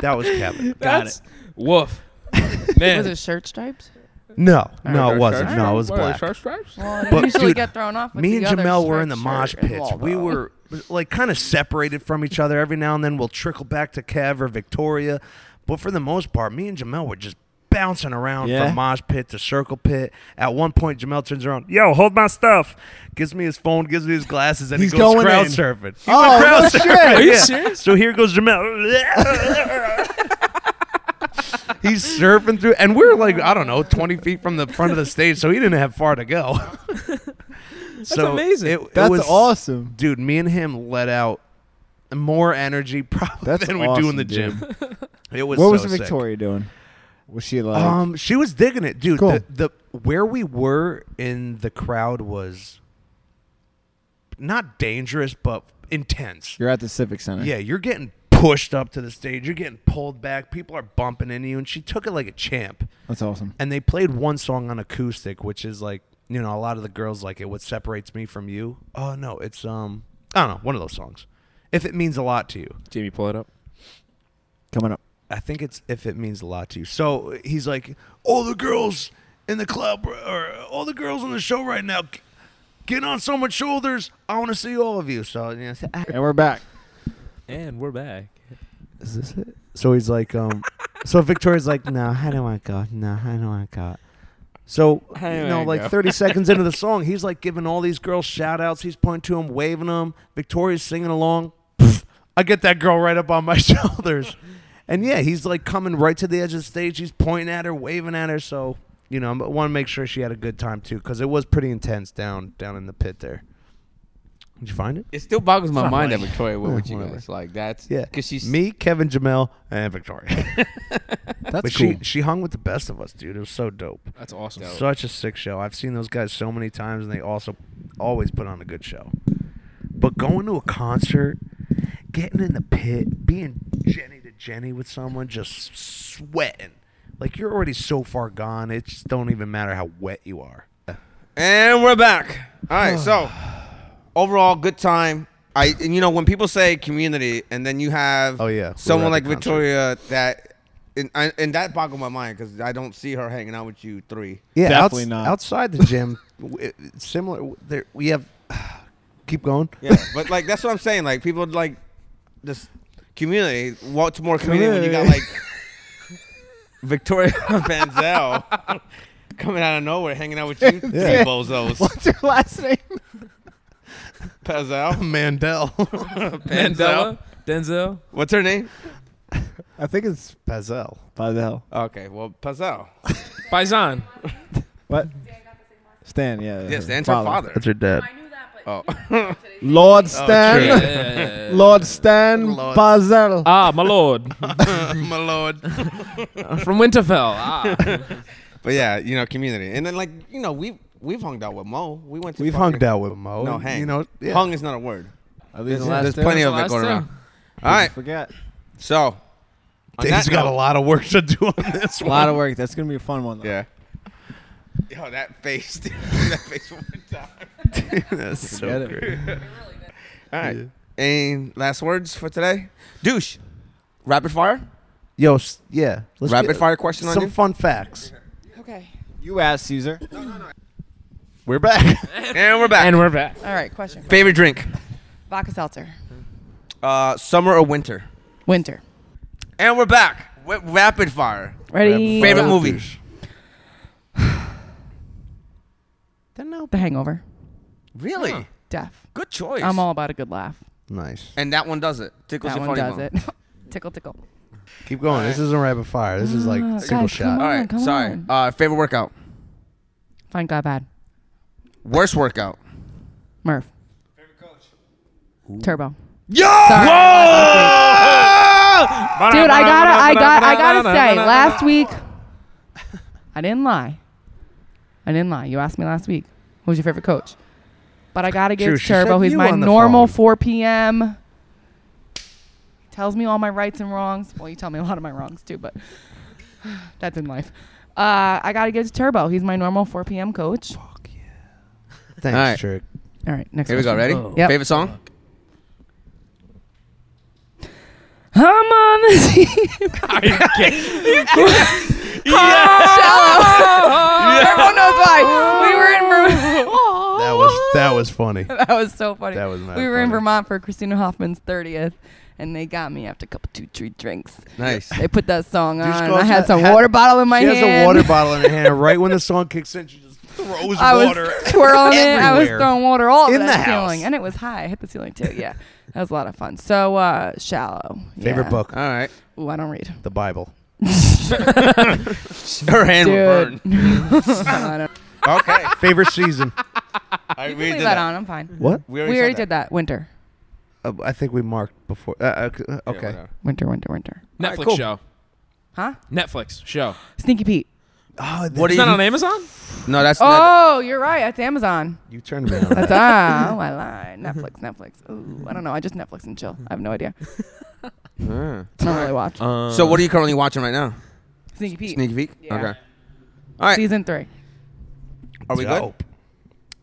That was Kevin.
That's- Woof. Man.
Was it shirt stripes?
No,
Alright,
no,
dark
it wasn't.
stripes.
No, it was
Alright,
black.
dark stripes? Well, they usually get thrown off with
me and
the other
Jamel were in the
striped
mosh
shirt and
pits.
wall,
We
though.
were like kind of separated from each other. Every now and then, we'll trickle back to Kev or Victoria, but for the most part, me and Jamel were just bouncing around
Yeah?
from mosh pit to circle pit. At one point, Jamel turns around, "Yo, hold my stuff." Gives me his phone, gives me his glasses, and
He's
he goes
going
crowd
in.
surfing. He
Oh,
went crowd
no
surfing.
shit. Are you
yeah.
serious?
So here goes Jamel. He's surfing through, and we're like, I don't know, 20 feet from the front of the stage, so he didn't have far to go. That's
amazing. That's awesome.
Dude, me and him let out more energy probably
That's
than we do in
awesome,
the
dude.
gym. It was
what
so
was the
sick.
Victoria doing? Was she like?
um, she was digging it, dude.
Cool.
The, the where we were in the crowd was not dangerous, but intense.
You're at the Civic Center.
Yeah, you're getting pushed up to the stage. You're getting pulled back. People are bumping into you, and she took it like a champ.
That's awesome.
And they played one song on acoustic, which is like you know a lot of the girls like it. What separates me from you? Oh no, it's um I don't know one of those songs. If it means a lot to you,
Jamie, pull it up.
Coming up.
I think it's if it means a lot to you. So he's like, all the girls in the club or all the girls on the show right now, g- get on someone's shoulders. I want to see all of you. So you know,
and we're back.
And we're back.
Is this it? So he's like, um, so Victoria's like, no, I don't want to go. No, I don't want to go. So you know,
wanna
like
go.
30 seconds into the song, he's like giving all these girls shout outs. He's pointing to them, waving them. Victoria's singing along. Pff, I get that girl right up on my shoulders. And yeah, he's like coming right to the edge of the stage. He's pointing at her, waving at her. So, you know, I want to make sure she had a good time too, because it was pretty intense down down in the pit there. Did you find it?
It still boggles my
It's not
mind
like-
that Victoria went
Yeah,
with you
whatever.
guys. Like that's
Yeah,
because she's
me, Kevin Jamel, and Victoria.
That's
but
cool.
She she hung with the best of us, dude. It was so dope.
That's awesome. Dope.
Such a sick show. I've seen those guys so many times, and they also always put on a good show. But going to a concert, getting in the pit, being Jenny to Jenny with someone, just sweating. Like you're already so far gone, it just don't even matter how wet you are.
And we're back. All right, so overall, good time. I and you know when people say community, and then you have
Oh, yeah. We were
someone
at
like
the concert.
Victoria that, and, I, and that boggled my mind because I don't see her hanging out with you three.
Yeah, outs- Outside the gym, w- it- similar. w- There we have. Keep going.
Yeah, but like that's what I'm saying. Like people like this community. What's more community when you got like
Community.
Victoria Vanzel coming out of nowhere, hanging out with you three
Yeah.
bozos.
What's your last name?
Pazel
Mandel.
Mandela.
Denzel.
What's her name?
I think it's
Pazel.
Pazel.
Okay, well Pazel.
Paisan.
What? Stan. Yeah.
Yeah, Stan's her father.
That's her dad.
Oh.
Lord
Oh,
Stan.
true. Yeah, yeah, yeah.
Lord Stan
Lord.
Pazel.
Ah, my lord.
my lord.
From Winterfell. Ah.
but yeah, you know, community. And then like, you know, we we've hung out with Mo. We went to
We've
fucking-
hung out with Mo,
No,
and,
hang.
you know, yeah.
hung is not a word.
At
There's,
the last
there's
two.
plenty of
That's
it
the
going
last
around.
two.
All
People
right.
forget.
So on
Dave's
that
got
note-
a lot of work to do on this.
a lot of work. That's gonna be a fun one. Though.
Yeah. Yo, that face, dude. that face one time.
That's so Forget it. great.
All right. And last words for today? Douche. Rapid fire?
Yo, s- yeah.
Rapid fire question on
Some
you?
fun facts.
Okay.
You asked Caesar.
We're back.
and we're back.
And we're back.
All right, question.
Favorite drink?
Vodka seltzer.
Uh, summer or winter?
Winter.
And we're back. Wi- rapid fire.
Ready?
Favorite
Go.
movie?
The Hangover.
Really?
Deaf.
Good choice.
I'm all about a good laugh.
Nice.
And that one does it. Tickles
that
your
one
funny
does
bone.
it. tickle, tickle.
Keep going. This isn't rapid fire. This is like
Ah,
single
guys,
shot.
come
All
on,
right.
come
Sorry.
on.
Uh, favorite workout?
Fine, got bad.
Worst workout?
Murph. Turbo.
Yo!
Dude, I gotta, I got, I gotta say, last week, I didn't lie. I didn't lie. You asked me last week, who's your favorite coach? But I gotta give
True, she
Turbo.
said
He's
you
my
on the
normal 4 p.m. Tells me all my rights and wrongs. Well, you tell me a lot of my wrongs too, but that's in life. Uh, I gotta give Turbo. He's my normal 4 p.m. coach.
Thanks,
All right.
Trick.
All right, next
Here we go. Ready?
question. Yep.
Favorite song?
I'm on the team.
Are you kidding? You
Shallow. Everyone knows why. We were in Vermont.
That was that was funny.
that was so funny.
That was mad
we were in
funny.
Vermont for Christina Hoffman's 30th, and they got me after a couple, two, three drinks.
Nice.
They put that song on,
Deuce
and I
Close
had
ha-
some
ha-
water bottle in my
she
hand.
She has a water bottle in her hand. and Right when the song kicks in, she just throws
I was
water.
twirling it. I was
everywhere.
throwing water all over
In
that
the house.
ceiling, and it was high. I hit the ceiling too. Yeah, that was a lot of fun. So uh, shallow.
Favorite
Yeah.
book?
All right.
Ooh, I don't read.
The Bible.
Her hand will burn.
Dude. I don't-
okay.
Favorite season.
I
You can leave that on. I'm fine.
What?
We already, did that. Winter.
Uh, I think we marked before. Uh, uh, okay.
Winter, winter, winter.
Netflix show.
Huh?
Netflix show.
Sneaky Pete.
Oh,
What
it's
do
not
you-
on Amazon.
No, that's
oh, you're right. That's Amazon.
You turned me on.
That's ah, oh, I lied. Netflix, Netflix. Ooh, I don't know. I just Netflix and chill. I have no idea.
not.
I don't really watch.
Hmm. so what are you currently watching right now?
Sneaky peek.
Sneaky peek.
Yeah.
Okay. All right.
Season three.
Are we good?
Dope.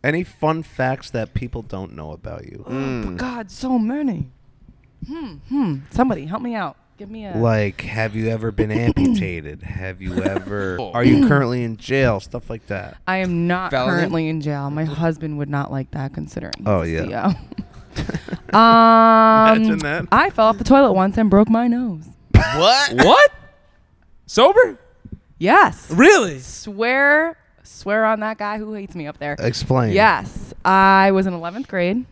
Any fun facts that people don't know about you?
Mm.
God, so many. Hmm, hmm. Somebody help me out. Give me a.
Like, have you ever been amputated? Have you ever? Are you currently in jail? Stuff like that.
I am not
Felony?
currently in jail. My husband would not like that, considering. he's
Oh,
a
yeah.
CEO. um,
Imagine that.
I fell off the toilet once and broke my nose.
What?
what? Sober?
Yes.
Really?
Swear, swear on that guy who hates me up there.
Explain.
Yes, I was in 11th grade,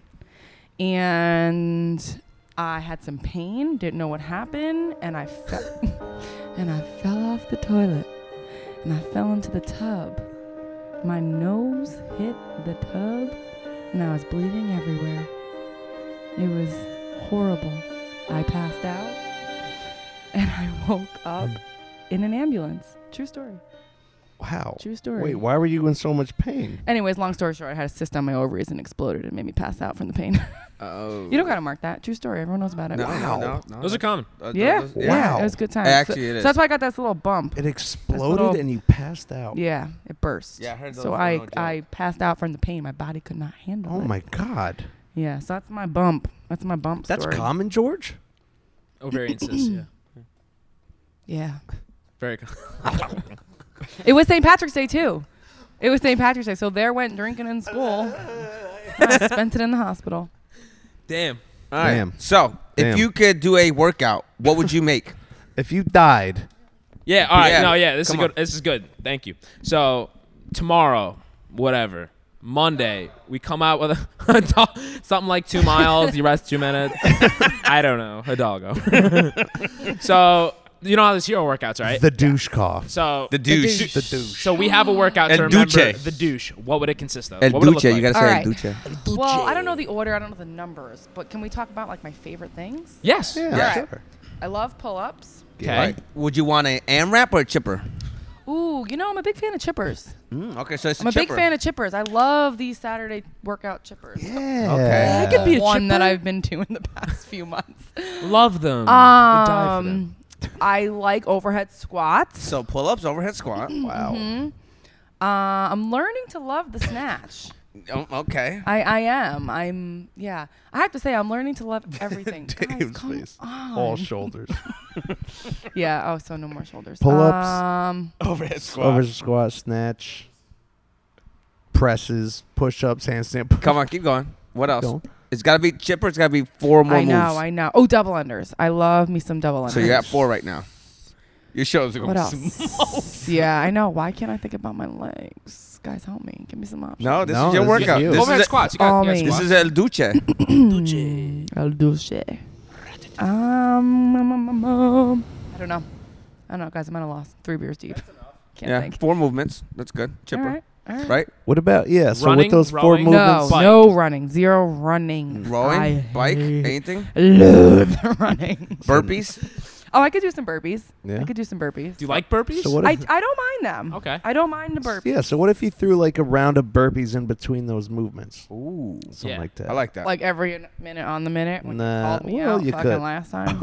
and I had some pain. Didn't know what happened, and I fell, and I fell off the toilet, and I fell into the tub. My nose hit the tub, and I was bleeding everywhere. It was horrible. I passed out, and I woke up in an ambulance. True story.
Wow.
True story.
Wait, why were you in so much pain?
Anyways, long story short, I had a cyst on my ovaries and exploded and made me pass out from the pain.
Oh.
you don't gotta mark that. True story. Everyone knows about it.
No, no, no, no,
Those
no.
are common.
Uh, th-
Yeah.
those-
yeah.
Wow.
It was a good time.
Actually,
so,
it
so
is.
that's why I got this little bump.
It exploded
little-
and you passed out.
Yeah, it burst.
Yeah, I heard
So
those were
I
no joke.
I passed out from the pain. My body could not handle
Oh
it.
my god.
Yeah. So that's my bump. That's my bump.
That's
story.
common, George.
Ovarian cyst. Yeah.
Yeah.
Very common.
It was St. Patrick's Day too. It was St. Patrick's Day. So there went drinking in school. I spent it in the hospital.
Damn.
All right.
Damn.
So
Damn.
if you could do a workout, what would you make?
if you died.
Yeah. All right.
Yeah,
No. Yeah. This
come
is good. This is good. Thank you. So tomorrow, whatever. Monday, we come out with a, a dog, something like two miles. you rest two minutes. I don't know. A doggo. so you know how this hero workouts, right?
The douche cough.
so
The douche.
The douche.
So we have a workout
El
to remember
duche.
the douche. What would it consist of?
El
what would
duche,
It look
you gotta
like?
say All el right. duche.
Well, I don't know the order. I don't know the numbers. But can we talk about like my favorite things?
Yes.
Yeah,
All right.
sure.
I love pull-ups.
All right. Would you want an AMRAP or a chipper?
Ooh, you know I'm a big fan of chippers.
Mm, okay, so it's
I'm a big fan of chippers. I love these Saturday workout chippers.
Yeah.
Okay.
I
I could
be a
one that
chipper.
I've been to in the past few months.
Love them. Would die for them.
Um, I like overhead squats.
So pull-ups, overhead squat.
Mhm. Uh, I'm learning to love the snatch.
Oh, okay.
I, I am. I'm yeah. I have to say I'm learning to love everything. Guys, come on.
All shoulders.
Yeah. Oh, so no more shoulders.
Pull-ups.
Um,
overhead
Overhead squat, snatch, presses, push-ups, handstand. push-
Come on, keep going. What else?
Don't.
It's gotta be chipper. It's gotta be four more
I know.
moves.
I know. Oh, double unders. I love me some double unders.
so you're at four right now. Your shoulders are going.
What else? yeah, I know. Why can't I think about my legs? Guys, help me. Give me some options.
No, this
No,
is your
this is
workout.
you.
This
Overhead
is a-
squats. You
All
got, you got
me.
This
squats.
is El Duce.
I'll do shit. Um, um, um, um, um. I don't know. I don't know, guys. I'm at a loss. Three beers deep. Can't
yeah,
think.
four movements. That's good. Chipper.
All right. All right.
Right?
What about yeah? So
Running,
with those four
rowing,
No,
movements,
Bike.
no running. Zero running.
Rowing,
I
bike,
hate-
anything?
Love the running.
Burpees.
Oh, I could do some burpees.
Yeah.
I could do some burpees.
Do you like burpees?
So what
I,
if-
I don't mind them.
Okay.
I don't mind the burpees.
yeah. So what if you threw like a round of burpees in between those movements?
Ooh,
Something
Yeah.
like that.
I like that.
Like every n- minute on the minute when you
Nah,
called me
well,
out
you
fucking
could.
last time.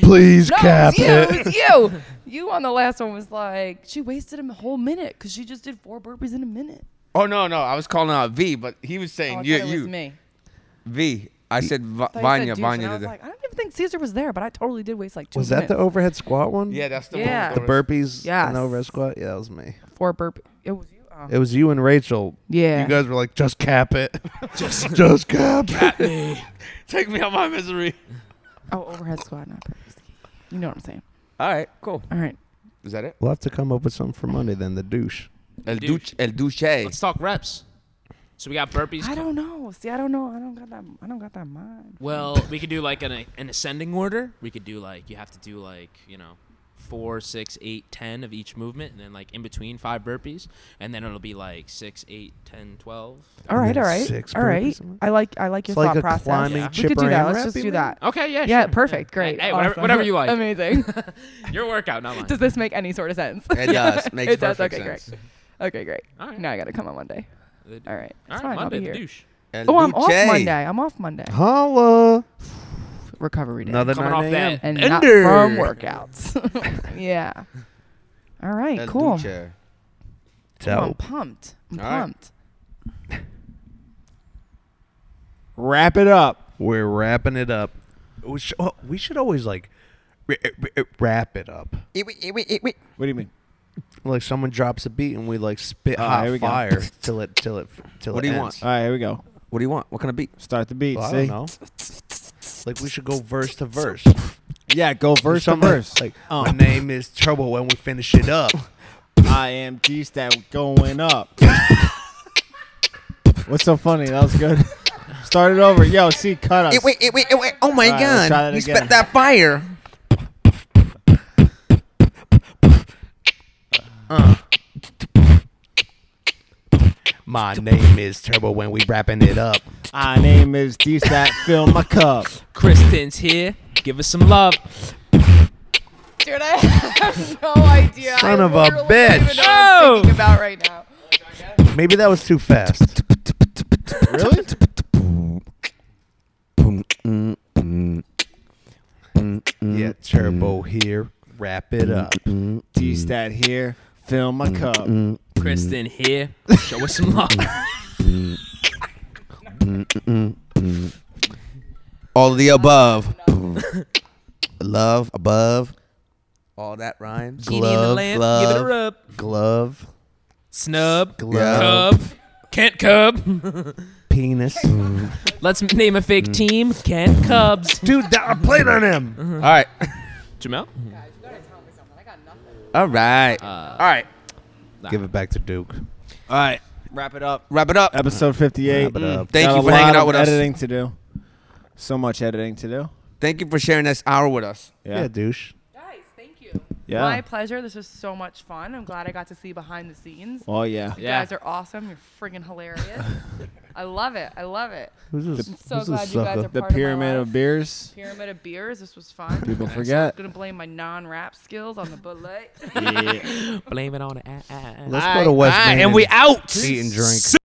Please
no,
cap
it was you.
it.
It was you. You on the last one was like, she wasted a whole minute because she just did four burpees in a minute.
oh no, no, I was calling out V, but he was
Oh,
saying
I
you,
thought it was
you,
me.
V. I said Va-
I thought you
Vanya,
said douche,
Vanya.
and I
did
was
that.
like, I don't even think Caesar was there, but I totally did waste like two
Was that the
minutes.
overhead squat one?
yeah, that's the
Yeah.
one.
The
with
burpees
Yes.
and the overhead squat. Yeah, that was me.
four burpee? It was you. Oh.
It was you and Rachel.
Yeah.
You guys were like, just cap it. just, just cap it.
Take me out my misery.
oh, overhead squat, not burpees. You know what I'm saying?
All right, cool.
All right.
Is that it?
We'll have to come up with something for Monday then. The douche.
El
Douche.
Duce. El Duce.
Let's talk reps. So we got burpees.
I don't know. See, I don't know. I don't got that. I don't got that mind.
Well, we could do like an an ascending order. We could do like you have to do like you know four, six, eight, ten of each movement, and then like in between five burpees, and then it'll be like six, eight, ten, twelve.
All right, all right, all right. I like I like your
It's like
thought
a
process.
climbing
we could
chipper
do that.
and
Let's just
wrapping
do that.
maybe? Okay, yeah,
yeah,
sure,
perfect, great,
Hey, whatever-
awesome.
whatever you like.
amazing.
Your workout, not mine.
Does this make any sort of sense?
It does. Makes
it does.
perfect
okay,
sense.
great. Okay, great. Now I got to come on Monday.
All
right, it's
All right,
fine.
Monday,
I'll
the
be here.
douche.
El Oh, I'm off Duce. Monday. I'm off Monday.
Holla.
Recovery day.
Another
Coming
9
off
a.m.
that and not firm workouts. yeah. All right.
El
cool.
Duce.
Ooh, I'm
Oh.
Dope.
pumped. I'm
All right.
pumped.
Wrap it up. We're wrapping it up. We should, oh, we should always like r- r- r- wrap it up.
What do you mean?
Like someone drops a beat and we like spit
Ah, here we
hot
go.
fire till it till it till
What
it
do you
ends.
want? All right, here we go.
What do you want? What kind of beat?
Start the beat.
Well,
see?
I don't know. Like we should go verse to verse.
Yeah, go
Or
verse to
something.
verse. Oh,
Like my name is Trouble when we finish it up.
I am G Stat going up. What's so funny? That was good. Start it over. Yo, see, cut us.
It, wait, it, wait, it, wait. Oh my
All right, let's try
God!
that
You
again.
spit that fire.
My name is Turbo when we wrapping it up.
My name is D Stat. Fill my cup.
Kristen's here. Give us some love.
Dude, I have no idea.
Son
I
of a
literally don't even
bitch.
know what I'm thinking about right now.
Maybe that was too fast.
really?
Yeah,
Mm-hmm.
Turbo here. Wrap it up.
D Stat here. Fill my cup.
Kristen
Mm.
here. Show us some love.
All of the above. Love above. All that rhymes.
Genie in the
Glove,
lamp, give it a
glove,
rub.
glove.
Snub.
Glove.
Cub. Kent Cub.
Penis.
Let's m- name a
Mm.
fake team. Kent Cubs.
Dude, that, I played on him.
All
right.
Jamel?
All right.
All
right.
Give it back to Duke.
All right.
Wrap it up. Wrap it up.
Episode 58.
Wrap it up.
Mm.
Thank
Got
you
a
for hanging
lot
out
of
with us.
editing to do. So much editing to do.
Thank you for sharing this hour with us.
Yeah. Yeah,
douche.
Guys, thank you.
Yeah.
My pleasure. This was so much fun. I'm glad I got to see behind the scenes.
Oh, yeah.
You
Yeah.
guys are awesome. You're friggin' hilarious. I love it. I love it.
Who's this-
I'm so
who's
glad
this
you guys
sucker?
are
The
part of my
pyramid of
life.
beers?
Pyramid of beers. This was fun.
People forget.
I'm gonna blame my non-rap skills on the bullet.
Blame it on the.
Let's go to West Main
And we out.
Eat and drink.